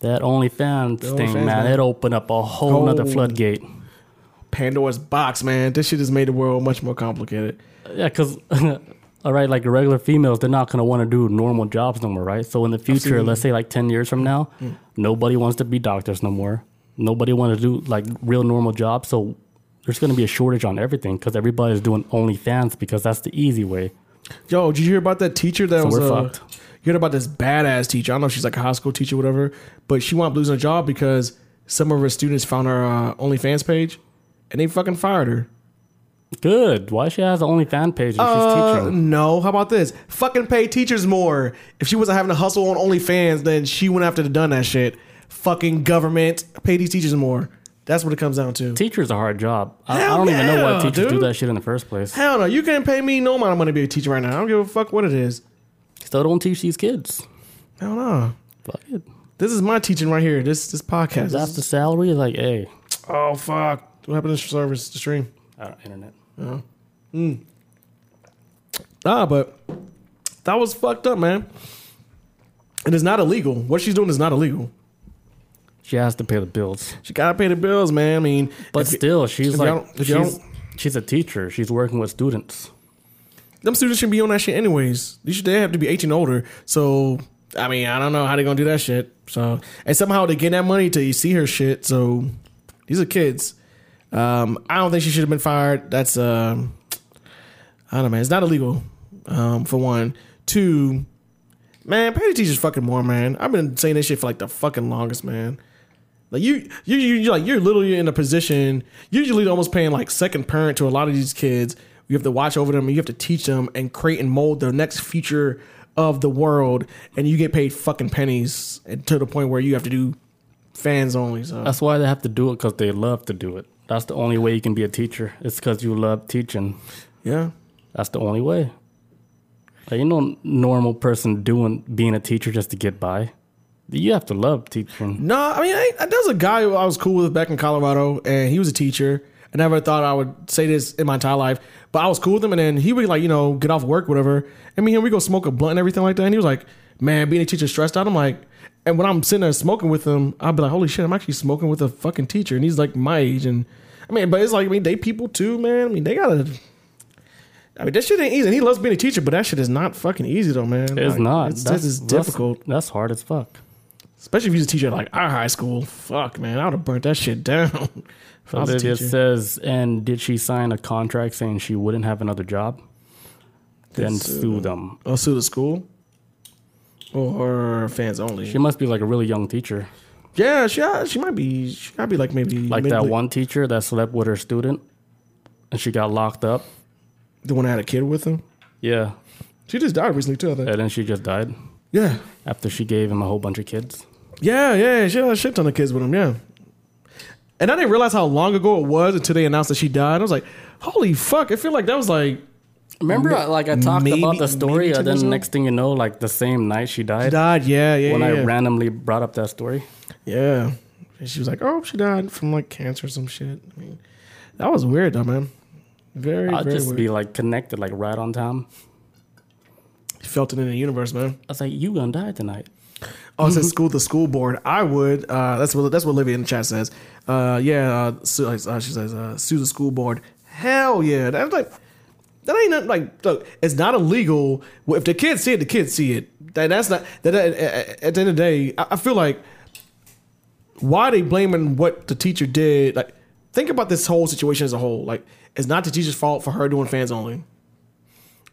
S1: that OnlyFans thing,
S2: OnlyFans,
S1: man,
S2: man.
S1: it opened up a whole nother
S2: Whole-
S1: floodgate.
S2: Pandora's box, man. This shit has made the world much more complicated.
S1: Yeah, because all right, like regular females, they're not gonna want to do normal jobs no more, right? So in the future, let's say like ten years from now, nobody wants to be doctors no more. Nobody wants to do like real normal jobs. So there's gonna be a shortage on everything because everybody's doing OnlyFans because that's the easy way.
S2: Yo, did you hear about that teacher that was
S1: we're
S2: uh,
S1: fucked.
S2: You heard about this badass teacher. I don't know if she's like a high school teacher, or whatever, but she wound up losing her job because some of her students found her uh, OnlyFans page and they fucking fired her.
S1: Good. Why she has an OnlyFans page if she's
S2: Uh,
S1: teaching?
S2: no, how about this? Fucking pay teachers more. If she wasn't having to hustle on OnlyFans, then she wouldn't have to have done that shit. Fucking government, pay these teachers more. That's what it comes down to.
S1: Teacher's a hard job. I, I
S2: Hell
S1: don't even know why
S2: yeah,
S1: teachers do
S2: dude.
S1: that shit in the first place.
S2: Hell no, you can't pay me no amount of money to be a teacher right now. I don't give a fuck what it is.
S1: So don't teach these kids.
S2: Hell no.
S1: Fuck it.
S2: This is my teaching right here. This this podcast.
S1: That's the salary. Like, hey,
S2: oh fuck. What happened to the service, the stream?
S1: I don't- uh, internet.
S2: Nah, Ah, but that was fucked up, man. And it's not illegal. What she's doing is not illegal.
S1: She has to pay the bills.
S2: She gotta pay the bills, man. I mean,
S1: But
S2: if-
S1: still, she's
S2: if y'all
S1: like
S2: don't- if y'all
S1: she's, she's a teacher. She's working with students.
S2: them students should be on that shit anyways. You should they have to be 18 older. So I mean, I don't know how they gonna do that shit. So and somehow they get that money till you see her shit. So these are kids. Um, I don't think she should have been fired. That's um, I don't know, man. It's not illegal. Um, for one, two, man, pay the teachers fucking more, man. I've been saying this shit for like the fucking longest, man. Like you, you, you, you're like you're literally in a position. Usually, almost paying like second parent to a lot of these kids. You have to watch over them. You have to teach them and create and mold the next future of the world. And you get paid fucking pennies and to the point where you have to do fans only. So
S1: That's why they have to do it because they love to do it. That's the only way you can be a teacher. It's because you love teaching.
S2: yeah,
S1: That's the only way. Like, ain't no normal person doing being a teacher just to get by. You have to love teaching.
S2: No, I mean, I, I- there was a guy who I was cool with back in Colorado, and he was a teacher. I never thought I would say this in my entire life, but I was cool with him. And then he would like, you know, get off work, whatever. And me and him, we go smoke a blunt and everything like that. And he was like, "Man, being a teacher is stressed out." I'm like, and when I'm sitting there smoking with him, I'll be like, "Holy shit, I'm actually smoking with a fucking teacher," and he's like my age. And I mean, but it's like, I mean, they people too, man. I mean, they gotta. I mean, that shit ain't easy. And he loves being a teacher, but that shit is not fucking easy though, man.
S1: It's
S2: Like,
S1: not.
S2: It's, this is difficult.
S1: That's hard as fuck.
S2: Especially if you was a teacher at like our high school. Fuck, man, I would have burnt that shit down. If I
S1: So
S2: was a
S1: it, it
S2: teacher.
S1: says, and did she sign a contract saying she wouldn't have another job? Then
S2: This, uh,
S1: sue them.
S2: Oh, sue the school or fans only.
S1: She must be like a really young teacher,
S2: yeah, she uh, she might be she might be like maybe
S1: like
S2: maybe
S1: that one teacher that slept with her student, and she got locked up.
S2: the one that had a kid with him.
S1: Yeah,
S2: She just died recently too. I think.
S1: and then she just died
S2: Yeah,
S1: after she gave him a whole bunch of kids.
S2: yeah, yeah. She had a shit ton of kids with him. Yeah. And I didn't realize how long ago it was until they announced that she died. I was like, "Holy fuck!" I feel like that was like
S1: Remember, I- like I talked
S2: maybe-
S1: about the story,
S2: maybe
S1: and then
S2: 10%?
S1: next thing you know, like the same night she died.
S2: died. Yeah, yeah,
S1: when
S2: yeah.
S1: I randomly brought up that story,
S2: Yeah. And she was like, oh, she died from like cancer or some shit. I mean, that was weird though, man. Very,
S1: I'll
S2: very
S1: just
S2: weird.
S1: be like connected, like right on time.
S2: Felt it in the universe, man.
S1: I was like, "You gonna die tonight?"
S2: Oh, it says school, the school board. I would. Uh, that's what that's what Olivia in the chat says. Uh, yeah, uh, sue, uh, she says uh, sue the school board. Hell yeah, that's like that ain't nothing like. Look, it's not illegal. Well, If the kids see it, the kids see it. That that's not that. that at, at the end of the day, I, I feel like why they blaming what the teacher did. Like, think about this whole situation as a whole. Like, it's not the teacher's fault for her doing fans only.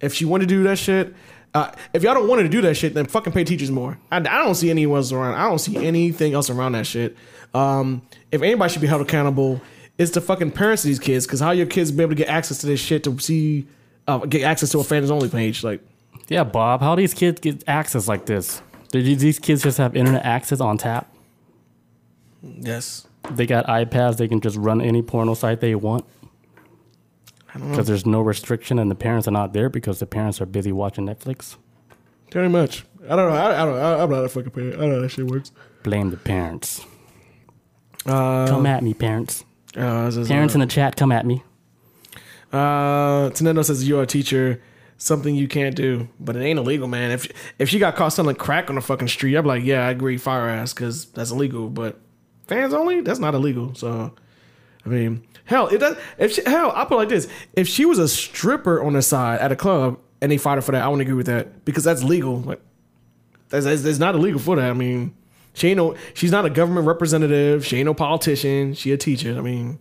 S2: If she wanted to do that shit, uh, if y'all don't want her to do that shit, then fucking pay teachers more. I, I don't see anyone else around. I don't see anything else around that shit. Um, if anybody should be held accountable, it's the fucking parents of these kids. Because how your kids be able to get access to this shit to see, uh, get access to a fans only page? Like,
S1: Yeah, Bob, how these kids get access like this? Did these- these kids just have internet access on tap?
S2: yes,
S1: They got iPads. They can just run any porno site they want
S2: I don't know.
S1: because there's no restriction, and the parents are not there because the parents are busy watching Netflix.
S2: Pretty much. I don't know. I, I don't. I, I'm not a fucking parent. I don't know how that shit works.
S1: Blame the parents.
S2: Uh,
S1: Come at me, parents.
S2: uh, this is, uh,
S1: Parents in the chat, come at me.
S2: Uh, Tenendo says you're a teacher, something you can't do, but it ain't illegal, man. If if she got caught selling crack on the fucking street, I'd be like, yeah, I agree, fire ass, because that's illegal. But fans only, that's not illegal. So, I mean, hell, it does. If she, hell, I put it like this: if she was a stripper on the side at a club and they fired her for that, I wouldn't agree with that because that's legal. Like, that's, that's, that's not illegal for that. I mean, she ain't no, she's not a government representative. She ain't no politician. She a teacher. I mean,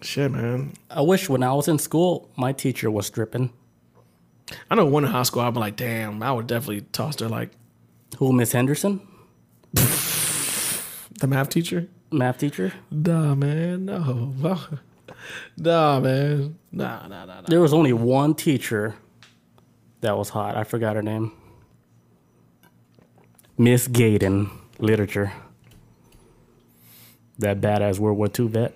S2: shit, man.
S1: I wish when I was in school, my teacher was stripping.
S2: I know one in high school. I'd be like, damn, I would definitely toss her like
S1: Who, Miss Henderson?
S2: the math teacher.
S1: Math teacher?
S2: Nah, man, no, nah, man, nah, nah, nah, nah.
S1: There was only one teacher that was hot. I forgot her name. Miss Gaydon, literature. That badass World War II vet,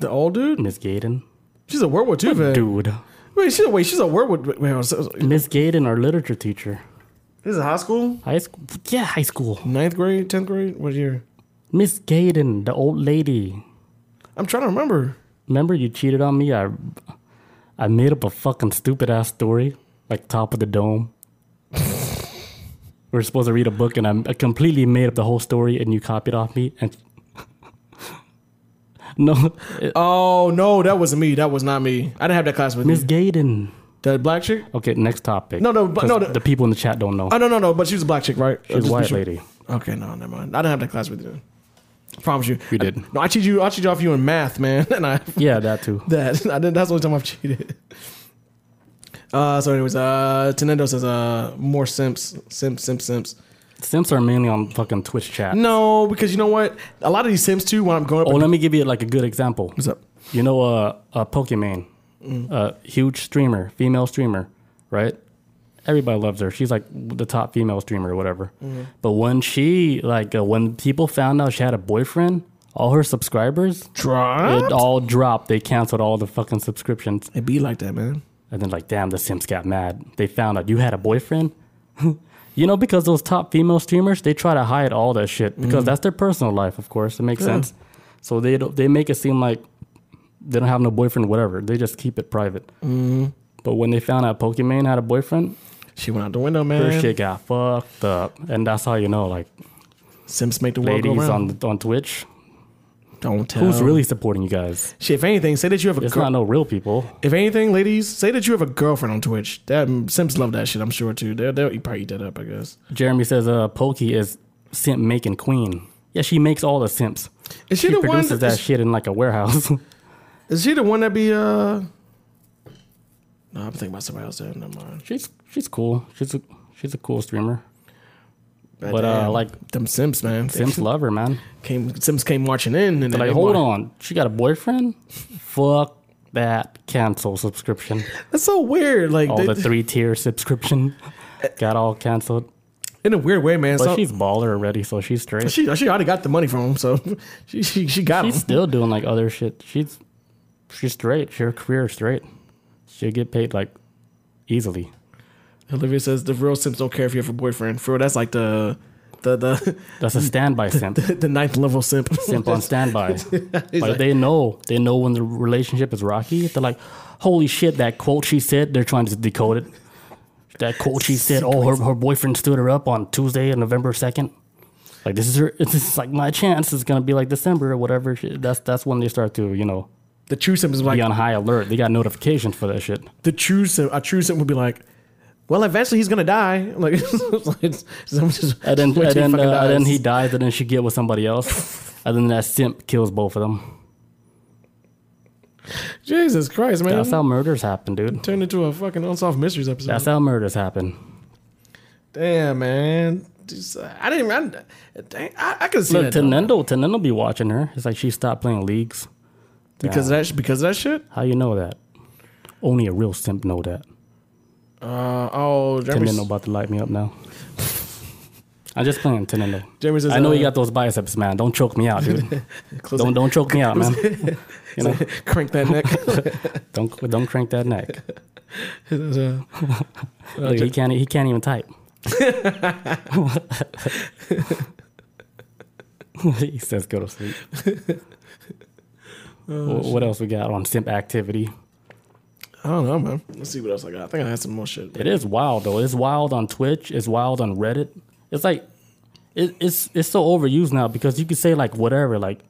S2: The old dude.
S1: Miss Gaydon.
S2: She's a World War II vet.
S1: Dude,
S2: Wait, she's a wait, she's a World War. Wait, wait, so- so-
S1: Miss Gaydon, our literature teacher.
S2: this is high school,
S1: High school, yeah, high school.
S2: ninth grade, tenth grade. What year?
S1: Miss Gaydon, the old lady.
S2: I'm trying to remember.
S1: Remember you cheated on me? I, I made up a fucking stupid ass story, like top of the dome. we are supposed to read a book, and I, I completely made up the whole story, and you copied off me. And no,
S2: Oh no, that wasn't me. That was not me. I didn't have that class with
S1: Miss
S2: me.
S1: Gaydon.
S2: The black chick.
S1: Okay, next topic.
S2: No, no, but-
S1: 'Cause
S2: no,
S1: the,
S2: the-
S1: people in the chat don't know.
S2: Oh no, no, no. But she was a black chick, right?
S1: She's a
S2: Just-
S1: white
S2: she-
S1: lady.
S2: Okay, no, never mind. I didn't have that class with you. Promise you.
S1: You did.
S2: No, I cheated you. I cheated off you in math, man, and I
S1: Yeah, that too.
S2: that. I didn't, that's the only time I've cheated. Uh, so anyways, uh, Tenendo says, uh, more simps, simps, simps, simps.
S1: Simps are mainly on fucking Twitch chat.
S2: No, because you know what? A lot of these simps too, when I'm growing
S1: Oh,
S2: up.
S1: let me give you like a good example.
S2: What's up?
S1: You know, uh, uh Pokemon, uh, huge streamer, female streamer, right? Everybody loves her. She's like the top female streamer or whatever. But when she, like, uh, when people found out she had a boyfriend, all her subscribers, it
S2: Drop.
S1: all dropped. They canceled all the fucking subscriptions.
S2: It be like that, man.
S1: And then, like, damn, the Sims got mad. They found out you had a boyfriend. You know, because those top female streamers, they try to hide all that shit because that's their personal life, of course. It makes sense. So they don't, they make it seem like they don't have no boyfriend, whatever. They just keep it private. But when they found out Pokimane had a boyfriend,
S2: She went out the window,
S1: her
S2: man.
S1: shit got fucked up, and that's how you know, like
S2: Sims make the world go
S1: ladies
S2: round.
S1: on on Twitch,
S2: Don't tell.
S1: who's really supporting you guys?
S2: Shit, if anything, say that you have a
S1: It's
S2: girl.
S1: not no real people.
S2: if anything, ladies, say that you have a girlfriend on Twitch. That Sims love that shit. I'm sure too. They'll, they'll probably eat that up. I guess.
S1: Jeremy says, "Uh, Pokey is simp making queen. Yeah, she makes all the simps.
S2: Is she,
S1: She
S2: the one?
S1: produces
S2: That,
S1: that
S2: is,
S1: shit in like a warehouse.
S2: is she the one that be? uh No, I'm thinking about somebody else. There. Never mind.
S1: she's she's cool. She's a she's a cool streamer.
S2: But,
S1: uh,
S2: damn,
S1: like-
S2: them Sims, man. Sims
S1: Sims love her, man.
S2: came. Sims came marching in, and then
S1: Like,
S2: they
S1: hold
S2: mar-
S1: on, she got a boyfriend? Fuck that cancel subscription.
S2: That's so weird. Like,
S1: All
S2: they,
S1: the three tier subscription got all canceled.
S2: in a weird way, man.
S1: But
S2: So,
S1: she's baller already, so she's straight.
S2: she she already got the money from him, so she she, she got
S1: She's
S2: him.
S1: still doing like other shit. She's she's straight. Her career is straight. She'll get paid like easily.
S2: Olivia says the real Sims don't care if you have a boyfriend. For real, that's like the the the,
S1: That's a standby simp.
S2: the ninth level simp.
S1: Simp on standby. like,
S2: He's like-
S1: they know. They know when the relationship is rocky. They're like, holy shit, that quote she said, they're trying to decode it. That quote she said, oh, her, her boyfriend stood her up on Tuesday, November 2nd. Like this is her this is like my chance. It's gonna be like December or whatever. shit. That's that's when they start to, you know,
S2: the true simp is like
S1: be on high alert. They got notifications for that shit.
S2: the true simp. A true simp would be like, well, eventually he's gonna die. Like, it's- someone just-
S1: And then,
S2: wait
S1: and,
S2: till
S1: then,
S2: fucking
S1: uh, and then
S2: dies.
S1: he dies, and then she get with somebody else, and then that simp kills both of them.
S2: Jesus Christ, man!
S1: That's how murders happen, dude.
S2: Turned into a fucking unsolved mysteries episode.
S1: That's how murders happen.
S2: Damn, man. Just, uh, I didn't. I, dang, I, I could see
S1: Look,
S2: that though,
S1: Tenendo, Tenendo be watching her. It's like she stopped playing leagues.
S2: because of that. sh- Because of that shit.
S1: How you know that? Only a real simp know that.
S2: Uh, oh, Jeremy,
S1: Tenendo about to light me up now. I'm just playing Tenendo.
S2: Jeremy says,
S1: I know
S2: uh,
S1: you got those biceps, man. Don't choke me out, dude.
S2: close
S1: don't don't choke me out, man. You know,
S2: it. crank that neck.
S1: don't don't crank that neck.
S2: Uh,
S1: Look, he can't he can't even type. he says go to sleep.
S2: Oh,
S1: Wh- what else we got on simp activity?
S2: I don't know, man. Let's see what else I got. I think I had some more shit.
S1: It is wild though. It's wild on Twitch. It's wild on Reddit. It's like it, it's it's so overused now because you can say like whatever, like,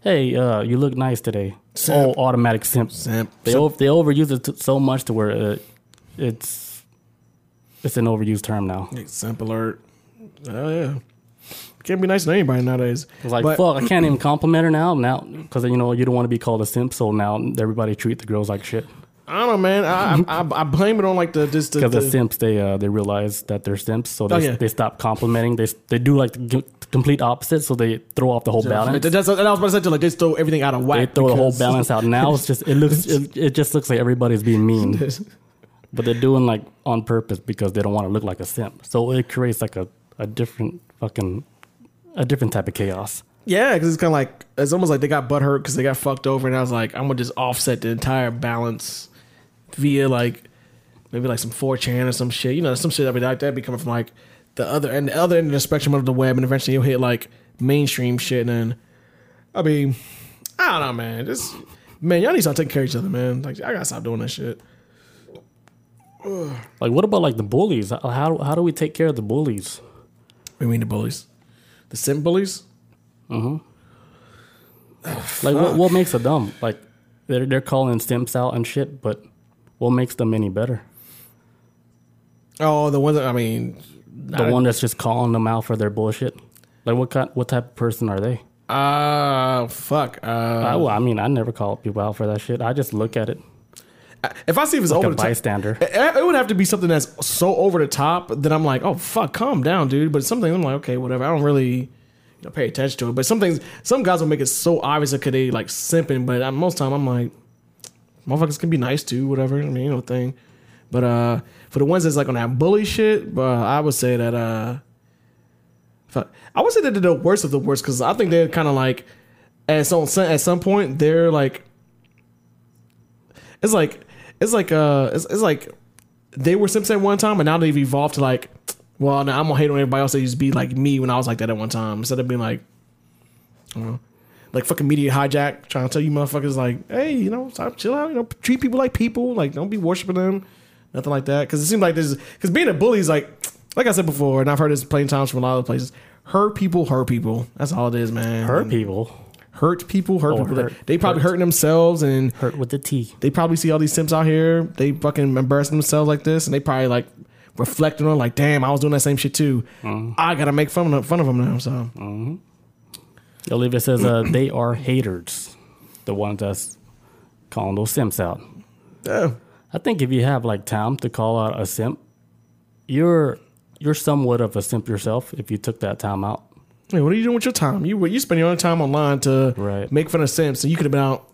S1: hey, uh, you look nice today.
S2: Simp.
S1: Oh, automatic simp.
S2: Simp.
S1: They
S2: Simp.
S1: o- they overuse it t- so much to where uh it's it's an overused term now.
S2: Simp alert. Oh yeah. Can't be nice to anybody nowadays.
S1: It's like
S2: But-
S1: fuck, I can't even compliment her now. Now, because you know you don't want to be called a simp, so now everybody treat the girls like shit.
S2: I don't know, man. I I, I, I blame it on like the just the,
S1: Because the
S2: the
S1: simps, they uh, they realize that they're simps, so they,
S2: Oh, yeah.
S1: they stop complimenting. They s- they do like the g- complete opposite, so they throw off the whole balance.
S2: That's, that's, I was about to say too, like they throw everything out of
S1: They
S2: whack.
S1: throw the whole
S2: because-
S1: balance out. Now it's just it looks it, it just looks like everybody's being mean, but they're doing like on purpose because they don't want to look like a simp. So it creates like a, a different fucking a different type of chaos.
S2: Yeah, because it's kind of like it's almost like they got butt hurt because they got fucked over, and I was like, I'm gonna just offset the entire balance via like maybe like some 4chan or some shit. You know, some shit that be like that be coming from like the other and the other end of the spectrum of the web, and eventually you'll hit like mainstream shit. And then, I mean, I don't know, man. Just man, y'all need to start taking care of each other, man. Like I gotta stop doing that shit.
S1: Like what about like the bullies? How how, how do we take care of the bullies?
S2: We mean the bullies, the sim bullies.
S1: Like what, what makes a dumb? Like they're they're calling simps out and shit, but what makes them any better?
S2: Oh, the ones that I mean,
S1: The one that's just calling them out for their bullshit. Like what kind, what type of person are they?
S2: uh, fuck. Uh,
S1: I, well, I mean, I never call people out for that shit. I just look at it
S2: if I see if it's
S1: like
S2: over
S1: a
S2: the top,
S1: bystander.
S2: It it would have to be something that's so over the top that I'm like, oh fuck, calm down, dude. But something I'm like, okay, whatever. I don't really you know, pay attention to it. But some things, some guys will make it so obvious that they like simping. But I, most time, I'm like, motherfuckers can be nice too, whatever. I mean, you know, thing. But uh, for the ones that's like on that bully shit, uh, I would say that uh, fuck, I would say that they're the worst of the worst because I think they're kind of like at some at some point they're like it's like it's like uh it's, it's like they were Simpson at one time and now they've evolved to like Well, now I'm gonna hate on everybody else that used to be like me when I was like that at one time. Instead of being like, I don't know, like fucking media hijack, trying to tell you motherfuckers like, hey, you know, stop, chill out, you know, treat people like people, like don't be worshiping them, nothing like that. Because it seems like there's because being a bully is like, like I said before, and I've heard this plenty times from a lot of places. Hurt people, hurt people. That's all it is, man.
S1: Hurt people.
S2: hurt people, hurt
S1: Oh,
S2: people. They-
S1: hurt.
S2: they probably hurting themselves and
S1: Hurt with the T.
S2: they probably see all these simps out here. They fucking embarrassing themselves like this, and they probably like reflecting on like, damn, I was doing that same shit too.
S1: Mm-hmm.
S2: I gotta make fun of fun of them now. So
S1: Olivia says uh, they are haters, the ones that's calling those simps out.
S2: yeah,
S1: I think if you have like time to call out a simp, you're you're somewhat of a simp yourself if you took that time out.
S2: Hey, what are you doing with your time? You you spend your own time online to
S1: Right.
S2: make fun of simps, and you could have been out.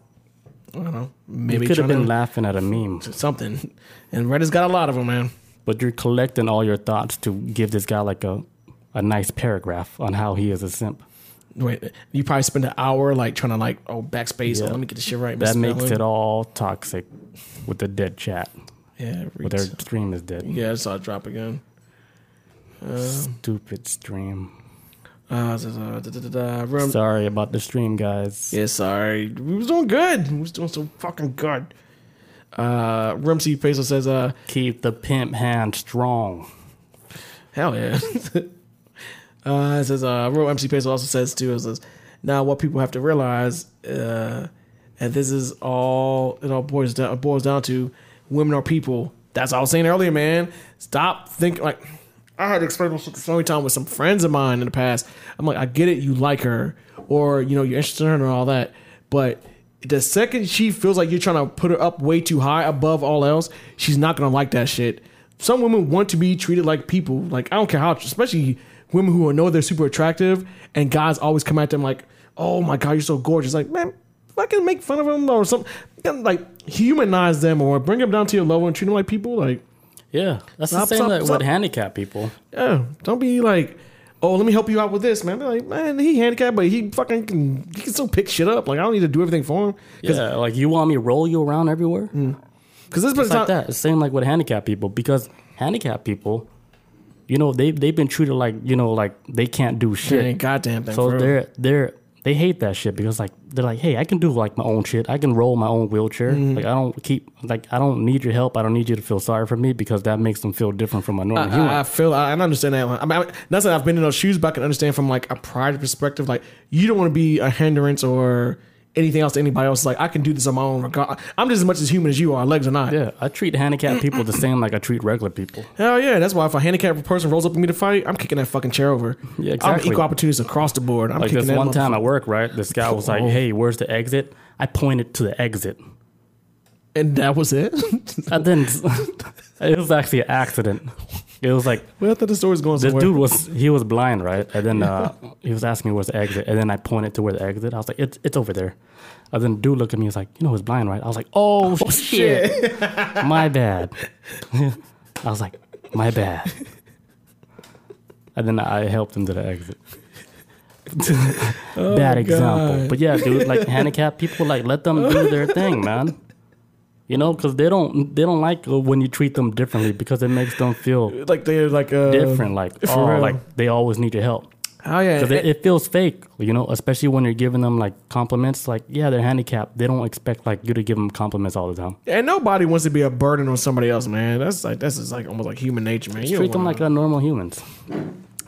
S2: I don't know, maybe
S1: you could have
S2: trying
S1: been
S2: to-
S1: laughing at a meme,
S2: something. And Reddit's got a lot of them, man.
S1: but you're collecting all your thoughts to give this guy like a a nice paragraph on how he is a simp.
S2: Wait, you probably spend an hour like trying to like oh backspace. Oh,
S1: Yeah.
S2: let me get this shit right.
S1: That
S2: misspelling.
S1: makes it all toxic with the dead chat.
S2: yeah.
S1: Well, their stream is dead.
S2: yeah, I saw it drop again.
S1: Stupid stream.
S2: Uh, da, da, da, da, da. Room-
S1: Sorry about the stream, guys.
S2: Yeah, sorry. We was doing good. We was doing so fucking good. Uh Rumsey Peso says, uh,
S1: Keep the pimp hand strong.
S2: hell yeah. uh it says uh Real MC Peso also says too, it says, now what people have to realize, uh and this is all it all boils down boils down to women are people. That's all I was saying earlier, man. Stop thinking like I had to explain this shit so many times with some friends of mine in the past. I'm like, I get it, you like her, or you know, you're interested in her and all that, but the second she feels like you're trying to put her up way too high above all else, she's not gonna like that shit. Some women want to be treated like people. Like I don't care how, especially women who know they're super attractive, and guys always come at them like, "Oh my god, you're so gorgeous!" Like, man, fucking make fun of them or something. Like humanize them or bring them down to your level and treat them like people. Like,
S1: Yeah, that's
S2: Stop,
S1: the same
S2: stop,
S1: that
S2: stop.
S1: with handicapped people.
S2: yeah, don't be like, oh, let me help you out with this, man. Be like, man, he handicapped, but he fucking can, he can still pick shit up. Like, I don't need to do everything for him. Because
S1: Yeah, like you want me to roll you around everywhere?
S2: Mm. this person's
S1: It's like
S2: not.
S1: that. It's same like with handicapped people because handicapped people, you know, they they've been treated like you know like they can't do shit.
S2: Man, goddamn thing.
S1: so
S2: for real.
S1: they're they're they hate that shit because like they're like, hey, I can do like my own shit. I can roll my own wheelchair.
S2: Mm-hmm.
S1: Like I don't keep like I don't need your help. I don't need you to feel sorry for me because that makes them feel different from a normal human.
S2: I, I feel I, and I understand that one. I mean, I, not that I've been in those shoes, but I can understand from like a pride perspective. Like you don't want to be a hindrance or anything else to anybody else. Like I can do this on my own. Regard, I'm just as much as human as you are, legs or not.
S1: Yeah, I treat handicapped people the same like I treat regular people.
S2: Hell yeah, that's why if a handicapped person rolls up at me to fight, I'm kicking that fucking chair over.
S1: Yeah,
S2: I'm
S1: exactly.
S2: equal opportunities across the board. I'm
S1: Like
S2: kicking
S1: this
S2: that
S1: one
S2: motherfucker.
S1: time at work, right? This guy was like,
S2: Oh.
S1: "Hey, where's the exit?" I pointed to the exit.
S2: and that was it.
S1: I didn't. it was actually an accident. It was like
S2: well, I thought the story's going
S1: this
S2: somewhere.
S1: dude was he was blind, right? And then uh, he was asking me where's the exit, and then I pointed to where the exit. I was like, "It's it's over there." And then the dude looked at me. He's like, "You know, he's blind, right?" I was like, "Oh, shit, my bad." I was like, "My bad." And then I helped him to the exit. Bad example,
S2: God.
S1: but yeah, dude. Like handicapped people, like let them do their thing, man. You know, because they don't they don't like uh, when you treat them differently because it makes them feel
S2: like they're like uh,
S1: different. Like,
S2: for
S1: oh,
S2: real.
S1: like they always need your help
S2: Oh yeah,
S1: because it, it feels fake, you know. Especially when you're giving them like compliments. Like, yeah, they're handicapped. They don't expect like you to give them compliments all the time.
S2: and nobody wants to be a burden on somebody else, man. That's like that's just like almost like human nature, man. You
S1: Treat
S2: don't
S1: them
S2: wanna-
S1: like a normal humans.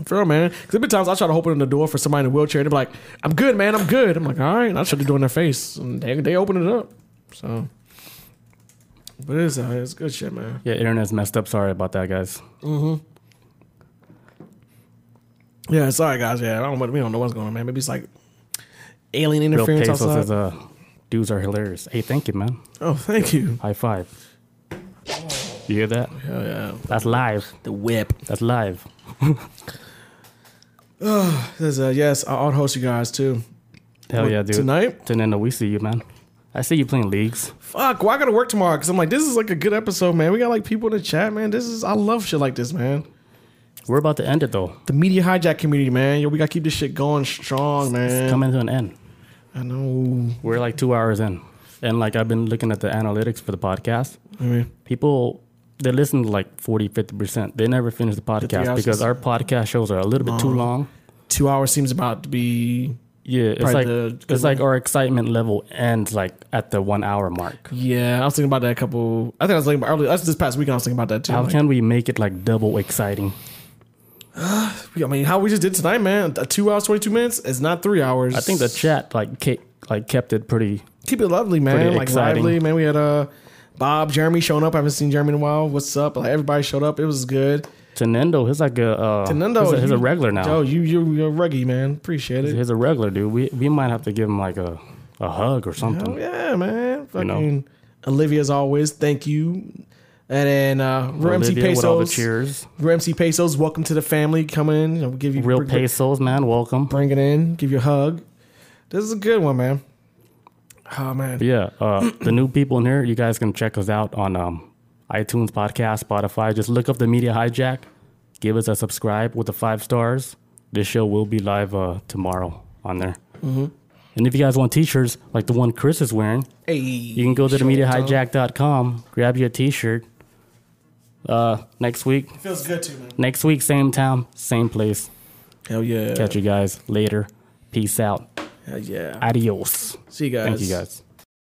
S2: For real, man. Because there's been times I try to open the door for somebody in a wheelchair and they're like, I'm good, man, I'm good. I'm like, all right, I should have doing their face. And they, they open it up. So. But it's, uh, it's good shit, man.
S1: Yeah, internet's messed up. Sorry about that, guys.
S2: Yeah, sorry, guys. Yeah, I don't, we don't know what's going on, man. Maybe it's like alien
S1: Real
S2: interference
S1: Pesos
S2: outside.
S1: says, uh, dudes are hilarious. Hey, thank you, man.
S2: oh, thank you.
S1: High five. You hear that?
S2: Hell yeah.
S1: That's live.
S2: The whip.
S1: That's live.
S2: Says, uh, yes, I- I'll host you guys too.
S1: Hell
S2: What,
S1: yeah, dude.
S2: Tonight?
S1: Tonight, we see you, man. I see you playing leagues.
S2: Fuck, why I gotta work tomorrow? Because I'm like, this is like a good episode, man. We got like people in the chat, man. This is, I love shit like this, man.
S1: We're about to end it though.
S2: The media hijack community, man. Yo, we gotta keep this shit going strong, man.
S1: It's coming to an end.
S2: I know.
S1: We're like two hours in, and like I've been looking at the analytics for the podcast.
S2: I mean,
S1: People they listen to like 40, 50%. They never finish the podcast
S2: hours
S1: because
S2: is-
S1: our podcast shows are a little bit too long.
S2: Two hours seems about to be.
S1: Yeah, it's
S2: Probably
S1: like
S2: the good
S1: it's like our excitement level ends like at the one hour mark.
S2: Yeah, I was thinking about that a couple. I think I was thinking about earlier. That's this past weekend. I was thinking about that too.
S1: How
S2: Like,
S1: can we make it like double exciting?
S2: I mean, how we just did tonight, man. Uh, Two hours, twenty-two minutes is not three hours.
S1: I think the chat like ke- like kept it pretty.
S2: keep it lovely, man.
S1: Pretty
S2: Like
S1: exciting.
S2: lively, man. We had uh Bob, Jeremy showing up. I haven't seen Jeremy in a while. What's up? Like everybody showed up. It was good.
S1: Tenendo, he's like a uh,
S2: Tenendo,
S1: He's a, he's a
S2: you-
S1: regular
S2: Yo,
S1: now.
S2: you you you're ruggy, man. Appreciate it.
S1: He's a regular dude. We we might have to give him like a a hug or something.
S2: Oh yeah, man. Fucking
S1: know.
S2: Olivia as always. Thank you. And then uh, Real MC
S1: Olivia with all the
S2: Pesos.
S1: cheers.
S2: Real MC Pesos, welcome to the family. Come in. You know, give you
S1: Real
S2: bring,
S1: pesos, man. Welcome.
S2: bring it in. Give you a hug. This is a good one, man. Oh man.
S1: But yeah, uh, the new people in here, you guys can check us out on um, iTunes, podcast, Spotify. Just look up the Media Hijack. Give us a subscribe with the five stars. This show will be live uh, tomorrow on there. And if you guys want t-shirts like the one Chris is wearing,
S2: Hey.
S1: you can go to the
S2: Show it, Tom.
S1: themediahijack.com, grab you a t-shirt. Uh, next week,
S2: Feels good too, man.
S1: next week, same time, same place.
S2: Hell yeah.
S1: Catch you guys later. Peace out.
S2: Hell yeah.
S1: Adios.
S2: See you guys.
S1: Thank you guys.